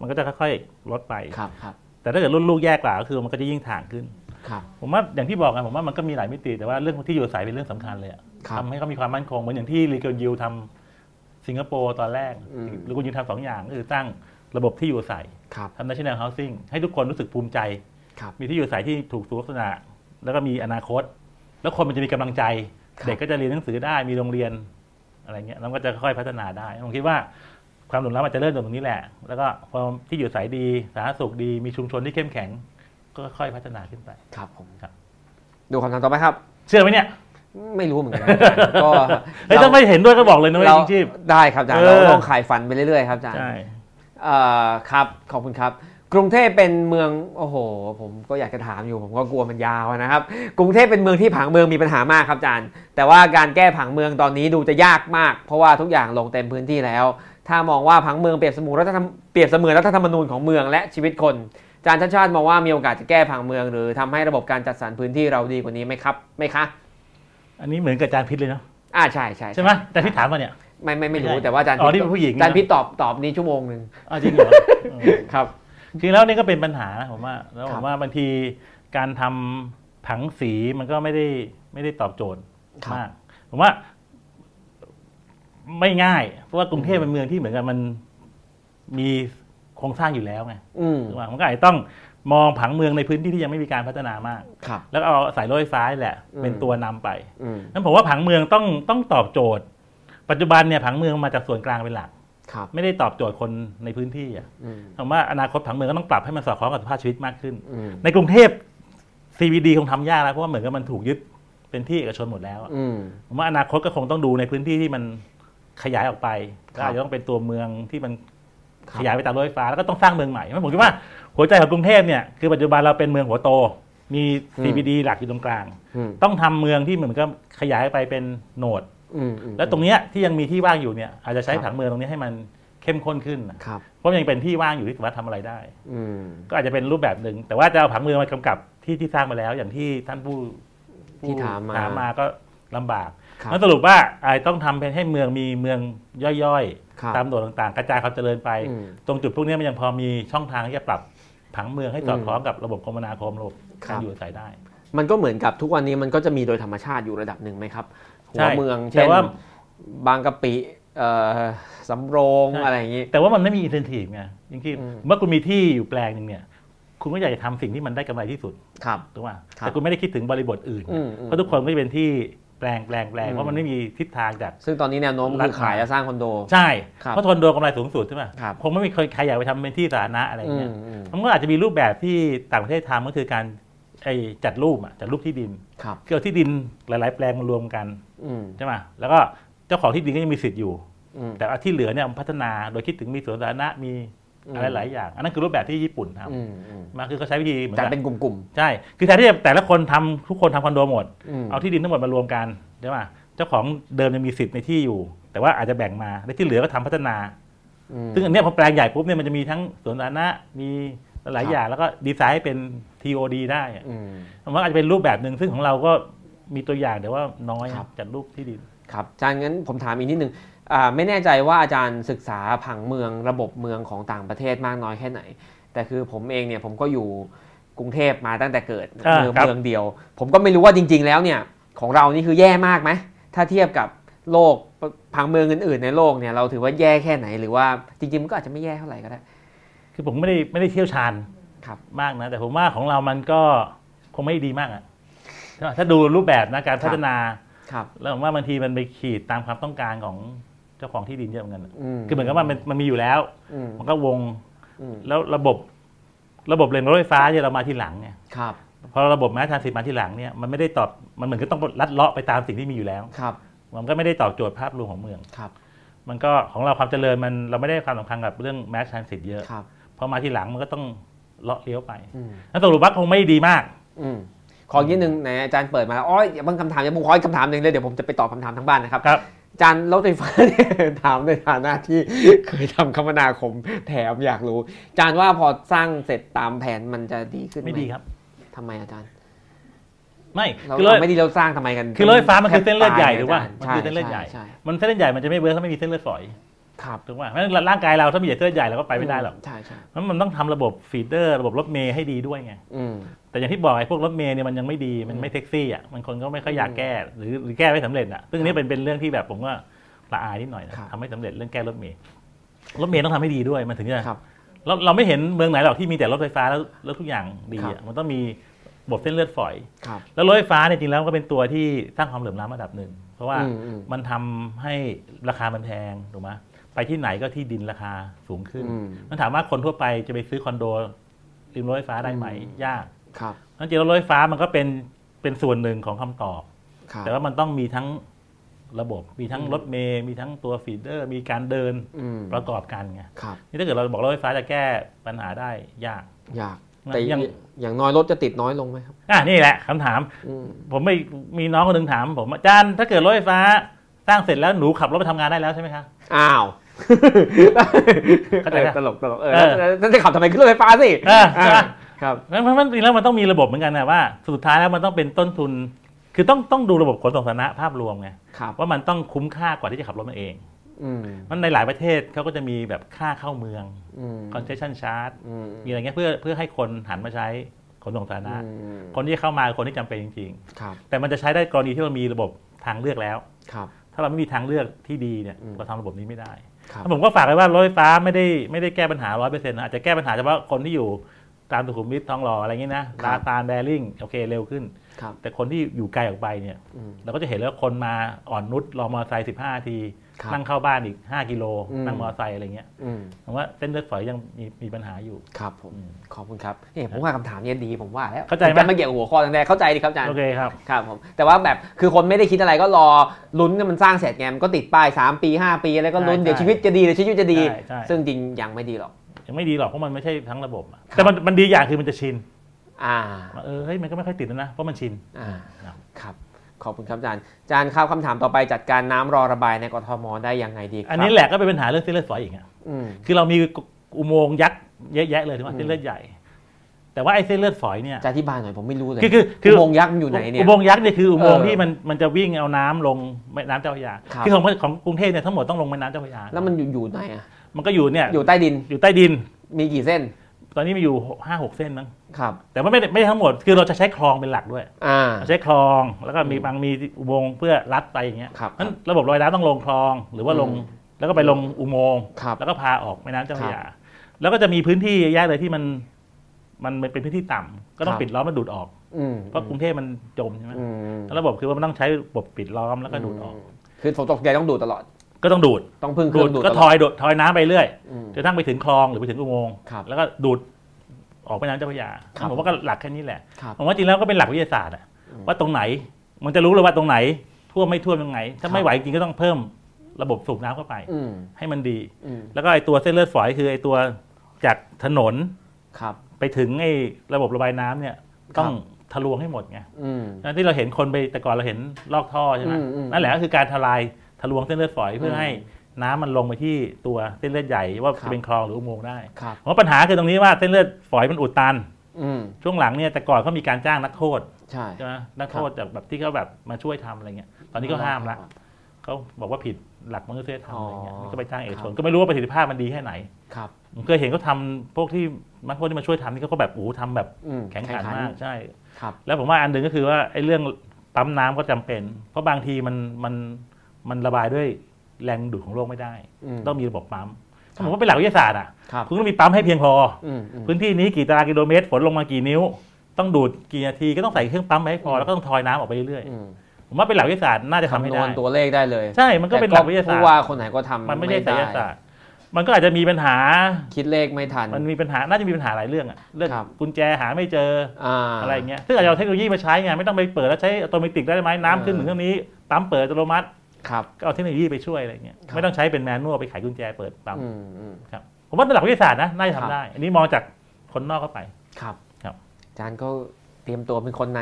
B: มันก็จะค่อยๆลดไป
A: ครับครับ
B: แต่ถ้าเกิดรุ่นลูกแยกกว่าก็คือมันก็จะยิ่งถ่างขึ้น
A: ครับ
B: ผมว่าอย่างที่บอกไงผมว่ามันก็มีหลายมิติแต่ว่าเรื่องที่อยู่อาศัยเป็นเรื่องสำคัญเลยอะ
A: ครับ
B: ทำให้เขามีความมั่นคงเหมือนอย่างที่รีเกลยิวทำสิงคโปร์ตอนแรก
A: อืม
B: รีเกลยิวทำสองอย่างก็คือตั้งระบบที่อยู่อาศัย
A: ครับ
B: ทำ national housing ให้ทุกคนรู้สึกภูมิใจ
A: ครับ
B: มีที่อยู่อาศัยที่ถูกสุขลักษณะ แล้วก็มีอนาคต แล้วคนมันจะมีกำลังใจ
A: ครับ
B: เด็กก็จะเรียนหนังสือได้มีโรงเรียนอะไรเงี้ยแล้วมันก็จะค่อยๆพัฒนาได้ผมคิดว่าความเหลุมล้ำอาจจะเริ่มจากตรงนี้แหละ แล้วก็พอที่อยู่อาศัยดีสาธารณสุขดีมีชุมชนที่เข้มแข็ง ก็ค่อยๆพัฒนาขึ้นไป
A: ครับผม
B: ครับ
A: ดูคำถามต่อไปครับ
B: เชื่อไหมเนี่ย
A: ไม่รู้เหมือนกันอาจารย์ก็
B: (laughs) เฮ้ยถ้าไม่เห็นด้วยก็บอกเลยนะเว้ย
A: เรา
B: จริงชีพ
A: ได้ครับอาจารย์
B: เอ
A: เรา
B: อ
A: ต้องขายฝันไปเรื่อยๆครับอาจารย์
B: ใช่
A: เอ่อครับขอบคุณครับ กรุงเทพเป็นเมืองโอ้โห ผมก็อยากจะถามอยู่ ผมก็กลัวมันยาวนะครับ กรุงเทพเป็นเมืองที่ผังเมืองมีปัญหามากครับอาจารย์ แต่ว่าการแก้ผังเมืองตอนนี้ดูจะยากมาก เพราะว่าทุกอย่างลงเต็มพื้นที่แล้ว ถ้ามองว่าผังเมืองเปรียบเสมือนรัฐธรรมเปรียบเสมือนรัฐธรรมนูญของเมืองและชีวิตคนอาจารย์ชาติชาติมองว่ามีโอกาสจะแก้ผังเมือง หรือทำให้ระบบการจัดสรรพื้นที่เราดีกว่านี้ไหมครับไหมคะ
B: อันนี้เหมือนกับอาจารย์พิษเลยเนาะ
A: อ่าใช่ใช่
B: ใช่ไหมแต่ที่ถามมาเนี่ย
A: ไม่ไม่ไม่
B: ไม่
A: รู้
B: ใช่
A: แต่ว่าอาจารย์
B: อ๋อ
A: พิษ
B: นี่เป็นผู้หญิงนะ
A: อาจารย์พิษตอบตอบนี้ชั่วโมงหนึ่ง
B: อ้าวจริงเห
A: (laughs)
B: รอเออ
A: ครับ
B: จริงแล้วนี่ก็เป็นปัญหานะผมว่าแล้วผ
A: ครั
B: ม
A: บ
B: ว่าบางทีการทำผังสีมันก็ไม่ได้ไม่ได้ตอบโจทย์
A: ครับ
B: มากผมว่า ไม่ง่าย เพราะว่ากรุงเทพเป็นเมืองที่เหมือนกันมันมีโครงสร้างอยู่แล้วไง
A: อืม
B: ถูกปะมันก็อาจจะต้องมองผังเมืองในพื้นที่ที่ยังไม่มีการพัฒนามาก
A: ครับ
B: แล้วเอาสายรถไฟฟ้าแหละ
A: อืม
B: เป็นตัวนำไป
A: อืม
B: นั้นผมว่าผังเมืองต้องต้องตอบโจทย์ ปัจจุบันเนี่ยผังเมืองมาจากส่วนกลางเป็นหลัก
A: ครับ
B: ไม่ได้ตอบโจทย์คนในพื้นที่อะ
A: อืม
B: ผมว่าอนาคตผังเมืองก็ต้องปรับให้มันสอดคล้องกับสภาพชีวิตมากขึ้น
A: อืม
B: ในกรุงเทพ CBD คงทำยากแล้วเพราะว่าเหมือนกับมันถูกยึดเป็นที่เอกชนหมดแล้วอะ
A: อืม
B: ผมว่าอนาคตก็คงต้องดูในพื้นที่ที่มันขยายออกไป
A: ครับ
B: ก็อาจจะต้องเป็นตัวเมืองที่มัน
A: ครับ
B: ขยายไปตามรถไฟฟ้าแล้วก็ต้องสร้างเมืองใหม่เพราะผมคิดว่าหัวใจของกรุงเทพเนี่ยคือปัจจุบันเราเป็นเมืองหัวโต มี CBD หลักอยู่ตรงกลาง
A: อืม
B: ต้องทำเมืองที่เหมือนกับขยายไปเป็นโหนด
A: อืมอืม
B: และตรงเนี้ยที่ยังมีที่ว่างอยู่เนี่ยอาจจะใช้
A: ครับ
B: ผังเมืองตรงนี้ให้มันเข้มข้นขึ้นนะครับ เพราะยังเป็นที่ว่างอยู่ที่สามารถทำอะไรได้
A: อืม
B: ก็อาจจะเป็นรูปแบบหนึ่งแต่ว่าจะเอาผังเมืองมากำกับที่ที่สร้างมาแล้ว อย่างที่ท่านผู้
A: ที่ถามมา
B: ถามมาก็ลำบาก
A: ครับ
B: นั้นสรุปว่าอาจต้องทำเป็นให้เมืองมีเมืองย่อย
A: ครับ
B: ๆ ตามโดดต่างๆ กระจายความเจริญไป
A: อืม
B: ตรงจุดพวกเนี้ยมันยังพอมีช่องทางที่จะปรับผังเมืองให้สอดคล้องกับระบบคมนาคมระบบ
A: ครั
B: การ
A: บ
B: อยู่อาศัยได้
A: มันก็เหมือนกับทุกวันนี้มันก็จะมีโดยธรรมชาติอยู่ระดับหนึ่งไหมครับหั
B: ใช่
A: วเมือง
B: แต่
A: เช่น
B: ว่า
A: บางกะปิเอ่อสำโรงอะไรอย่างนี้
B: แต่ว่ามันไม่มีอินเซนティブไงอย่างที่
A: อืม
B: เมื่อคุณมีที่อยู่แปลงหนึ่งเนี่ย คุณก็อยากจะทำสิ่งที่มันได้กำไรที่สุด
A: ครับ
B: ถูกป่ะ
A: ครับ
B: แต่คุณไม่ได้คิดถึงบริบทอื่น
A: อืมอืม
B: เพราะทุกคนก็จะเป็นที่แปลงแปลงแปลง
A: อืม
B: เพราะมันไม่มีทิศทางจาก
A: ซึ่งตอนนี้แนวโน้ม
B: รั
A: คื
B: ฐ
A: อขาย
B: มา
A: และสร้างคอนโด
B: ใช่
A: ครับ
B: เพราะทนโดนกำไรสูงสุดใช่ไหม
A: ครับ
B: คงไม่มีใครอยากไปทำเป็นที่สาธารณะอะไร
A: อื
B: เงี้
A: ม
B: ย
A: อืม
B: มันก็อาจจะมีรูปแบบที่ต่างประเทศทำก็คือการไอ้จัดรูปอะจัดรูปที่ดิน
A: ครับ
B: คือเอาที่ดินหลาย ๆ แปลงมารวมกัน
A: อืม
B: ใช่ไหมแล้วก็เจ้าของที่ดินก็ยังมีสิทธิ์อยู่
A: อืม
B: แต่ว่าที่เหลือเนี่ยมันพัฒนาโดยคิดถึงมีสวนสาธารณะมีอะไร
A: อืม
B: หลายอย่าง อันนั้นคือรูปแบบที่ญี่ปุ่นท
A: อืมอืม
B: ำมาคือเขาใช้วิธีเหมือน
A: จัด
B: กั
A: เป็น นกลุ่ม
B: ใช่คือแทนที่จะแต่ละคนทำทุกคนทำคอนโดหมด
A: ๆอืม
B: เอาที่ดินทั้งหมดมารวมกันใช่ไหมเจ้าของเดิมยังมีสิทธิ์ในที่อยู่ แต่ว่าอาจจะแบ่งมาและที่เหลือก็ทำพัฒนา
A: ม
B: ซึ่งอันเนี้ยพอแปลงใหญ่ปุ๊บเนี่ยมันจะมีทั้งสวนสาธารณะมีหลาย
A: ครับ
B: ๆอย่างแล้วก็ดีไซน์ให้เป็น TOD ได้อะ
A: อืม
B: มันก็อาจจะเป็นรูปแบบหนึ่งซึ่งของเราก็มีตัวอย่างแต่ว่าน้อย
A: ครับ
B: จัดรูปที่ดิน
A: ครับอาจารย์งั้นผมถามอีกนิดนึงอ่าไม่แน่ใจว่าอาจารย์ศึกษาผังเมืองระบบเมืองของต่างประเทศมากน้อยแค่ไหน แต่คือผมเองเนี่ยผมก็อยู่กรุงเทพมาตั้งแต่เกิด
B: อ่า
A: เมือง
B: ครับ
A: เมืองเดียว ผมก็ไม่รู้ว่าจริง ๆ แล้วเนี่ยของเรานี่คือแย่มากไหมถ้าเทียบกับโลกผังเมืองอื่นๆในโลกเนี่ยเราถือว่าแย่แค่ไหนหรือว่าจริงๆมันก็อาจจะไม่แย่เท่าไหร่ก็ได้
B: คือผมไม่ได้ไม่ได้เชี่ยวชาญ
A: ครับ
B: มากนะ แต่ผมว่าของเรามันก็คงไม่ดีมากอะใช่ปะถ้าดูรูปแบบนะกา
A: ค
B: ร
A: รับ
B: พัฒนา
A: ครับ
B: แล้วผมว่าบางทีมันไปขีดตามความต้องการของเจ้าของที่ดินเยอะเหมือนกันอะ
A: อืม
B: คือเหมือนกับว่ามันมันมีอยู่แล้ว
A: อืม
B: มันก็วง
A: อืม
B: แล้วระบบระบบเลนรถไฟฟ้าเนี่ยเรามาทีหลังไง
A: ครับ
B: พอระบบแม้ทางสิทธิ์มาที่หลังเนี่ยมันไม่ได้ตอบมันเหมือนก็ต้องลัดเลาะไปตามสิ่งที่มีอยู่แล้ว
A: ครับ
B: มันก็ไม่ได้ตอบโจทย์ภาพรวมของเมือง
A: ครับ
B: มันก็ของเราความเจริญมันเราไม่ได้ความสำคัญกับเรื่องแม้ทางสิทธิ์เยอะ
A: ครับ
B: พอมาที่หลังมันก็ต้องเลาะเลี้ยวไป
A: อืม
B: นั้นสรุปว่าคงไม่ดีมาก
A: อืมขออีกนิดนึงไหนอาจารย์เปิดมาแล้วอ๋ออย่าเพิ่งคำถามอย่าเพิ่งขออีกคำถามหนึ่งเลยเดี๋ยวผมจะไปตอบคำถามทั้งบ้านนะครับ
B: ครับ
A: อาจารย์รถไฟฟ้า (laughs) เนี่ย ถามในฐานะที่ เคยทำคมนาคมแถมอยากรู้อาจารย์ว่าพอสร้างเสร็จตามแผนมันจะดีขึ้นห
B: ไม่ดีครับ
A: ทำไมอาจารย์
B: ไม่
A: เรา
B: คือรถ
A: เราไม่ดีเราสร้างทำไมกัน
B: คือรถไฟฟ้ามันคือ
A: แทบ
B: เส้นเลือดใหญ่
A: ตาย
B: ถูกป่ะ
A: าจารย์
B: มันคือเส้นเลือดใหญ่
A: ช่ช่
B: มันเส้นเลือดใหญ่มันจะไม่เวิร์คถ้าไม่มีเส้นเลือดฝอย
A: ครับ
B: ถูกป่ะเพราะฉะนั้นร่างกายเราถ้ามีแต่เส้นเลือดใหญ่เราก็ไปไม่ได้หรอก
A: ใช่ใช่
B: เพราะมันต้องทำระบบฟีเดอร์ระบบรถเมย์ให้ดีด้วยไง
A: อืม
B: แต่อย่างที่บอกไอ้พวกรถเมย์เนี่ยมันยังไม่ดีมั
A: อื
B: น
A: ม
B: ไม่เซ็กซี่อ่ะมันคนก็ไม่ค่อยอยาก
A: อืม
B: แก้หรือหรือแก้ไม่สำเร็จอ่ะซึ่งอัน
A: ครับ
B: นี่เป็นเป็นเรื่องที่แบบผมก็ละอายนิดหน่อยนะครับ ทำไม่สำเร็จเรื่องแก้รถเมย์รถเมย์ต้องทำให้ดีด้วยมันถึงจะ
A: ครับ
B: เราเราไม่เห็นเมืองไหนหรอกที่มีแต่รถไฟฟ้าแล้วแล้วทุกอย่างดี
A: ครั
B: อ่ะ
A: บ
B: มันต้องมีบทเส้นเลือดฝอย
A: ครับ
B: แล้วรถไฟฟ้าเนี่ยจริงแล้วมันก็เป็นตัวที่สร้างความเหลื่อมล้ำระดับหนึ่งเพราะว่า
A: อืมอืม
B: มันทำให้ราคามันแพงถูกไหมไปที่ไหนก็ที่ดินราคาสูงขึ้น
A: อืม
B: มันถามว่าคนทั่วไปจะไปซื้อคอนโดริมรถไฟฟ้าได้ไหม
A: อืม
B: ยาก
A: ครับ
B: นั่นจริงแล้วรถไฟฟ้ามันก็เป็นเป็นส่วนหนึ่งของคำตอบ
A: ครับ
B: แต่ว่ามันต้องมีทั้งระบบ มีทั้งรถเมย์มีทั้งตัวฟีดเดอร์ มีการเดิน
A: อืม
B: ประกอบกันไง
A: ครับ
B: นี่ถ้าเกิดเราบอกรถไฟฟ้าจะแก้ปัญหาได้ยาก
A: อยากแต่
B: ยัง
A: อย่างน้อยรถจะติดน้อยลงไหมครับ
B: อ่ะนี่แหละคำถาม
A: อืม
B: ผมไม่มีน้องคนหนึงถาม ผมอาจารย์ถ้าเกิดรถไฟฟ้าสร้างเสร็จแล้วหนูขับรถไปทำงานได้แล้วใช่ไหมคะ
A: อ้าว
B: เข้าใจไหม
A: ตลกตลกเออ
B: เออ
A: แล้วจะขับทำไมขึ้นรถไฟฟ้าสิ
B: เออใช่ปะ
A: ครับ
B: เพราะฉะนั้นจริงๆแล้วมันต้องมีระบบเหมือนกันนะว่า สุดท้ายแล้วมันต้องเป็นต้นทุน คือต้องต้องดูระบบขนส่งสาธารณะภาพรวมไง
A: ครับ
B: ว่ามันต้องคุ้มค่ากว่าที่จะขับรถมาเอง
A: อืม
B: มันในหลายประเทศเขาก็จะมีแบบค่าเข้าเมือง
A: อืม
B: concession charge
A: อืม
B: มีอะไรเงี้ยเพื่อเพื่อให้คนหันมาใช้ขนส่งสาธารณะ
A: อืม
B: คนที่เข้ามาคนที่จำเป็นจริง
A: ครับ
B: ๆ แต่มันจะใช้ได้กรณีที่เรามีระบบทางเลือกแล้ว
A: ครับ
B: ถ้าเราไม่มีทางเลือกที่ดีเนี่ย
A: อืม
B: เราทำระบบนี้ไม่ได้
A: ครับ
B: ผมก็ฝากไว้ว่ารถไฟฟ้าไม่ได้ไม่ได้แก้ปัญหาร้อยเปอร์เซ็นต์นะอาจจะแก้ปัญหาเฉพาะคนที่อยู่ตามสุขุมวิททองหล่ออะไรเงี้ยนะครับ ลาซานแบริ่งโอเคเร็วขึ้น
A: ครับ
B: แต่คนที่อยู่ไกลออกไปเนี่ย
A: อืม
B: เราก็จะเห็นแล้วคนมาอ่อนนุชรอมอเตอร์ไซค์สิบห้านาที
A: ครับ
B: นั่งเข้าบ้านอีก 5 กิโล
A: อืม
B: นั่งมอเตอร์ไซค์อะไรเงี้ย
A: อืม
B: ผมว่าเส้นเลือดฝอยยังมีมีปัญหาอยู่
A: ครับผม
B: อืม
A: ขอบคุณครับเนี่ยผมว่าคำถามเนี่ยดีผมว่าแล้ว
B: เข้าใจไหม
A: จะมาเกี่ยวกับหัวข้อตั้งแต่เข้าใจดีครับอาจารย์
B: โอเคครับ
A: ครับผมแต่ว่าแบบคือคนไม่ได้คิดอะไรก็รอลุ้นให้มันสร้างเสร็จไงมันก็ติดป้าย 3 ปี 5 ปีอะไรก็ลุ้น
B: ใช่
A: เดี๋ยวชีวิตจะดีเดี๋ยวชีวิตจะดี
B: ใช่ใช่
A: ซึ่งจริงยังไม่ดีหรอก
B: ยังไม่ดีหรอกเพราะมันไม่ใช่ทั้งระบบอะ
A: ครับ
B: แต่มันมันดีอย่างคือมันจะชิน
A: อ่า
B: ว่าเออเฮ้ยมันก็ไม่ค่อยติดแล้วนะเพราะมันชิน
A: อ่า
B: ครับ
A: ครับขอบคุณครับอาจารย์อาจารย์ครับคำถามต่อไปจัดการน้ำรอระบายในกทมได้ยังไงดีครับ
B: อั
A: อั
B: นนี้แหละก็เป็นปัญหาเรื่องเส้นเลือดฝอยอีกอะ
A: อืม
B: คือเรามีอุโมงค์ยักษ์เยอะแยะเลยถึง
A: อื
B: ว่าม เส้นเลือดใหญ่ แต่ว่าไอ้เส้นเลือดฝอยเนี่ย
A: จะอธิบายหน่อยผมไม่รู้เลย
B: คือคือคือ
A: วงค์ยักษ์มันอยู่ไหนเนี่ย
B: อุโมงค์ยักษ์เนี่ยคืออุโมงค์
A: เออ
B: ที่มันมันจะวิ่งเอาน้ำลงแม่น้ำเจ้าพระยา
A: ครับ
B: คือของของกรุงเทพเนี่ยทั้งหมดต้องลงแม่น้ำเจ้าพระยา
A: แล้วมันอยู่อยู่ไหนอ่ะ
B: มันก็อยู่เนี่ย
A: อยู่ใต้ดิน
B: อยู่ใต้ดิน
A: มีกี่เส้น
B: ตอนนี้มีอยู่ห้าหกเส้นมั้ง
A: ครับ
B: แต่ว่าไม่ได้ไม่ได้ทั้งหมดคือเราจะใช้คลองเป็นหลักด้วย
A: อ่า
B: เราใช้คลองแล้วก็มี
A: อืม
B: บางมีอุโมงค์เพื่อลัดไปอย่างเงี้ย
A: ครับ
B: นั้นระบบลอยน้ำต้องลงคลองหรือว่าลง
A: อืม
B: แล้วก็ไปลงอุโมงค์
A: ครับ
B: แล้วก็พาออกแม่น้ำเจ้าพระยา แล้วก็จะมีพื้นที่เยอะแยะเลยที่มัน มันเป็นพื้นที่ต่ำก็ต้
A: ค
B: อ
A: รับ
B: งปิดล้อมแล้วดูดออก
A: อืม
B: เพราะกรุงเทพมันจมใช่ไหม
A: อืม
B: แล้วระบบคือว่ามันต้องใช้ระบบปิดล้อมแล้วก็ดูดออก
A: คือฝนตกใหญ่ต้องดูดตลอด
B: ก็ต้องดูด
A: ต้องพึ่งเค
B: ดู
A: รื่อ
B: ด
A: งดูด
B: ก็
A: ตล
B: ท
A: อด
B: อยดูดทอยน้ำไปเรื่อย
A: อืม
B: จนทั้งไปถึงคลองหรือไปถึงอุโมงค์
A: ครับ
B: แล้วก็ดูดออกแม่น้ำเจ้าพระยา
A: ครับ
B: ผมว่าก็หลักแค่นี้แหละ
A: ครับ
B: ผมว่าจริงแล้วก็เป็นหลักวิทยาศาสตร์อะ
A: อืม
B: ว่าตรงไหน มันจะรู้เลยว่าตรงไหนท่วมไม่ท่วมยังไง
A: ครั
B: ถ้า
A: บ
B: ไม่ไหวจริงก็ต้องเพิ่มระบบสูบน้ำเข้าไป
A: อืม
B: ให้มันดี
A: อืม
B: แล้วก็ไอตัวเส้นเลือดฝอยคือไอตัวจากถนน
A: ครับ
B: ไปถึงไอระบบระบายน้ำเนี่ยต้องทะลวงให้หมดไง
A: อืม
B: นั่นที่เราเห็นคนไปแต่ก่อนเราเห็นลอกท่อใช่ไหม
A: อืมอืม
B: นั่นแหละก็คือการทลายทะลวงเส้นเลือดฝอยเพื่อ
A: ม
B: ให้น้ำมันลงไปที่ตัวเส้นเลือดใหญ่ว่า
A: ครับ
B: จะเป็นคลองหรืออุโมงค์ได้
A: ครับ
B: เพราะปัญหาคือตรงนี้ว่าเส้นเลือดฝอยมันอุดตัน
A: อืม
B: ช่วงหลังเนี่ยแต่ก่อนเขามีการจ้างนักโทษ
A: ใช่
B: ใช่ไหมนักโทษจากแบบที่เขาแบบมาช่วยทำอะไรเงี้ยตอนนี้ก็ห้ามละเขาบอกว่าผิดหลักมนุษยธรรมอะไรเงี้ย
A: อ๋อ
B: ก็ไปจ้างเอกช
A: ครั
B: น
A: บ
B: ก็ไม่รู้ว่าประสิทธิภาพมันดีแค่ไหน
A: ครับ
B: ผมเคยเห็นเขาทำพวกที่มักพวกที่มาช่วยทำนี่เขาก็แบบโอ้โหทำแบบ
A: อืม
B: แข็งขันมากใช่
A: ครับ
B: แล้วผมว่าอันหนึ่งก็คือว่าไอ้เรื่องปั๊มน้ำก็จำเป็น เพราะบางทีมันมันมันระบายด้วยแรงดูดของโลกไม่ได้
A: อืม
B: ต้องมีระบบปั๊ม
A: ครับ
B: ผมว่าเป็นหลักวิทยาศาสตร์อ่ะ
A: ครับ
B: คุณต้องมีปั๊มให้เพียงพอ
A: อืมอื
B: อ
A: ม
B: พื้นที่นี้กี่ตารางกิโลเมตรฝนลงมากี่นิ้ว ต้องดูดกี่นาทีก็ต้องใส่เครื่องปั๊มไปให้พอ
A: อืม
B: แล้วก็ต้องทอยน้ำออกไปเรื่อย
A: อืม
B: ๆผมว่าเป็นหลักวิทยาศาสตร์น่าจะทำให้
A: คำนว
B: ได้
A: ณตัวเลขได้เลย
B: ใช่มันก็เป็นหลักวิทยาศาสต
A: ผู้ว่า
B: ร์
A: คนไหนก็ทำ
B: มันไม่ใช่ไสย
A: ด้
B: ศาสตร์มันก็อาจจะมีปัญหา
A: คิดเลขไม่ทัน
B: มันมีปัญหา น่าจะมีปัญหาหลายเรื่องอะเรื่อง
A: ครับ
B: กุญแจหาไม่เจอ
A: อ่า
B: อะไรอย่างเงี้ย ซึ่งอาจจะเอาเทคโนโลยีมาใช้ไง ไม่ต้องไปเปิดแล้วใช้อัตโนมัติกได้ไหมน้ำขึ้น
A: เออ
B: ถึงเท่านี้ ปั๊มเปิดอัตโนมัติ
A: ครับ
B: ก็เอาเทคโนโลยีไปช่วยอะไรอย่างเงี้ย
A: ครับ
B: ไม่ต้องใช้เป็นแมนนวลไปไขกุญแจเปิดปั๊ม
A: อืมอืม
B: ผมว่าในหลักวิทยาศาสตร์นะ น่าจะ
A: ครับ
B: ทำได้ อันนี้มองจากคนนอกเข้าไป
A: ครับ
B: ครับ
A: อาจารย์ก็เตรียมตัวเป็นคนใน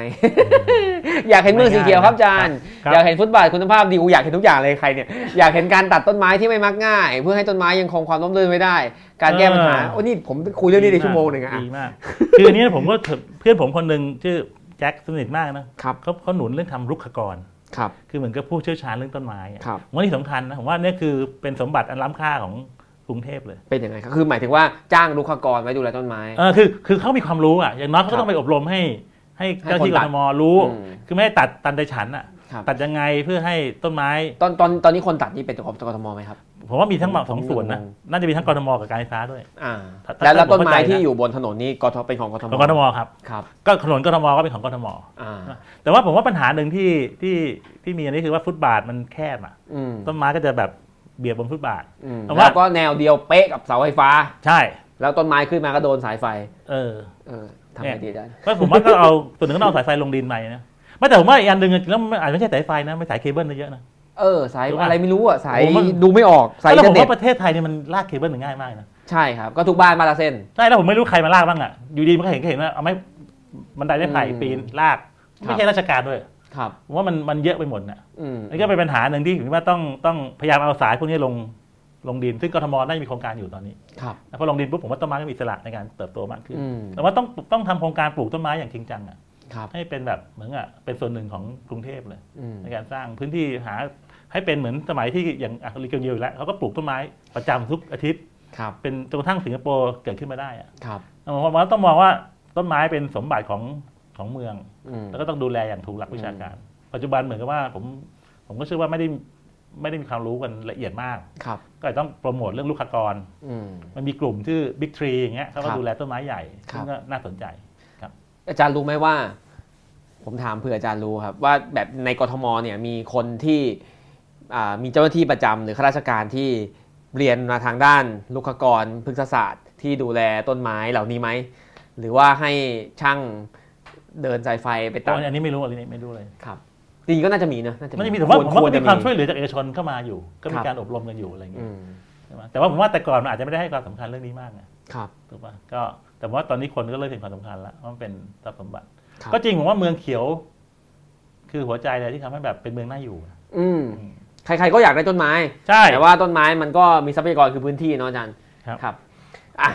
A: อยากเห็นเมืองสีเขียวครับอาจารย์
B: ครับ
A: อยากเห็นฟุตบาทคุณภาพดีกูอยากเห็นทุกอย่างเลยใครเนี่ย อยากเห็นการตัดต้นไม้ที่ไม่มักง่าย เพื่อให้ต้นไม้ยังคงความร่มรื่นไว้ได้ การแก้ปัญหา
B: เออ
A: โอ้นี่ผมคุยเรื่องนี้ในชั่วโมงหนึ่งอะ
B: ดีมาก คืออันเนี้ยผมก็เพื่อนผมคนหนึ่งชื่อแจ็คสนิทมากนะครับ เขาเขาหนุนเรื่องทำรุกขกร
A: ครับ
B: คือเหมือนกับผู้เชี่ยวชาญเรื่องต้นไม้อะ
A: ครับ
B: ผมว่านี่สำคัญนะ ผมว่าเนี่ยคือเป็นสมบัติอันล้ำค่าของกรุงเทพเลย
A: เป็นยังไงครับคือหมายถึงว่าจ้างรุกขกรไว้ดูแลต้นไม้
B: เออคือคือเขามีความรู้อ่ะอย่างน้อยเขา
A: ครั
B: ก็
A: บ
B: ต้องไปอบรมให้ ให้
A: ให้
B: เจ้าที่
A: คน
B: ก
A: ตัด
B: ทมรู้
A: อืม
B: คือไม่ได้ตัดตันใจฉันอ่ะ
A: ครับ
B: ตัดยังไงเพื่อให้ต้นไม้
A: ตอนตอนตอนนี้คนตัดนี่เป็นของกทมไหมครับ
B: ผมว่ามีทั้ง
A: ผม
B: สองส่วนนะ
A: ผม
B: น่าจะมีทั้งกรทมกับการไฟฟ้าด้วย
A: อ่า
B: ถ้า
A: แล้วแล้ว
B: ถ้าผม
A: ต้นไม้
B: เข้าใจนะ
A: ที่อยู่บนถนนนี่กทเป็นของกทม
B: ของกทมครับ
A: ครับ
B: ก็ถนนกทมก็เป็นของกทม
A: อ่า
B: แต่ว่าผมว่าปัญหาหนึ่งที่ที่ที่มีอันนี้คือว่าฟุตบาทมันแคบอ่ะ
A: อืม
B: ต้นไม้ก็จะแบบเบียดบนฟุตบาท
A: อืม
B: แต่ว่า
A: แล้วก็แนวเดียวเป๊ะกับเสาไฟฟ้า
B: ใช่
A: แล้วต้นไม้ขึ้นมาก็โดนสายไฟ
B: เออ
A: เออทำ
B: เนี่
A: ไง
B: ย
A: ดีอาจารย์
B: ก็ผมว่าก็เอาส่วนหนึ่งก็เอาสายไฟลงดินไปนะไม่แต่ผมว่าอีกอันหนึ่งจริงๆแล้วมันอาจจะไม่ใช่สายไฟนะไม่สายเคเบิลเยอะนะ
A: เออสาย
B: หรือว่า
A: อะไรไม่รู้อ่ะสาย
B: โอ้มัน
A: ดูไม่ออกสายอิน
B: แล้ว
A: เท
B: ผ
A: อร์เน็ต
B: มว่าประเทศไทยเนี่ยมันลากเคเบิลมันง่ายมากนะ
A: ใช่ครับ ก็ทุกบ้านมานละเส้น
B: ใช่แล้วผมไม่รู้ใครมาลากบ้างอ่ะ อยู่ดีมันก็เห็นก็เห็นว่าเอาไม่บันไดได้ไผ่
A: อืม
B: ปีนลาก
A: ครับ
B: ไม่ใช่ราชการด้วย
A: ครับ
B: ผมว่ามันมันเยอะไปหมดน่ะ
A: อืม
B: นี่ก็เป็นปัญหาหนึ่งที่ผมว่าต้องต้องพยายามเอาสายพวกนี้ลงลงดิน ซึ่งกทมน่าจะมีโครงการอยู่ตอนนี้
A: ครับ
B: แล้วพอลงดินปุ๊บผมว่าต้นไม้ก็มีอิสระในการเติบโตมากขึ้น
A: อืม
B: แต่ว่าต้องต้องทำโครงการปลูกต้นไม้อย่างจริงจังอ่ะ
A: ครับ
B: ให้เป็นแบบเหมือนอ่ะเป็นส่วนหนึ่งของกรุงเทพเลย
A: อืม
B: ในการสร้างพื้นที่หาให้เป็นเหมือนสมัยที่อย่างอาริเกลเดียวอยู่แล้วเขาก็ปลูกต้นไม้ประจำทุกอาทิตย์
A: ครับ
B: เป็นจนกระทั่งสิงคโปร์เกิดขึ้นมาได้อะ
A: ครับ
B: เอามาว่าต้องมองว่าต้นไม้เป็นสมบัติของของเมือง
A: อืม
B: แล้วก็ต้องดูแลอย่างถูกหลักวิชาการ ปัจจุบันเหมือนกับว่าผมผมก็เชื่อว่าไม่ได้ไม่ได้มีความรู้กันละเอียดมาก
A: ครับ
B: ก็อาจต้องโปรโมทเรื่องลูกค้ากร
A: อืม
B: มันมีกลุ่มชื่อ Big Tree อย่างเงี้ยเขาก็
A: ครับ
B: ดูแลต้นไม้ใหญ่
A: ครับ
B: ซึ่งก็น่าสนใจ
A: อาจารย์รู้ไหมว่า ผมถามเผื่ออาจารย์รู้ครับ ว่าแบบในกทมเนี่ยมีคนที่อ่ามีเจ้าหน้าที่ประจำหรือข้าราชการที่เรียนมาทางด้านลูกขกรพฤกษศาสตร์ที่ดูแลต้นไม้เหล่านี้ไหม หรือว่าให้ช่างเดินสายไฟไป
B: ตอ
A: ตัด
B: นอันนี้ไม่รู้อันนี้ไม่รู้เลย
A: ครับจริงๆก็น่าจะมีนะน่าจะ
B: ไม่ได้มีแต่ว่า
A: ควร
B: ผมว่า
A: ควร
B: มัน
A: จะ
B: มี
A: มี
B: ความช่วยเหลือจากเอกชนเข้ามาอยู่ ก็มี
A: ครับ
B: การอบรมกันอยู่อะไรอย่างเงี้ย
A: อืม
B: ใช่ไหมแต่ว่าผมว่าแต่ก่อนมันอาจจะไม่ได้ให้ความสำคัญเรื่องนี้มากนะครับ ถูกปะก็แต่ว่าตอนนี้คนก็เริ่มเห็นความสำคัญแล้วว่ามันเป็นทรัพย์สมบัติ
A: ครับ
B: ก็จริงผมว่าเมืองเขียว คือหัวใจเลยที่ทำให้แบบเป็นเมืองน่าอยู่นะ
A: อืมใครๆก็อยากได้ต้นไม้
B: ใช่
A: แต่ว่าต้นไม้มันก็มีทรัพยากรคือพื้นที่เนาะอาจารย์
B: ครับ
A: ครับอ่ะ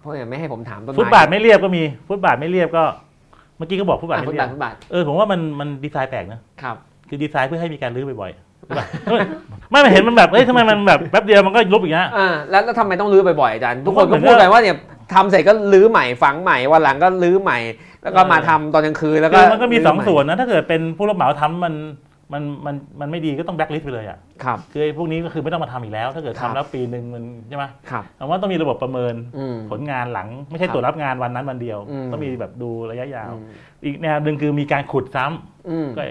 A: เพราะอย่างไม่ให้ผมถามต้นไม้
B: ฟุตบาทไม่เรียบก็มีฟุตบาทไม่เรียบก็ เมื่อกี้ก็บอกฟุตบาท
A: อ่ะ
B: ไม่
A: ฟุต
B: เรี
A: บาย ท
B: บ
A: ฟุตบาท
B: เออผมว่ามันมันดีไซน์แปลกนะครับ คือดีไซน์เพื่อให้มีการรื้อบ่อยๆฟุตบาท
A: (laughs)
B: ไม่ไม่เห็นมันแบบเอ้ยทำไมมันแบบแป๊บเดียวมันก็ยุบอีกนะ
A: อ่าแล้วแล้วทำไมต้องรื้อบ่อยๆอาจารย์ ทุกค
B: ผม
A: นก็
B: ว่า
A: พูดกันว่าเนี่ยทำเสร็จก็รื้อใหม่ฝังใหม่วันหลังก็รื้อใหม่ แล้วก็
B: เออ
A: มาทำตอนกลางคืนแล้วก็
B: คือมันก็มีสอง
A: รื้ให
B: ส่วนนะถ้าเกิดเป็นผู้รับเหมาทำมันมันมันมันไม่ดีก็ต้องแบล็คลิสต์ไปเลยอ่ะ
A: ครับ
B: คือไอ้พวกนี้ก็คือไม่ต้องมาทำอีกแล้ว ถ้าเกิด
A: ครั
B: ทำ
A: บ
B: แล้วปีหนึ่งมันใช่ไหม
A: ครับ
B: ผมว่าต้องมีระบบประเมิน
A: อืม
B: ผลงานหลัง ไม่ใช่
A: ครับ
B: ตรวจรับงานวันนั้นวันเดียว
A: อืม
B: ต้องมีแบบดูระยะยาว
A: อืม
B: อีกแนวหนึ่งคือมีการขุดซ้ำ
A: อืม
B: ก็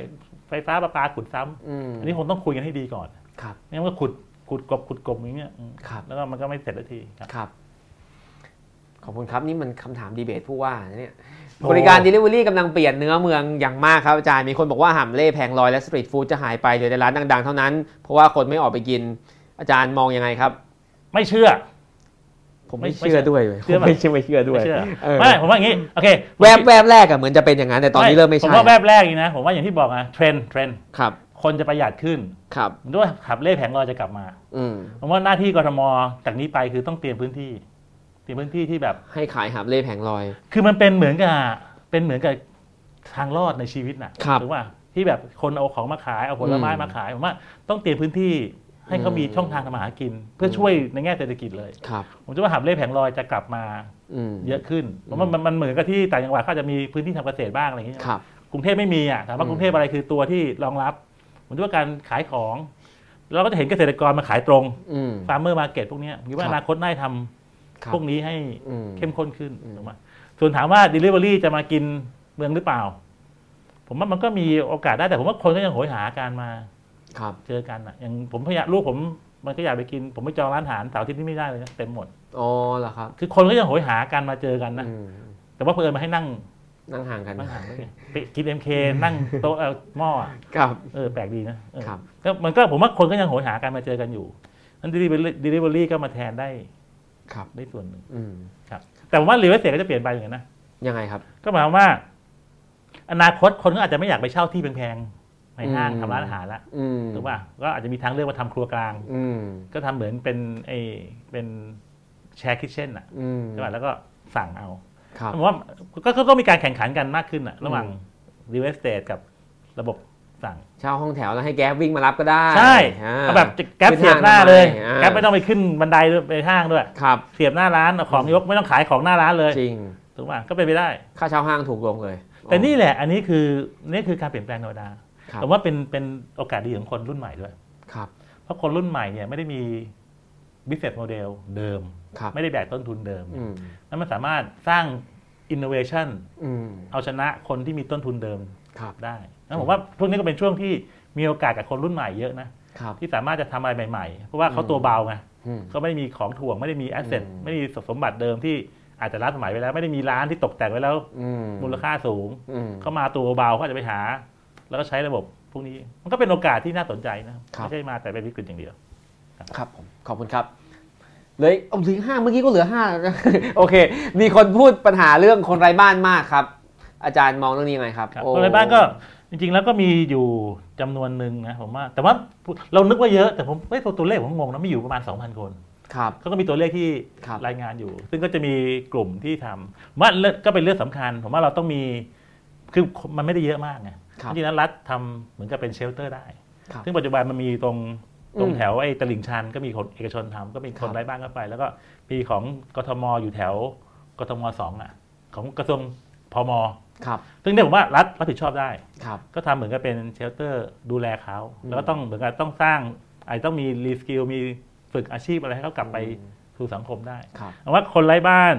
B: ไฟฟ้าประปาขุดซ้ำ
A: อืม
B: อันนี้คงต้องคุยกันให้ดีก่อน
A: ครับ
B: ไม่งั้นก็ขุดขุดกบขุดกบอย่างเงี้ยอืม
A: ครับ
B: แล้วก็มันก็ไม่เสร็จสักทีครับ
A: ครับ ขอบคุณครับนี่มันคำถามดีเบตผู้ว่านะเนี่ย
B: โอ้
A: บริการ Delivery กำลังเปลี่ยนเนื้อเมืองอย่างมากครับอาจารย์มีคนบอกว่าอาหารเล่แพงลอยและสตรีทฟู้ดจะหายไปเหลือแต่ร้านดังๆ เท่านั้น เพราะว่าคนไม่ออกไปกิน อาจารย์มองยังไงครับ
B: ไม่เชื่อ
A: ผมไม่
B: ไม่
A: เชื่อด้วย
B: เชื่อไหม
A: ไม่เชื่อไม่เชื่อด้วย
B: ไม่เชื่อ
A: เออ
B: ไม่ผมว่าอย่างงี้โอเค
A: แวบแวบแรกอะเหมือนจะเป็นอย่างนั้น แต่ตอนนี้เริ่มไม่
B: ผ
A: ใช่
B: มว่าแวบแรกนี่นะผมว่าอย่างที่บอกอะเทรนเทรน
A: ครับ
B: คนจะประหยัดขึ้น
A: ครับ
B: ด้วยขับเล่แผงลอยจะกลับมา
A: อืม
B: ผมว่าหน้าที่กทมจากนี้ไปคือต้องเตรียมพื้นที่ เตรียมพื้นที่ที่แบบ
A: ให้ขายหาบเล่แผงลอย
B: คือมันเป็นเหมือนกับเป็นเหมือนกับทางรอดในชีวิตนะครับ ถูกป่ะที่แบบคนเอาของมาขายเอาผลไม้
A: อืม
B: มาขายผมว่าต้องเตรียมพื้นที่ให้เขา
A: อืม
B: มีช่องทางทำมาหากิน เพื่อช่วยในแง่เศรษฐกิจเลย
A: ครับ
B: ผมจะว่าหาบเล่แผงลอยจะกลับมา
A: อืม
B: เยอะขึ้นเพราะ
A: อื
B: มัน
A: ม
B: มันมันเหมือนกับที่ต่างจังหวัดเขาจะมีพื้นที่ทำเกษตรบ้างอะไรอย่างเงี้ย
A: ครับ
B: กรุงเทพไม่มีอ่ะถามว่า
A: อืม
B: กรุงเทพอะไรคือตัวที่รองรับ ผมจะว่าการขายของ เราก็จะเห็นเกษตรกรมาขายตรง
A: อืม
B: ฟาร์มเมอร์มาเก็ตพวกเนี้ยผมคิด
A: ค
B: ว่า
A: รับ
B: อนาคตน่าจะท
A: ครับ
B: ำพวกนี้ให้
A: อืม
B: เข้มข้นขึ้น
A: อืม
B: ถูกไหมส่วนถามว่า Delivery จะมากินเมืองหรือเปล่า ผมว่ามันก็มีโอกาสได้แต่ผมว่าคนก็ยังโหยหาการมา
A: ครับ
B: เจอกันอ่ะอย่างผมพยายามลูกผมมันก็อยากไปกิน ผมไปจองร้านอาหารเสาร์อาที่นี่ไม่ได้เลยนะเต็มหมด
A: อ๋อเหรอครับ
B: คือคนก็ยังโหยหาการมาเจอกันนะ
A: อืม
B: แต่ว่าเพื่อนมาให้นั่ง
A: นั่งห่างกัน
B: นั่งหางด้วยไงไปกินเอ็มเคนั่งโต๊ะเอ่อหม้ออ่ะ
A: ครับ
B: เออแปลกดีนะเออ
A: ครับ
B: ก็มันก็ผมว่าคนก็ยังโหยหาการมาเจอกันอยู่นั้น Delivery Delivery ก็มาแทนได้
A: ครับ
B: ได้ส่วนหนึ่ง
A: อืม
B: แต่ผมว่ารีเวสเสียก็จะเปลี่ยนไปเหมือนกันนะ
A: ยังไงครับ
B: ก็หมายความว่า อนาคตคนก็อาจจะไม่อยากไปเช่าที่แพงๆในห้าง
A: อืม
B: ทำร้านอาหารละ
A: อืม
B: ถูกป่ะก็อาจจะมีทางเลือกมาทำครัวกลาง
A: อืม
B: ก็ทำเหมือนเป็นไอเป็นแชร์คิทเช่นอ่ะ
A: อืม
B: ใช่ป่ะแล้วก็สั่งเอา
A: ครับ
B: ผมว่าก็ก็ต้องมีการแข่งขันกันมากขึ้นอ่ะ ระหว่าง
A: อืม
B: รีเวสเต e กับระบบสั่ง
A: เช่าห้องแถวแล้วให้แก๊ปวิ่งมารับก็ได้
B: ใช่
A: อ่า
B: เอาแบบแก๊ป
A: ขึ้น
B: เสียบ
A: ห้าง
B: หน้าเลย
A: ทำไมอ่า
B: แก๊ปไม่ต้องไปขึ้นบันไดด้วยไปห้างด้วย
A: ครับ
B: เสียบหน้าร้านเอาของยกไม่ต้องขายของหน้าร้านเลย
A: จริง
B: ถูกป่ะก็เป็นไปได้
A: ค่าเช่าห้างถูกลงเลย
B: แต่นี่แหละ อันนี้คือนี่คือการเปลี่ยนแปลงธรรมดา
A: ครับ
B: แต่ว่าเป็นเป็นโอกาสดีของคนรุ่นใหม่ด้วย
A: ครับ
B: เพราะคนรุ่นใหม่เนี่ยไม่ได้มี business model เดิม
A: ครับ
B: ไม่ได้แบกต้นทุนเดิม
A: อืม
B: แล้วมันสามารถสร้าง innovation
A: อืม
B: เอาชนะคนที่มีต้นทุนเดิม
A: ครับ
B: ได้แล้วผมว่าช่วงนี้ก็เป็นช่วงที่มีโอกาสกับคนรุ่นใหม่เยอะนะครับ ที่สามารถจะทำอะไรใหม่ๆ เพราะว่าเขา
A: อืม
B: ตัวเบาไง
A: อืม
B: เขาไม่ได้มีของถ่วงไม่ได้มี asset
A: อืม
B: ไม่ได้มีสมบัติเดิมที่อาจจะล้าสมัยไปแล้วไม่ได้มีร้านที่ตกแต่งไว้แล้ว
A: อืม
B: มูลค่าสูง
A: อืม
B: เขามาตัวเบาเขาอาจจะไปหา แล้วก็ใช้ระบบพวกนี้ มันก็เป็นโอกาสที่น่าสนใจนะ
A: ครับ
B: ไม่ใช่มาแต่เป็นวิกฤตอย่างเดียว
A: ครับผมขอบคุณครับเหลยเอาถึงห้าเมื่อกี้ก็เหลือห้า (laughs) แล้วนะ โอเค มีคนพูดปัญหาเรื่องคนไร้บ้านมากครับ อาจารย์มองเรื่องนี้ยังไงครับ
B: ครับ
A: โอ้
B: คนไร้บ้านก็จริง ๆ แล้วก็มีอยู่จำนวนหนึ่งนะผมว่า แต่ว่าเรานึกว่าเยอะแต่ผมเอ้ยตัวตัวเลขผมงงนะมีอยู่ประมาณ 2,000 คน
A: ครับ
B: เขาก็มีตัวเลขที่
A: ครับ
B: รายงานอยู่ ซึ่งก็จะมีกลุ่มที่ทำผมว่าเรื่องก็เป็นเรื่องสำคัญ ผมว่าเราต้องมี คือมันไม่ได้เยอะมากไง
A: ครับ
B: จริงๆแล้วรัฐทำเหมือนกับเป็นเชลเตอร์ได้
A: ครับ
B: ซึ่งปัจจุบันมันมีตรงตรง
A: อืม
B: แถวไอ้ตลิ่งชันก็มีคนเอกชนทำก็มีค
A: ครั
B: น
A: บ
B: ไร้บ้านก็ไป แล้วก็มีของกทมอยู่แถวกทมสองอ่ะ ของกระทรวงพม
A: ครับ
B: ซึ่งเนี่ยผมว่ารัฐรับผิดชอบได้
A: ครับ
B: ก็ทำเหมือนกับเป็นเชลเตอร์ดูแลเขา
A: อืม
B: แล้วก็ต้องเหมือนกับต้องสร้างอาจจะต้องมีรีสกิลมีฝึกอาชีพอะไรให้เขากลับไป
A: อืม
B: สู่สังคมได้
A: ครับ
B: เอาว่าคนไร้บ้าน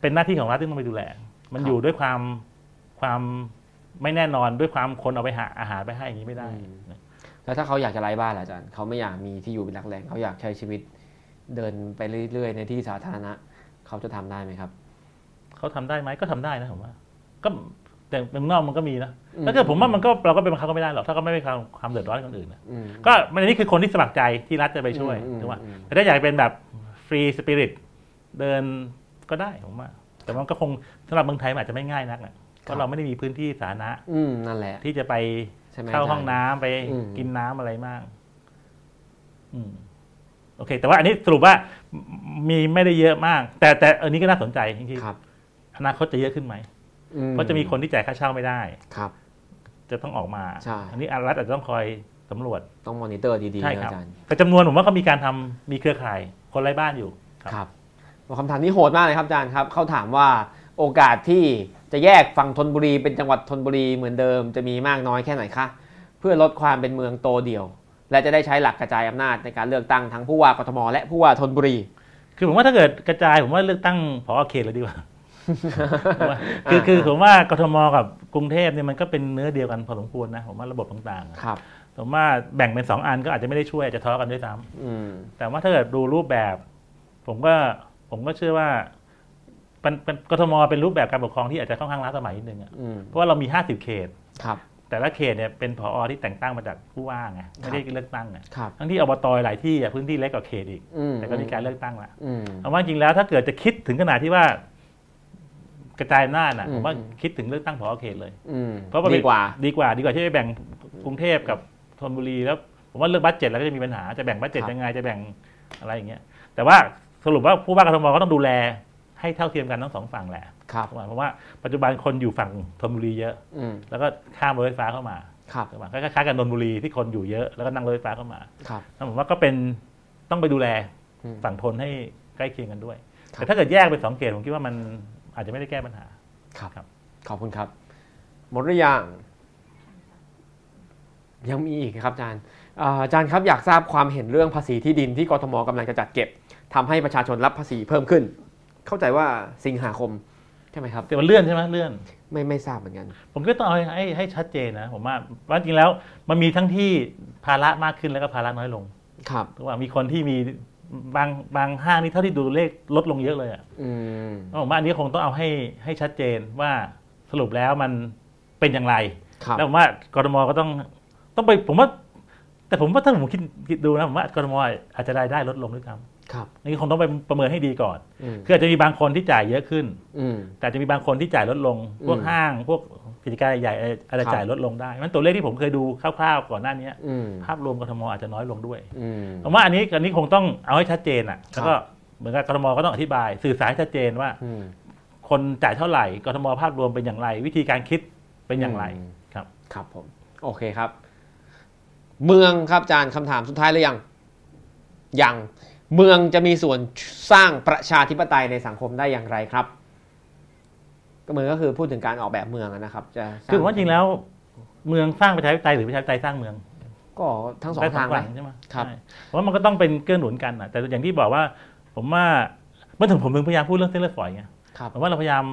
B: เป็นหน้าที่ของรัฐที่ต้องไปดูแล มั
A: ค
B: น
A: รับ
B: อยู่ด้วยความความไม่แน่นอนด้วยความคนเอาไปหาอาหารไปให้อย่างนี้ไม่ได้นะ
A: แล้วถ้าเขาอยากจะไร้บ้านล่ะอาจารย์เขาไม่อยากมีที่อยู่เป็นหลักแหล่งเขาอยากใช้ชีวิตเดินไปเรื่อยๆ ในที่สาธารณะเขาจะทำได้ไหมครับ
B: เขาทำได้ไหมก็ทำได้นะผมว่า ก็แต่เมืองนอกมันก็มีนะ
A: อืม
B: ถ้าเกิดผมว่ามันก็เราก็เป็นบังคับเขาไม่ได้หรอกถ้าเขาไม่ไปความความเดือดร้อนให้คนอื่นนะ
A: อืม
B: ก็มันอันนี้คือคนที่สมัครใจที่รัฐจะไปช่วย
A: อืม
B: ถูกไหม
A: อืม
B: แต่ถ้าอยากเป็นแบบฟรีสปิริตเดินก็ได้ผมว่า แต่มันก็คงสำหรับเมืองไทยมันอาจจะไม่ง่ายนักนะเพราะเราไม่ได้มีพื้นที่สาธารณะ
A: อืมนั่นแหละ
B: ที่จะไป
A: ใช่ไหม
B: เข้า
A: จรย์
B: ห้องน้ำไป
A: อืม
B: กินน้ำอะไรมากอืมโอเค แต่ว่าอันนี้สรุปว่ามีไม่ได้เยอะมาก แต่แต่อันนี้ก็น่าสนใจจริง
A: ครับ
B: ๆอนาคตจะเยอะขึ้นไหม
A: อื
B: เพราะจะมีคนที่จ่ายค่าเช่าไม่ได้
A: ครับ
B: จะต้องออกมา
A: ใช่
B: อันนี้รัฐอาจจะต้องคอยสำรวจ
A: ต้องมอนิเตอร์ดีๆ
B: ใช่
A: นะครับ อาจารย์
B: แต่จำนวนผมว่าเขามีการทำมีเครือข่ายคนไร้บ้านอยู่ ครับ
A: ครับคำถามนี้โหดมากเลยครับอาจารย์ครับเขาถามว่าโอกาสที่จะแยกฝั่งธนบุรีเป็นจังหวัดธนบุรีเหมือนเดิมจะมีมากน้อยแค่ไหนคะเพื่อลดความเป็นเมืองโตเดี่ยว และจะได้ใช้หลักกระจายอำนาจในการเลือกตั้งทั้งผู้ว่ากทมและผู้ว่าธนบุรี
B: คือผมว่าถ้าเกิดกระจายผมว่าเลือกตั้งพอเขตเลยดีกว่า (laughs) ผมว่าคือคือผมว่ากทมกับกรุงเทพเนี่ยมันก็เป็นเนื้อเดียวกันพอสมควรนะผมว่าระบบต่างๆอะ
A: ครับ
B: ผมว่าแบ่งเป็นสองอันก็อาจจะไม่ได้ช่วยอาจจะทะเลาะกันด้วยซ้
A: อืม
B: ำแต่ว่าถ้าเกิดดูรูปแบบ ผมก็ผมก็เชื่อว่าเป็นเป็นกทมเป็นรูปแบบการปกครองที่อาจจะค่อนข้างล้าสมัยนิดนึงอะ
A: อืม
B: เพราะว่าเรามี 50 เขต
A: ครับ
B: แต่ละเขตเนี่ยเป็นผอที่แต่งตั้งมาจากผู้ว่าไงไม่ได้เลือกตั้งไง
A: ครับ
B: ทั้งที่อบตหลายที่อะพื้นที่เล็กกว่าเขตอีก
A: อืม
B: แต่ก็มีการเลือกตั้งละ
A: อืม
B: เอาว่าจริงแล้วถ้าเกิดจะคิดถึงขนาดที่ว่ากระจายอำนาจน่ะ
A: อืม
B: ผมว่าคิดถึงเลือกตั้งผอเขตเลย
A: อืม
B: เพราะมันเป็
A: ดี
B: น
A: กว่า
B: ดีกว่าดีกว่าที่ไปแบ่งกรุงเทพกับธนบุรีแล้ว ผมว่าเรื่องบัตเจ็ตแล้วก็จะมีปัญหาจะแบ่งบัตเจ็ต
A: ครับ
B: ยังไงจะแบ่งอะไรอย่างเงี้ยแต่ว่าสรุปว่าผู้ว่ากทมก็ต้องดูแลให้เท่าเทียมกันทั้งสองฝั่งแหละ
A: ครับ
B: เพราะว่าปัจจุบันคนอยู่ฝั่งธนบุรีเยอะ
A: อืม
B: แล้วก็ข้ามรถไฟฟ้าเข้ามา
A: ครับ
B: ถูกปะก็คล้ายๆกับนนทบุรีที่คนอยู่เยอะแล้วก็นั่งรถไฟฟ้าเข้ามา
A: ครับ
B: แล้วผมว่าก็เป็นต้องไปดูแล
A: อืม
B: ฝั่งทนให้ใกล้เคียงกันด้วย
A: ครับ
B: แต่ถ้าเกิดแยกเป็นสองเกตผมคิดว่ามันอาจจะไม่ได้แก้ปัญหา
A: ครับ
B: ครับ
A: ขอบคุณครับ หมดหรือยัง ยังมีอีกครับอาจารย์อ่าอาจารย์ครับอยากทราบความเห็นเรื่องภาษีที่ดินที่กทมกำลังจะจัดเก็บทำให้ประชาชนรับภาษีเพิ่มขึ้น เข้าใจว่าสิงหาคม ใช่ไหมครับ
B: แต่มันเลื่อนใช่ไหมเลื่อน
A: ไม่ไม่ทราบเหมือนกัน
B: ผมก็ต้องเอาให้ให้ให้ชัดเจนนะผมว่าว่าจริงแล้วมันมีทั้งที่ภาระมากขึ้นแล้วก็ภาระน้อยลง
A: ครับ
B: ถูกว่ามีคนที่มีบางบางห้างนี่เท่าที่ดูเลขลดลงเยอะเลยอะ
A: อืม
B: ผมว่าอันนี้คงต้องเอาให้ให้ชัดเจนว่าสรุปแล้วมันเป็นอย่างไร
A: ครับ
B: แล้วผมว่ากรมก็ต้องต้องไปผมว่า แต่ผมว่าถ้าผมคิดคิดดูนะผมว่ากรมอาจจะรายได้ลดลงด้วยซ้ำ
A: ครับ
B: อันนี้คงต้องไปประเมินให้ดีก่อน
A: อืม
B: คืออาจจะมีบางคนที่จ่ายเยอะขึ้น
A: อืม
B: แต่อาจจะมีบางคนที่จ่ายลดลง พวก
A: อืม
B: ห้าง พวกกิจการใหญ่ๆอะไรอาจ
A: ค
B: จะ
A: รับ
B: จ่ายลดลงได้มันตัวเลขที่ผมเคยดูคร่าวๆก่อนหน้านี้
A: อืม
B: ภาพรวมกทมอาจจะน้อยลงด้วย
A: อืม
B: ผมว่าอันนี้อันนี้คงต้องเอาให้ชัดเจนอ่ะ
A: ครับ
B: แล้วก็เหมือนกับกทมก็ต้องอธิบาย สื่อสารให้ชัดเจนว่า
A: อืม
B: คนจ่ายเท่าไหร่กทมภาพรวมเป็นอย่างไร วิธีการคิดเป็นอย่างไร
A: อืม
B: ครับ
A: ครับผม โอเคครับ เมืองครับอาจารย์คำถามสุดท้ายหรือยังยังเมืองจะมีส่วนสร้างประชาธิปไตยในสังคมได้อย่างไรครับก็เมืองก็คือพูดถึงการออกแบบเมืองอะนะครับ จะส
B: คือผมว่าจริงแล้ว เมืองสร้างประชาธิปไตยหรือประชาธิปไตยสร้างเมือง
A: ก็ทั้งสองทางไหม
B: ได้ใช่ไหม
A: ครับ
B: ใช่เพราะว่ามันก็ต้องเป็นเกื้อหนุนกันอ่ะ แต่อย่างที่บอกว่า ผมว่าเมื่อถึงผมถึงพยายามพูดเรื่องเส้นเลือดฝอยไง
A: ครับ
B: ผมว่าเราพยายาม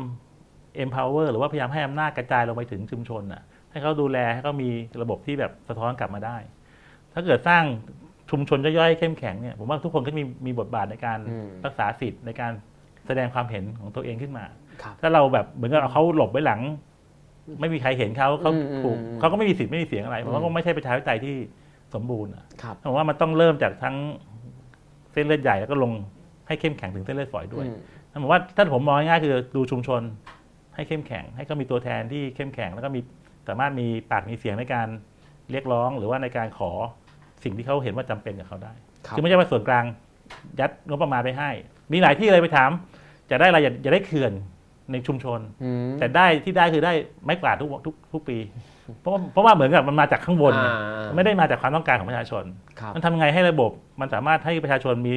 B: empower หรือว่าพยายามให้อำนาจกระจายลงไปถึงชุมชนอ่ะ ให้เขาดูแลให้เขามีระบบที่แบบสะท้อนกลับมาได้ ถ้าเกิดสร้างชุมชนย่อยๆเข้มแข็งเนี่ยผมว่าทุกคนก็มีมีบทบาทในการ
A: อืม
B: รักษาสิทธิ์ในการแสดงความเห็นของตัวเองขึ้นมา
A: ครับ
B: ถ้าเราแบบเหมือนกับเอาเขาหลบไว้หลัง ไม่มีใครเห็นเขาเขา
A: อืมอืม
B: ถูก
A: อืม
B: เขาก็ไม่มีสิทธิ์ไม่มีเสียงอะไรผมว่า
A: อืม
B: ก็ไม่ใช่ประชาธิปไตยที่สมบูรณ์อ่ะ
A: ครับ
B: ผมว่ามันต้องเริ่มจากทั้งเส้นเลือดใหญ่แล้วก็ลงให้เข้มแข็งถึงเส้นเลือดฝอยด้วย
A: อืม
B: ผมว่าถ้าผมมองง่ายๆคือดูชุมชนให้เข้มแข็ง ให้เขามีตัวแทนที่เข้มแข็ง แล้วก็มีสามารถมีปากมีเสียงในการเรียกร้อง หรือว่าในการขอสิ่งที่เขาเห็นว่าจำเป็นกับเขาได้
A: ครับ
B: คือไม่ใช่ว่าส่วนกลางยัดงบประมาณไปให้ มีหลายที่เลยไปถามจะได้อะไรอย่าอย่าได้เขื่อน ในชุมชน
A: อืม
B: แต่ได้ที่ได้คือได้ไม้กวาดทุกทุกทุก
A: (laughs)
B: ปี เพราะเพราะว่าเหมือนกับมันมาจากข้างบน
A: อ่า
B: ไม่ได้มาจากความต้องการของประชาชน
A: ครับ
B: มันทำไงให้ระบบมันสามารถให้ประชาชนมี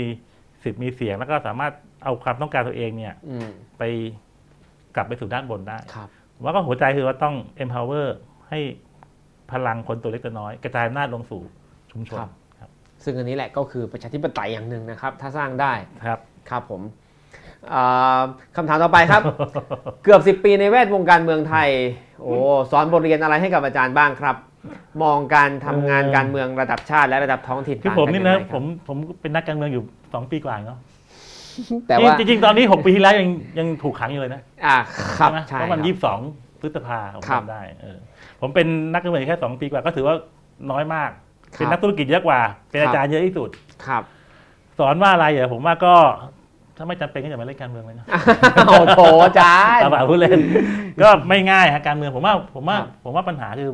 B: สิทธิ์มีเสียง แล้วก็สามารถเอาความต้องการตัวเองเนี่ย
A: อืม
B: ไปกลับไปสู่ด้านบนได้
A: ครับ
B: ผมว่าก็หัวใจคือว่าต้อง empower ให้พลังคนตัวเล็กตัวน้อย กระจายอำนาจลงสู่ชุมชนครับ
A: ซึ่งอันนี้แหละก็คือประชาธิปไตยอย่างหนึ่งนะครับ ถ้าสร้างได้
B: ครับ
A: ครับผมอ่าคำถามต่อไปครับ เกือบ 10 ปีในแวดวงการเมืองไทย โอ้สอนบทเรียนอะไรให้กับอาจารย์บ้างครับ มองการทำงาน
B: เอ่อ
A: การเมืองระดับชาติและระดับท้องถิ่น
B: คือ
A: ต่าง
B: ผม
A: กั
B: นี่
A: ยังไง
B: นะครับ ผมผมเป็นนักการเมืองอยู่ 2 ปีกว่าเนาะ
A: แต่ว่า
B: จริงจริงๆตอนนี้ 6 ปีที่แล้วยังยังถูกขังอยู่เลยนะ
A: อ่าครับ
B: ไหม
A: ใช่
B: เพราะมัน
A: ครับ
B: 22 พฤษภาผม
A: ครับ
B: จำได้เออผมเป็นนักการเมืองแค่ 2 ปีกว่าก็ถือว่าน้อยมาก
A: ครับ
B: เป็นนักธุรกิจเยอะกว่า เป็นอาจารย์เยอะที่สุด
A: ครับ
B: สอนว่าอะไรเหรอผมว่าก็ถ้าไม่จำเป็นก็อย่ามาเล่นการเมืองเลยนะ
A: โอ้โหอาจารย์
B: ตาบ่าพูด
A: (laughs)
B: เล่น ก็ไม่ง่ายฮะการเมืองผมว่าผมว่า
A: ครับ
B: ผมว่าปัญหาคือ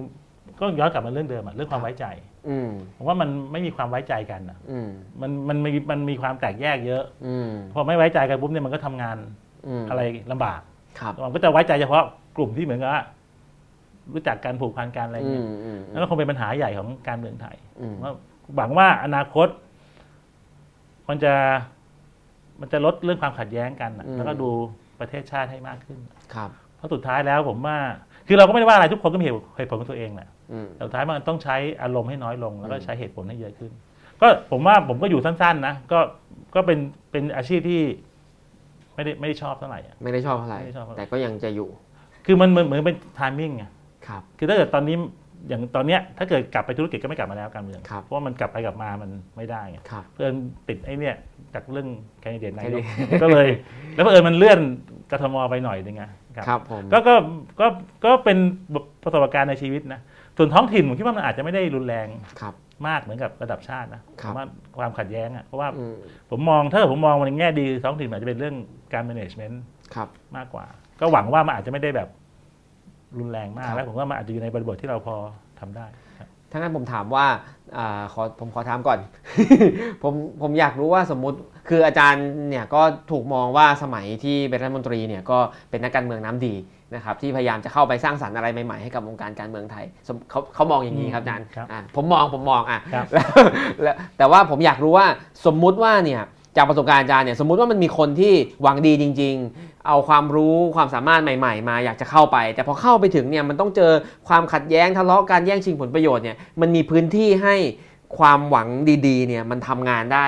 B: ก็ย้อนกลับมาเรื่องเดิมอะเรื่องความไว้ใจ
A: อืม
B: ผมว่ามันไม่มีความไว้ใจกันอะ
A: อืม
B: มันมันมีมันมีความแตกแยกเยอะ
A: อืม
B: พอไม่ไว้ใจกันปุ๊บเนี่ยมันก็ทำงาน
A: อืม
B: อะไรลำบาก
A: ครับ
B: มันก็จะไว้ใจเฉพาะกลุ่มที่เหมือนกับว่ารู้จักการผูกพันกันอะไร
A: อื
B: เงี้
A: ม
B: ย
A: อืม
B: แล้วก็คงเป็นปัญหาใหญ่ของการเมืองไทย
A: อืม
B: ว่าหวังว่าอนาคต มันจะมันจะลดเรื่องความขัดแย้งกันน่ะแล้วก็ดูประเทศชาติให้มากขึ้น
A: ครับ
B: เพราะสุดท้ายแล้วผมว่า คือเราก็ไม่ได้ว่าอะไรทุกคนก็มีเหตุเหตุผลของตัวเองแหละ
A: อืม
B: แต่สุดท้ายมันต้องใช้อารมณ์ให้น้อยลง แล้วก็
A: อืม
B: ใช้เหตุผลให้เยอะขึ้น ก็ผมว่าผมก็อยู่สั้นๆนะก็ก็เป็นเป็นอาชีพที่ไม่ได้ไม่ได้ชอบเท่าไหร่อะ
A: ไม่ได้ชอบเท่าไหร่
B: ไม่ได้ชอบเท่าไหร่
A: แต่ก็ยังจะอยู่
B: คือมันเหมือนเหมือนเป็นไทมิ่งไง
A: ครับ
B: คือถ้าเกิดตอนนี้อย่างตอนเนี้ยถ้าเกิดกลับไปธุรกิจก็ไม่กลับมาแล้วการเมือง
A: ครับ
B: เพราะว่ามันกลับไปกลับมามันไม่ได้ไง
A: ครับ
B: เพื่อนติดไอ้เนี่ยจากเรื่องแคนดิเดตน (laughs) ายก
A: Candidate
B: ก็เลย แล้วเออญมันเลื่อนกทมไปหน่อยนึงไงครับ
A: ครับผม
B: ก็ก็ก็ก็เป็นประสบการณ์ในชีวิตนะส่วนท้องถิ่นผมคิดว่ามันอาจจะไม่ได้รุนแรง
A: ครับ
B: มากเหมือนกับระดับชาตินะครับ ผมว่าความขัดแย้งอ่ะเพราะว่า
A: อืม
B: ผมมองถ้าเกิดผมมองในแง่ดีท้องถิ่นมันอาจจะเป็นเรื่องการ management
A: ครับ
B: มากกว่า ก็หวังว่ามันอาจจะไม่ได้แบบรุนแรงมา
A: ครั
B: ก
A: บ
B: แล้วผมว่ามันอาจจะอยู่ในบริบทที่เราพอทำได้ครับ
A: ถ้างั้นผมถามว่าอาขอผมขอถามก่อน (laughs) ผมผมอยากรู้ว่าสมมติคืออาจารย์เนี่ยก็ถูกมองว่าสมัยที่เป็นรัฐมนตรีเนี่ยก็เป็นนักการเมืองน้ำดีนะครับที่พยายามจะเข้าไปสร้างสรรค์อะไรใหม่ๆให้กับวงการการเมืองไทยสมเขาเขามองอย่างนี้ครับอาจารย์
B: ครับ
A: อ่ะผมมองผมมองอ่ะ
B: ครับ
A: แล้วแล้ว (laughs) แต่ว่าผมอยากรู้ว่าสมมุติว่าเนี่ยจากประสบการณ์อาจารย์เนี่ยสมมุติว่ามันมีคนที่หวังดีจริง ๆ เอาความรู้ความสามารถใหม่ๆ มาอยากจะเข้าไป แต่พอเข้าไปถึงเนี่ยมันต้องเจอความขัดแย้งทะเลาะการแย่งชิงผลประโยชน์เนี่ยมันมีพื้นที่ให้ความหวังดีๆเนี่ยมันทำงานได้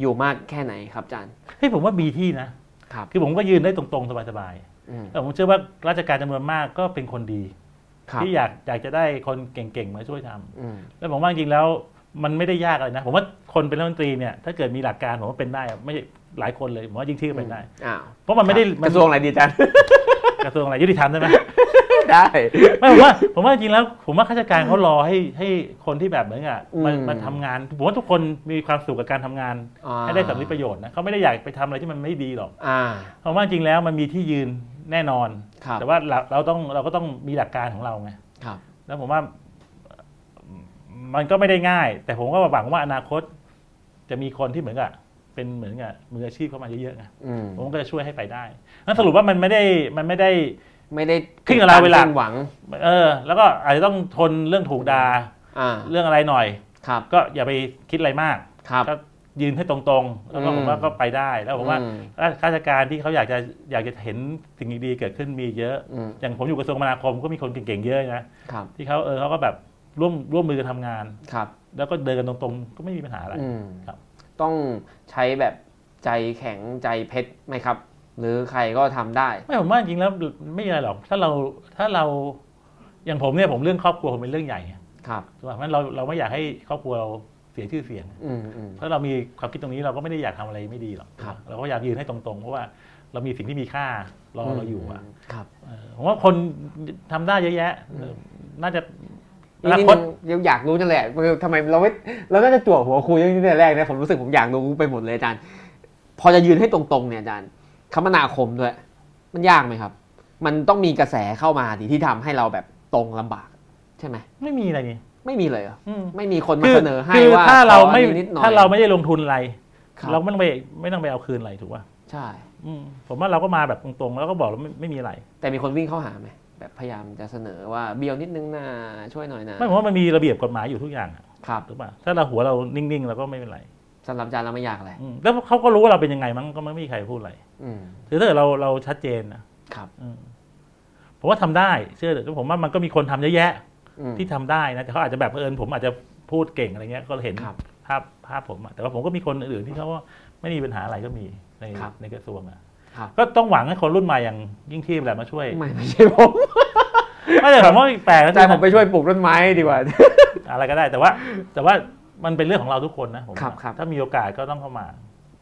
A: อยู่มากแค่ไหนครับอาจารย์
B: เฮ้ยผมว่ามีที่นะครับคือผมก็ยืนได้ตรงๆ สบาย
A: อืม
B: ๆแต่ผมเชื่อว่าราชการจำนวนมากก็เป็นคนดี
A: ครับ
B: ที่อยากอยากจะได้คนเก่งๆมาช่วยทำ
A: อืม
B: แล้วผมว่าจริงๆแล้วมันไม่ได้ยากอะไรนะ ผมว่าคนเป็นรัฐมนตรีเนี่ยถ้าเกิดมีหลักการผมว่าเป็นได้อะไม่หลายคนเลยผมว่ายิ่งที่ก็เป็นได้
A: อ้าว
B: เพราะมันไม่ได้
A: ครับ
B: มั
A: ก
B: น
A: ระทรวงอะไรดีอาจารย์ (laughs)
B: กระทรวงอะไรยุติธรรมใช่ไหม
A: ได้
B: ไม่ผมว่าผมว่าจริงๆแล้ว ผมว่าข้าราชการเขารอให้ให้คนที่แบบเหมือนกับมามาทำงานผมว่าทุกคนมีความสุขกับการทำงาน ให้ได้สำลิดประโยชน์นะเขาไม่ได้อยากไปทำอะไรที่มันไม่ดีหรอก
A: อ่า
B: เพราะว่าจริงๆแล้วมันมีที่ยืนแน่นอน
A: ครับ
B: แต่ว่าเราเราต้องเราก็ต้องมีหลักการของเราไง
A: ครับ
B: แล้วผมว่ามันก็ไม่ได้ง่าย แต่ผมก็หวังว่าอนาคต จะมีคนที่เหมือนกับเป็นเหมือนกับมืออาชีพเข้ามาเยอะๆไง
A: อืม
B: ผมก็จะช่วยให้ไปได้นั่นสรุปว่ามันไม่ได้มันไม่ได้
A: ไม่ได้
B: ขึ้นกับเราเวลา
A: คดหวัง
B: เออ แล้วก็อาจจะต้องทนเรื่องถูกด่า
A: อ่า
B: เรื่องอะไรหน่อย
A: ครับ
B: ก็อย่าไปคิดอะไรมาก
A: ครับ
B: ก็ยืนให้ตรงๆ แล้วก็
A: อืม
B: ผมว่าก็ไปได้ แล้วผมว่า
A: อืม
B: ข้าราชการที่เขาอยากจะอยากจะเห็นสิ่งดีๆเกิดขึ้นมีเยอะ
A: อืม
B: อย่างผมอยู่กระทรวงคมนาคมก็มีคนเก่งๆเยอะนะครับ ที่เขาเออเขาก็แบบร่วมร่วมมือกันทำงาน
A: ครับ
B: แล้วก็เดินกันตรงๆ ก็ไม่มีปัญหาอะไร
A: อืม
B: ครับ
A: ต้องใช้แบบใจแข็งใจเพชรไหมครับ หรือใครก็ทำได้
B: ไม่ผมว่าจริงๆแล้วไม่มีอะไรหรอกถ้าเราถ้าเราอย่างผมเนี่ยผมเรื่องครอบครัวผมเป็นเรื่องใหญ่ไง
A: ครับ
B: ถูกไหมเพราะฉะนั้นเราเราไม่อยากให้ครอบครัวเราเสียชื่อเสียง
A: อืมอืม
B: เพราะเรามีความคิดตรงนี้เราก็ไม่ได้อยากทำอะไรไม่ดีหรอก
A: ครับ
B: เราก็อยากยืนให้ตรงๆ เพราะว่าเรามีสิ่งที่มีค่ารอเราอยู่อะ
A: ครับ
B: เออผมว่าคนทำได้เยอะแยะ
A: อืม
B: น่าจะอ
A: นี่
B: นา
A: นี่
B: คต
A: ยังอยากรู้จังแหละคือทำไมเราไม่เราน่าจะจั่วหัวคุยเรื่องนี้แต่แรกนะผมรู้สึกผมอยากรู้ไปหมดเลยอาจารย์ พอจะยืนให้ตรงๆเนี่ยอาจารย์คมนาคมด้วย มันยากไหมครับ มันต้องมีกระแสเข้ามาดิที่ทำให้เราแบบตรงลำบาก ใช่ไหม
B: ไม่มีอะไรนี่
A: ไม่มีเลยเหรอ
B: อืม
A: ไม่มีคนมา
B: คือ
A: เสนอให้
B: คือ
A: ว่า
B: ถ้าเรา
A: ขออัน
B: ไม่
A: นี้นิดหน่อย
B: ถ้าเราไม่ได้ลงทุนอะไร
A: ครับ
B: เราไม่ต้องไปไม่ต้องไปเอาคืนอะไรถูกป่ะ
A: ใช่
B: อืมผมว่าเราก็มาแบบตรงๆ แล้วก็บอกแล้วไม่ไม่มีอะไร
A: แต่มีคนวิ่งเข้าหาไหมแบบพยายามจะเสนอว่าเบียวนิดนึงนะช่วยหน่อยนะ
B: ไม่ผมว่ามันมีระเบียบกฎหมายอยู่ทุกอย่างอะ
A: ครับ
B: ถูกป่ะถ้าเราหัวเรานิ่งๆเราก็ไม่เป็นไร
A: สำหรับอาจารย์เราไม่อยากอะไร
B: อืมแล้วเขาก็รู้ว่าเราเป็นยังไงมั้งก็ไม่มีใครพูดอะไร
A: อืม
B: คือถ้าเกิดเราเราชัดเจนนะครับ อืมผมว่าทำได้เชื่อเถอะผมว่ามันก็มีคนทำเยอะแยะ
A: อืม
B: ที่ทำได้นะแต่เขาอาจจะแบบเผอิญผมอาจจะพูดเก่งอะไรเงี้ยก็เห็น
A: ครับ
B: ภาพภาพผมอะแต่ว่าผมก็มีคนอื่นๆที่เขาว่าไม่มีปัญหาอะไรก็มีใน
A: ครับ
B: ในกระทรวงอะ
A: ครับ
B: ก็ต้องหวังให้คนรุ่นใหม่อย่างยิ่งที่แหละมาช่วย
A: ไม่ไม่ใช่ผม
B: ไม่แต่ผมว่าแปลกนะ
A: อาจารย์ผมไปช่วยปลูกต้นไม้ดีกว่า
B: อะไรก็ได้แต่ว่า แต่ว่ามันเป็นเรื่องของเราทุกคนนะผม
A: ครับครับ
B: ถ้ามีโอกาสก็ต้องเข้ามา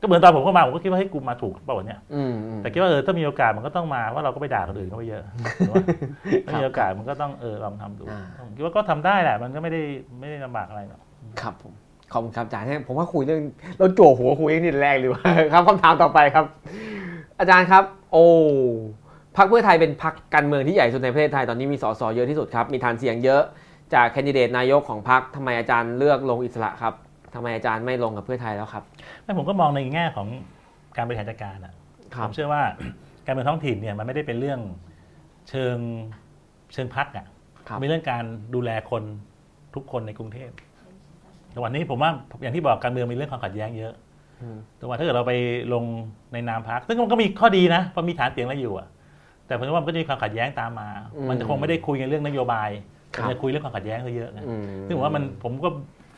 B: ก็เหมือนตอนผมเข้ามาผมก็คิดว่าให้ยกูมาถูกเปล่าวะเนี่ย
A: อืมอืม
B: แต่คิดว่าเออถ้ามีโอกาสมันก็ต้องมาว่าะเราก็ไปด่าคนอื่นเขาไป
A: (laughs)
B: เยอะถูกปะถ้ามีโอกาสมันก็ต้องเออลองทำดู
A: อ่า
B: ผมคิดว่าก็ทำได้แหละมันก็ไม่ได้ไม่ได้ลำบากอะไรหรอก
A: ครับผมขอบคุณครับอาจารย์ผมว่าคุยเรื่องเราจั่วหัวคุยเรื่องนี้แรกเลยว่า (laughs) ครับคำถามต่อไปครับ อาจารย์ครับ โอ้พักเพื่อไทยเป็นพักการเมืองที่ใหญ่สุดในประเทศไทยตอนนี้มีสสเยอะที่สุดครับ มีฐานเสียงเยอะจากแคนดิเดตนายกของพักทำไมอาจารย์เลือกลงอิสระครับทำไมอาจารย์ไม่ลงกับเพื่อไทยแล้วครับ
B: ไม่ผมก็มองในแง่ของการบริหารจัดการอะผมเชื่อว่า (clears throat) การเมืองท้องถิ่นเนี่ยมันไม่ได้เป็นเรื่องเชิงเชิงพักอ่ะ
A: ครับ
B: มีเรื่องการดูแลคนทุกคนในกรุงเทพแต่วันนี้ผมว่าอย่างที่บอกการเมืองมีเรื่องความขัดแย้งเยอะ
A: อืม
B: แต่ว่าถ้าเกิดเราไปลงในนามพักซึ่งมันก็มีข้อดีนะเพราะมีฐานเสียงแล้วอยู่อะแต่ผมว่ามันก็จะมีความขัดแย้งตามมา
A: อืม
B: มันจะคงไม่ได้คุยกันเรื่องนโยบาย
A: ครั
B: แต่
A: บ
B: มันจะคุยเรื่องความขัดแย้งซะเยอะไง
A: อื
B: ซึ่งผมว่ามันผมก็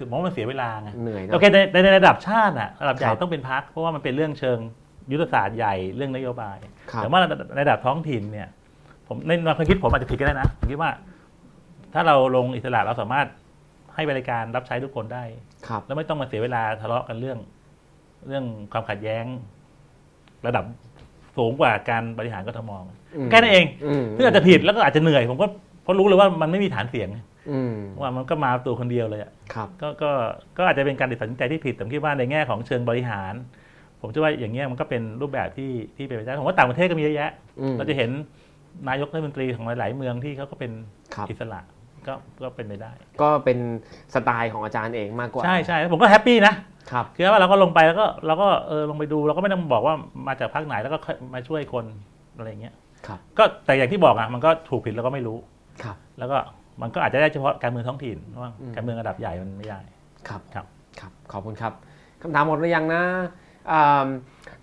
B: ผมว่ามันเสียเวลาไง
A: เหนื่อยเน
B: โอ
A: อะ
B: เคในในในระดับชาติอะระดับใหญ่
A: ครับ
B: ต้องเป็นพักเพราะว่ามันเป็นเรื่องเชิงยุทธศาสตร์ใหญ่เรื่องนโยบาย
A: ครับ
B: แต่ว่าระดับระดับท้องถิ่นเนี่ย ผมในในความคิดผมอาจจะผิดก็ได้นะผมคิดว่า ถ้าเราลงอิสระเราสามารถให้บริการรับใช้ทุกคนได้
A: ครับ
B: แล้วไม่ต้องมาเสียเวลาทะเลาะกันเรื่อง เรื่องความขัดแย้ง ระดับสูงกว่าการบริหารกทม แค่นั้นเอง
A: ม
B: ซึ่งอาจจะผิดแล้วก็อาจจะเหนื่อย ผมก็เพราะรู้เลยว่ามันไม่มีฐานเสียง
A: อืม
B: ว่ามันก็มาตัวคนเดียวเลยอะ
A: ครับ
B: ก็ก็ก็อาจจะเป็นการตัดสินใจที่ผิดแต่ผมคิดว่าในแง่ของเชิงบริหาร ผมเชื่อว่าอย่างเงี้ยมันก็เป็นรูปแบบที่ที่เป็นไปได้ผมว่าต่างประเทศก็มีเยอะแยะ
A: อืม
B: เราจะเห็นนายกรัฐมนตรีของหลาย ๆ เมืองที่เขาก็เป็น
A: ครับ
B: อิสระก็ก็เป็นไปได้
A: ก็เป็นสไตล์ของอาจารย์เองมากกว่า
B: ใช่ใช่แล้วผมก็แฮปปี้นะครับ คือว่าเราก็ลงไปแล้วก็เราก็เออลงไปดูเราก็ไม่ต้องบอกว่ามาจากพรรคไหนแล้วก็ค่อยมาช่วยคนอะไรอย่างเงี้ย
A: ครับ
B: ก็แต่อย่างที่บอกอ่ะมันก็ถูกผิดเราก็ไม่รู้
A: ครับ
B: แล้วก็มันก็อาจจะได้เฉพาะการเมืองท้องถิ่นว่า
A: อืม
B: การเมืองระดับใหญ่มันไม่ได้
A: ครับ
B: ครับ
A: ครับ ขอบคุณครับคำถามหมดหรือยังนะอ่า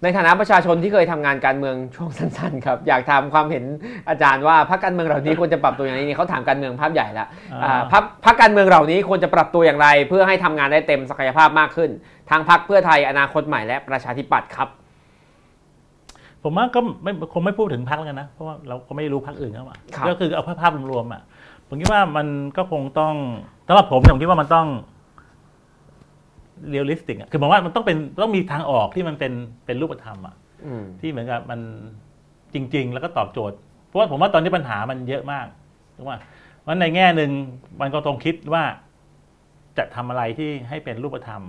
A: ในฐานะประชาชนที่เคยทำงานการเมือง (laughs) ช่วงสั้นๆครับ อยากถามความเห็นอาจารย์ว่าพรรคการเมืองเหล่านี้ควรจะปรับตัวอย่างไรนี่เขาถามการเมืองภาพใหญ่ละอ่าพรรคพรรคการเมืองเหล่านี้ควรจะปรับตัวอย่างไร เพื่อให้ทำงานได้เต็มศักยภาพมากขึ้น ทางพรรคเพื่อไทยอนาคตใหม่และประชาธิปัตย์ครับ
B: ผมว่าก็ไม่คงไม่พูดถึงพักแล้วกันนะ เพราะว่าเราก็ไม่รู้พักอื่นเข้ามา
A: ครับ
B: ก็คือเอาภาพรวมๆอ่ะผมคิดว่ามันก็คงต้องสำหรับผมเนี่ยผมคิดว่ามันต้องเรียลลิสติกอ่ะคือหมายว่ามันต้องเป็นต้องมีทางออกที่มันเป็นเป็นรูปธรรมอ่ะ
A: อืม
B: ที่เหมือนกับมันจริง ๆ แล้วก็ตอบโจทย์ เพราะว่าผมว่าตอนนี้ปัญหามันเยอะมากถูกไหมเพราะฉะนั้นในแง่หนึ่งมันก็ต้องคิดว่าจะทำอะไรที่ให้เป็นรูปธรรม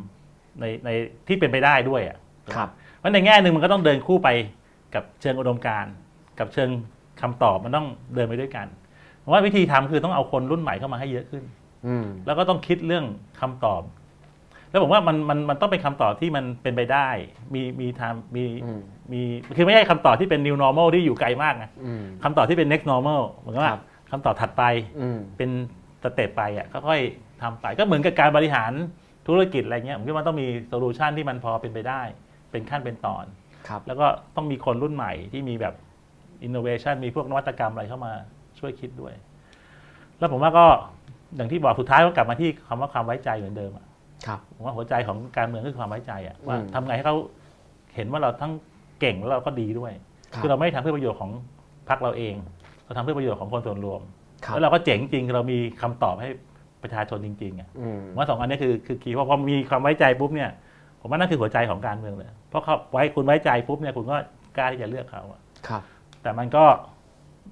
B: ในในที่เป็นไปได้ด้วยอ่ะ
A: ครับ
B: เพราะในแง่หนึ่งมันก็ต้องเดินคู่ไปกับเชิงอุดมการณ์กับเชิงคำตอบมันต้องเดินไปด้วยกันผมว่าวิธีทำคือต้องเอาคนรุ่นใหม่เข้ามาให้เยอะขึ้น
A: อืม
B: แล้วก็ต้องคิดเรื่องคำตอบ แล้วผมว่ามันมันมันต้องเป็นคำตอบที่มันเป็นไปได้ มีมีทางมี
A: อืม
B: มีคือไม่ใช่คำตอบที่เป็น new normal ที่อยู่ไกลมากนะ
A: อืม
B: คำตอบที่เป็น next normal เหมือนกับว่า
A: ครับ
B: คำตอบถัดไป
A: อืม
B: เป็นสเต็ปไปอ่ะค่อยๆทำไปก็เหมือนกับการบริหารธุรกิจอะไรเงี้ยผมคิดว่ามันต้องมีโซลูชันที่มันพอเป็นไปได้ เป็นขั้นเป็นตอน
A: ครับ
B: แล้วก็ต้องมีคนรุ่นใหม่ที่มีแบบอินโนเวชันมีพวกนวัตกรรมอะไรเข้ามาช่วยคิดด้วย แล้วผมว่าก็อย่างที่บอกสุดท้ายก็กลับมาที่คำว่าความไว้ใจเหมือนเดิมอะ
A: ครับ
B: ผมว่าหัวใจของการเมืองคือความไว้ใจอะ
A: อืม
B: ว่าทำไงให้เขาเห็นว่าเราทั้งเก่งแล้วเราก็ดีด้วย
A: ครับ
B: คือเราไม่ได้ทำเพื่อประโยชน์ของพรรคเราเองเราทำเพื่อประโยชน์ของคนส่วนรวม
A: ครับ
B: แล้วเราก็เจ๋งจริงคือเรามีคำตอบให้ประชาชนจริงๆอะ
A: อืม
B: ผมว่าสองอันนี้คือคือคีย์เพราะพอมีความไว้ใจปุ๊บเนี่ย ผมว่านั่นคือหัวใจของการเมืองเลย เพราะเขาไว้คุณไว้ใจปุ๊บเนี่ยคุณก็กล้าที่จะเลือกเขาอะ
A: ครับ
B: แต่มันก็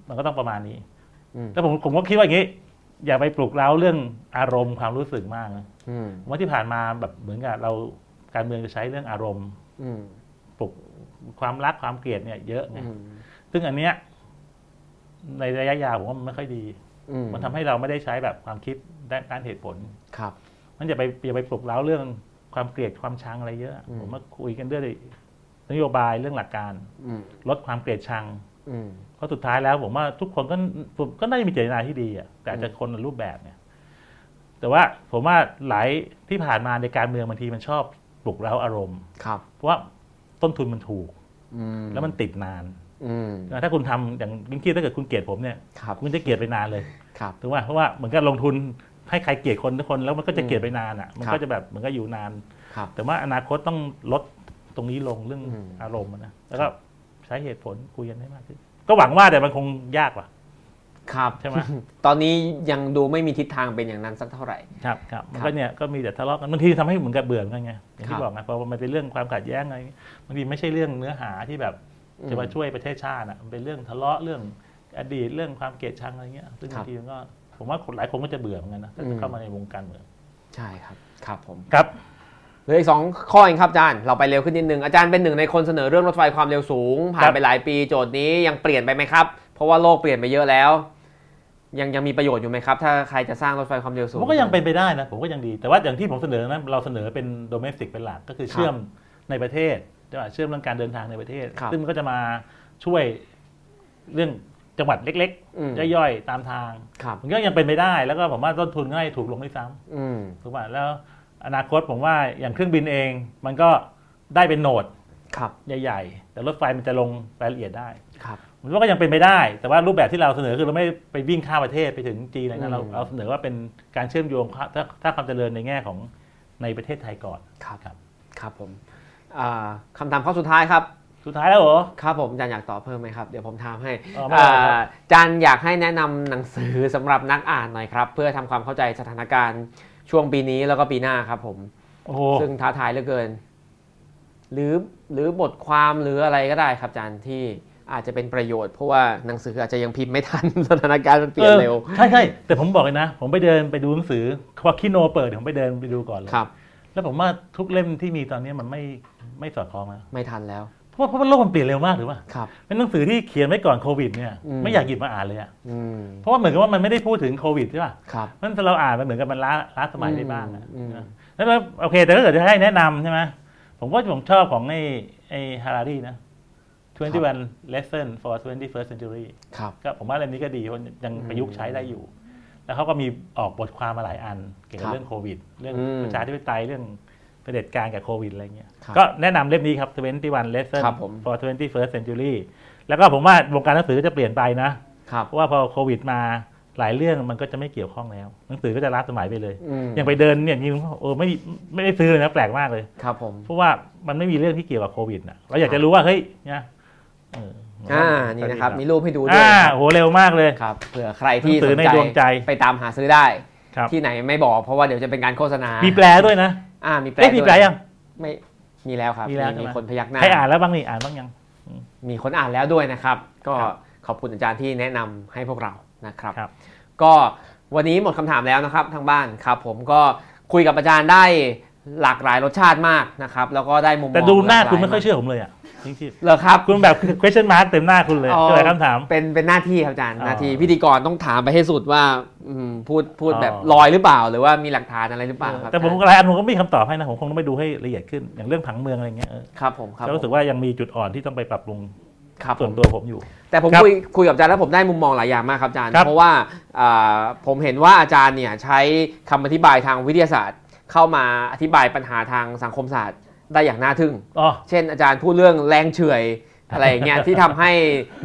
B: มันก็ต้องประมาณนี้
A: อืม
B: แล้วผมผมก็คิดว่าอย่างนี้ อย่าไปปลุกเร้าเรื่องอารมณ์ความรู้สึกมากนะ
A: อืม
B: ผมว่าที่ผ่านมาแบบเหมือนกับเราการเมืองจะใช้เรื่องอารมณ์
A: อืม
B: ปลุกความรักความเกลียดเนี่ยเยอะไง
A: อืม
B: ซึ่งอันเนี้ยในระยะยาวผมว่ามันไม่ค่อยดี
A: อืม
B: มันทำให้เราไม่ได้ใช้แบบความคิดด้านด้านเหตุผล
A: ครับ
B: มันอย่าไปอย่าไปปลุกเร้าเรื่องความเกลียดความชังอะไรเยอะ
A: อืม
B: ผมมาคุยกันด้วย นโยบายเรื่องหลักการ
A: อืม
B: ลดความเกลียดชัง
A: อืม
B: เพราะสุดท้ายแล้วผมว่าทุกคนก็ผมก็น่าจะมีเจตนาที่ดีอะแต่อาจจะคนละรูปแบบเนี่ย แต่ว่าผมว่าหลายที่ผ่านมาในการเมืองบางทีมันชอบปลุกเร้าอารมณ์
A: ครับ
B: เพราะว่าต้นทุนมันถูก
A: อืม
B: แล้วมันติดนาน
A: อืม
B: นะถ้าคุณทำอย่างลิงกี้ถ้าเกิดคุณเกลียดผมเนี่ย
A: ครับ
B: คุณจะเกลียดไปนานเลย
A: ครับ
B: ถูกไหมเพราะว่าเหมือนกับลงทุนให้ใครเกลียดคนทุกคนแล้วมันก็จะเกลียดไปนานอ่ะ มัน
A: ครับ
B: ก็จะแบบเหมันก็อยู่นาน
A: ครับ
B: แต่ว่าอนาคตต้องลดตรงนี้ลงเรื่อง
A: อืม
B: อารมณ์อะนะแล้วก็ใช้เหตุผลคุยกันให้มากขึ้นก็หวังว่าแต่มันคงยากว่ะ
A: ครับ
B: ใช่ไหม
A: (laughs) ตอนนี้ยังดูไม่มีทิศทางเป็นอย่างนั้นสักเท่าไหร่
B: ครับครับมัน
A: ครั
B: ก็
A: บ
B: เนี่ยก็มีแต่ทะเลาะกันบางทีทำให้เหมือนกับเบื่อกันไงอย่าง
A: ครั
B: ที่
A: บ
B: บอกไงเพราะว่ามันเป็นเรื่องความขัดแย้งอะไรบางทีไม่ใช่เรื่องเนื้อหาที่แบบจะมาช่วยประเทศชาติอ่ะมันเป็นเรื่องทะเลาะเรื่องอดีตเรื่องความเกลียดชังอะไรเงี้ยซึ่ง
A: ครับ
B: บางทีมันก็ผมว่าคนหลายคนก็จะเบื่อเหมือนกันนะถ้า
A: อื
B: จะ
A: ม
B: เข้ามาในวงการเมือง
A: ใช่ครับ ครับผม
B: ครับ
A: เหลืออีกสองข้อเองครับอาจารย์ เราไปเร็วขึ้นนิดนึง อาจารย์เป็นหนึ่งในคนเสนอเรื่องรถไฟความเร็วสูง ผ่า
B: คน รับ
A: ไปหลายปีโจทย์นี้ยังเปลี่ยนไปไหมครับ เพราะว่าโลกเปลี่ยนไปเยอะแล้ว ยังยังมีประโยชน์อยู่ไหมครับ ถ้าใครจะสร้างรถไฟความเร็วสู
B: ผ
A: ง
B: มก็ยังเป็นไปได้นะผมก็ยังดีแต่ว่าอย่างที่ผมเสนอนะเราเสนอเป็นโดเมสติกเป็นหลักก็คือ
A: ครับ
B: เชื่อมในประเทศใช่ปะเชื่อมเรื่องการเดินทางในประเทศ
A: ครับ
B: ซึ่งมันก็จะมาช่วยเรื่องจังหวัดเล็ก
A: อืม
B: ๆย่อยๆตามทาง
A: ครับ
B: มันก็ยังเป็นไปได้แล้วก็ผมว่าต้นทุนก็ให้ถูกลงด้วยซ้
A: อืม
B: ำถูกป่ะแล้วอนาคตผมว่าอย่างเครื่องบินเอง มันก็ได้เป็นโหนด
A: ครับ
B: ใหญ่ ๆ แต่รถไฟมันจะลงรายละเอียดได้
A: ครับ
B: ผมว่าก็ยังเป็นไปได้ แต่ว่ารูปแบบที่เราเสนอคือเราไม่ไปวิ่งข้ามประเทศไปถึงจีนอะไร
A: อืม
B: นะเราเราเสนอว่าเป็นการเชื่อมโยงถ้าถ้าถ้าความเจริญในแง่ของในประเทศไทยก่อน
A: ครับ
B: ครับ
A: ครับผมอ่าคำถามข้อสุดท้ายครับ
B: สุดท้ายแล้วเหรอ
A: ครับผมอาจารย์อยากตอบเพิ่มไหมครับ เดี๋ยวผมถามให้
B: เออไม่เป็นไรครับ
A: อ่าอาจารย์อยากให้แนะนำหนังสือสำหรับนักอ่านหน่อยครับ เพื่อทำความเข้าใจสถานการณ์ช่วงปีนี้แล้วก็ปีหน้าครับผม
B: โอ้โห
A: ซึ่งท้าทายเหลือเกิน หรือหรือบทความหรืออะไรก็ได้ครับอาจารย์ที่อาจจะเป็นประโยชน์ เพราะว่าหนังสืออาจจะยังพิมพ์ไม่ทัน (laughs) สถานการณ์มันเปลี่ยนเร็ว
B: ออใช่ใช่แต่ผมบอกเลยนะ ผมไปเดินไปดูหนังสือควักคิโนเปิดเดี๋ยวผมไปเดินไปดูก่อนเลย
A: ครับ
B: แล้วผมว่าทุกเล่มที่มีตอนนี้มันไม่ไม่สอดคล้องนะ
A: ไม่ทันแล้ว
B: เพราะว่าเพราะว่าโลกมันเปลี่ยนเร็วมากหรือเปล่า
A: ครับ
B: เป็นหนังสือที่เขียนไว้ก่อนโควิดเนี่ย
A: อืม
B: ไม่อยากหยิบมาอ่านเลยอะ
A: อืม
B: เพราะว่าเหมือนกับว่ามันไม่ได้พูดถึงโควิดใช่ป่ะ
A: ครับ
B: มันเราอ่านมันเหมือนกับมันล้าล้าสมัยได้บ้างนะ
A: อืม
B: นะแล้วเราโอเค แต่ถ้าเกิดจะให้แนะนำใช่ไหมผมว่าผมชอบของไอ้ไอ้ฮารารีนะ21 lesson for 21st century
A: ครับ
B: ก็ผมว่าเล่มนี้ก็ดีคนยังประยุกต์ใช้ได้อยู่ แล้วเขาก็มีออกบทความมาหลายอัน เกี่ยวกั
A: ครับ บ
B: เรื่องโควิด เรื่อง
A: อืม
B: ประชาธิปไตยเรื่องเผด็จการกับโควิดอะไรเงี้ย
A: ครับ
B: ก็แนะนำเล่มนี้ครับ 21 lesson
A: ครับผม
B: for 21st century แล้วก็ผมว่าวงการหนังสือก็จะเปลี่ยนไปนะ
A: ครับ
B: เพราะว่าพอโควิดมาหลายเรื่องมันก็จะไม่เกี่ยวข้องแล้ว หนังสือก็จะล้าสมัยไปเลย
A: อืม
B: อย่างไปเดินเนี่ยจริงๆเออไม่ไม่ได้ซื้อเลยนะแปลกมากเลย
A: ครับผม
B: เพราะว่ามันไม่มีเรื่องที่เกี่ยวกับโควิดนะเราอยากจะรู้ว่าเฮ้ยเนี่ยเอออ
A: อ่านี่นะครับมีรูปให้ดูด้วย
B: อ่า
A: นะครับ
B: โหเร็วมากเลย
A: ครับเผื่อใครที่
B: หนังสือในดวงใจ
A: ไปตามหาซื้อได้
B: ครับ
A: ที่ไหนไม่บอกเพราะว่าเดี๋ยวจะเป็นการโฆษณา
B: มีแปลด้วยนะ
A: อ่ามีแปล
B: เอ้ยมีแปล
A: ด้วย
B: ยัง
A: ไม่มีแล้วครับ
B: มีแล้วใช่
A: มี
B: ไหม
A: คนพยักหน้า
B: ใครอ่านแล้วบ้างนี่อ่านบ้างยัง
A: มีคนอ่านแล้วด้วยนะครับ ก็
B: ครับ
A: ขอบคุณอาจารย์ที่แนะนำให้พวกเรานะครับ
B: ครับ
A: ก็วันนี้หมดคำถามแล้วนะครับทางบ้านครับ ผมก็คุยกับอาจารย์ได้หลากหลายรสชาติมากนะครับ แล้วก็ได้มุมมอง
B: แต่ดูหน้าคุณ
A: ล
B: ไม่
A: กล
B: ค่อยเชื่อผมเลยอ่ะจริง
A: เหรอครับ
B: ๆคุณแบบ question mark เต็มหน้าคุณเลย
A: อ๋อ
B: เจอคำถาม
A: เป็นเป็นหน้าที่ครับอาจารย์
B: อ๋อ
A: หน้าที่พิธีกรต้องถามไปให้สุดว่าอืมพูดพูด
B: อ๋อ
A: แบบลอยหรือเปล่า หรือว่ามีหลักฐานอะไรหรือเปล่าครับ
B: แต่ผม
A: อาจารย์
B: หลายอันผมก็ไม่มีคำตอบให้นะผมคงต้องไปดูให้ละเอียดขึ้นอย่างเรื่องผังเมืองอะไรเงี้ยเออ
A: ครับผมครับ
B: ก็รู้สึกว่ายังมีจุดอ่อนที่ต้องไปปรับปรุง
A: ครับผ
B: ส่วน
A: ม
B: ตัวผมอยู่
A: แต่ผม
B: ครับ
A: คุยคุยกับอาจารย์แล้วผมได้มุมมองหลายอย่างมากครับอาจารย์
B: ครับ
A: เพราะว่าอ่าผมเห็นว่าอาจารย์เนี่ยใช้คำอธิบายทางวิทยาศาสตร์ เข้ามาอธิบายปัญหาทางสังคมศาสตร์ได้อย่างน่าทึ่ง
B: ๋อ
A: เช่นอาจารย์พูดเรื่องแรงเฉื่อยอะไรอย่างเงี้ย
B: (laughs)
A: ที่ทำให้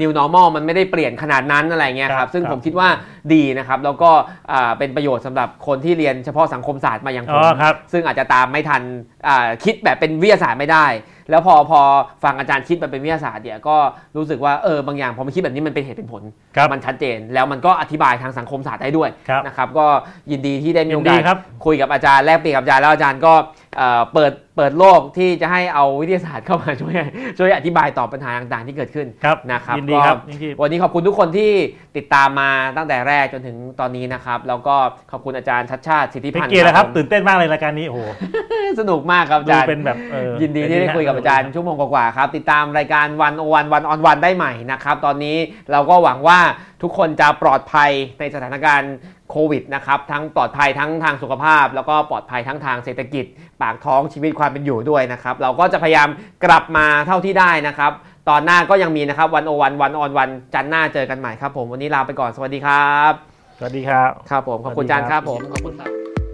A: new normal มันไม่ได้เปลี่ยนขนาดนั้นอะไรเงี้ยค
B: ครั
A: รับบ ซึ่ง
B: ครับ
A: ผมคิดว่าดีนะครับ แล้วก็อ่าเป็นประโยชน์สำหรับคนที่เรียนเฉพาะสังคมศาสตร์มาอย่างผ
B: อ๋อ
A: ม
B: ครับ
A: ซึ่งอาจจะตามไม่ทันอ่าคิดแบบเป็นวิทยาศาสตร์ไม่ได้ แล้วพอพอฟังอาจารย์คิดแบบเป็นวิทยาศาสตร์เนี่ยก็รู้สึกว่าเออบางอย่างพอมันคิดแบบนี้มันเป็นเหตุเป็นผล
B: ครับ
A: มันชัดเจน แล้วมันก็อธิบายทางสังคมศาสตร์ได้ด้วย
B: ครับ
A: นะครับก็ยินดีที่ได้มี
B: ยิ
A: โอน
B: ดี
A: กาส
B: ครับ
A: คุยกับอาจารย์แลกเปลี่ยนกับอาจารย์แล้วอาจารย์ก็เอ่อเปิดเปิดโลกที่จะให้เอาวิทยาศาสตร์เข้ามาช่วยช่วยอธิบายตอบปัญหาต่างๆ ที่เกิดขึ้น
B: ครับ
A: นะครับ
B: ยินดีครับ
A: ก็
B: จริง
A: วันนี้ขอบคุณทุกคนที่ติดตามมาตั้งแต่แรกจนถึงตอนนี้นะครับแล้วก็ขอบคุณอาจารย์ชัดชาติสิทธิ
B: เป็น
A: พันธ์
B: เกียรตินะครับ
A: ผม
B: ตื่นเต้นมากเลยรายการนี้โอ้โห
A: สนุกมากครับอา
B: ดู
A: จารย์
B: เป็นแบบเออ
A: ยินดีที่ได้คุยกับ กับอาจารย์ชั่วโมงกว่าๆครับ ติดตามรายการวันโอวันวันออนวันได้ใหม่นะครับ ตอนนี้เราก็หวังว่าทุกคนจะปลอดภัยในสถานการณ์โควิดนะครับ ทั้งปลอดภัยทั้งทางสุขภาพ แล้วก็ปลอดภัยทั้งทางเศรษฐกิจ ปากท้องชีวิตความเป็นอยู่ด้วยนะครับ เราก็จะพยายามกลับมาเท่าที่ได้นะครับ ตอนหน้าก็ยังมีนะครับวันโอวันวันออนวันจันทร์หน้าเจอกันใหม่ครับผมวันนี้ลาไปก่อนสวัสดีครับ
B: สวัสดีครับ
A: ครับผมขอบคุณอาจารย์ครับผมขอบคุณครับ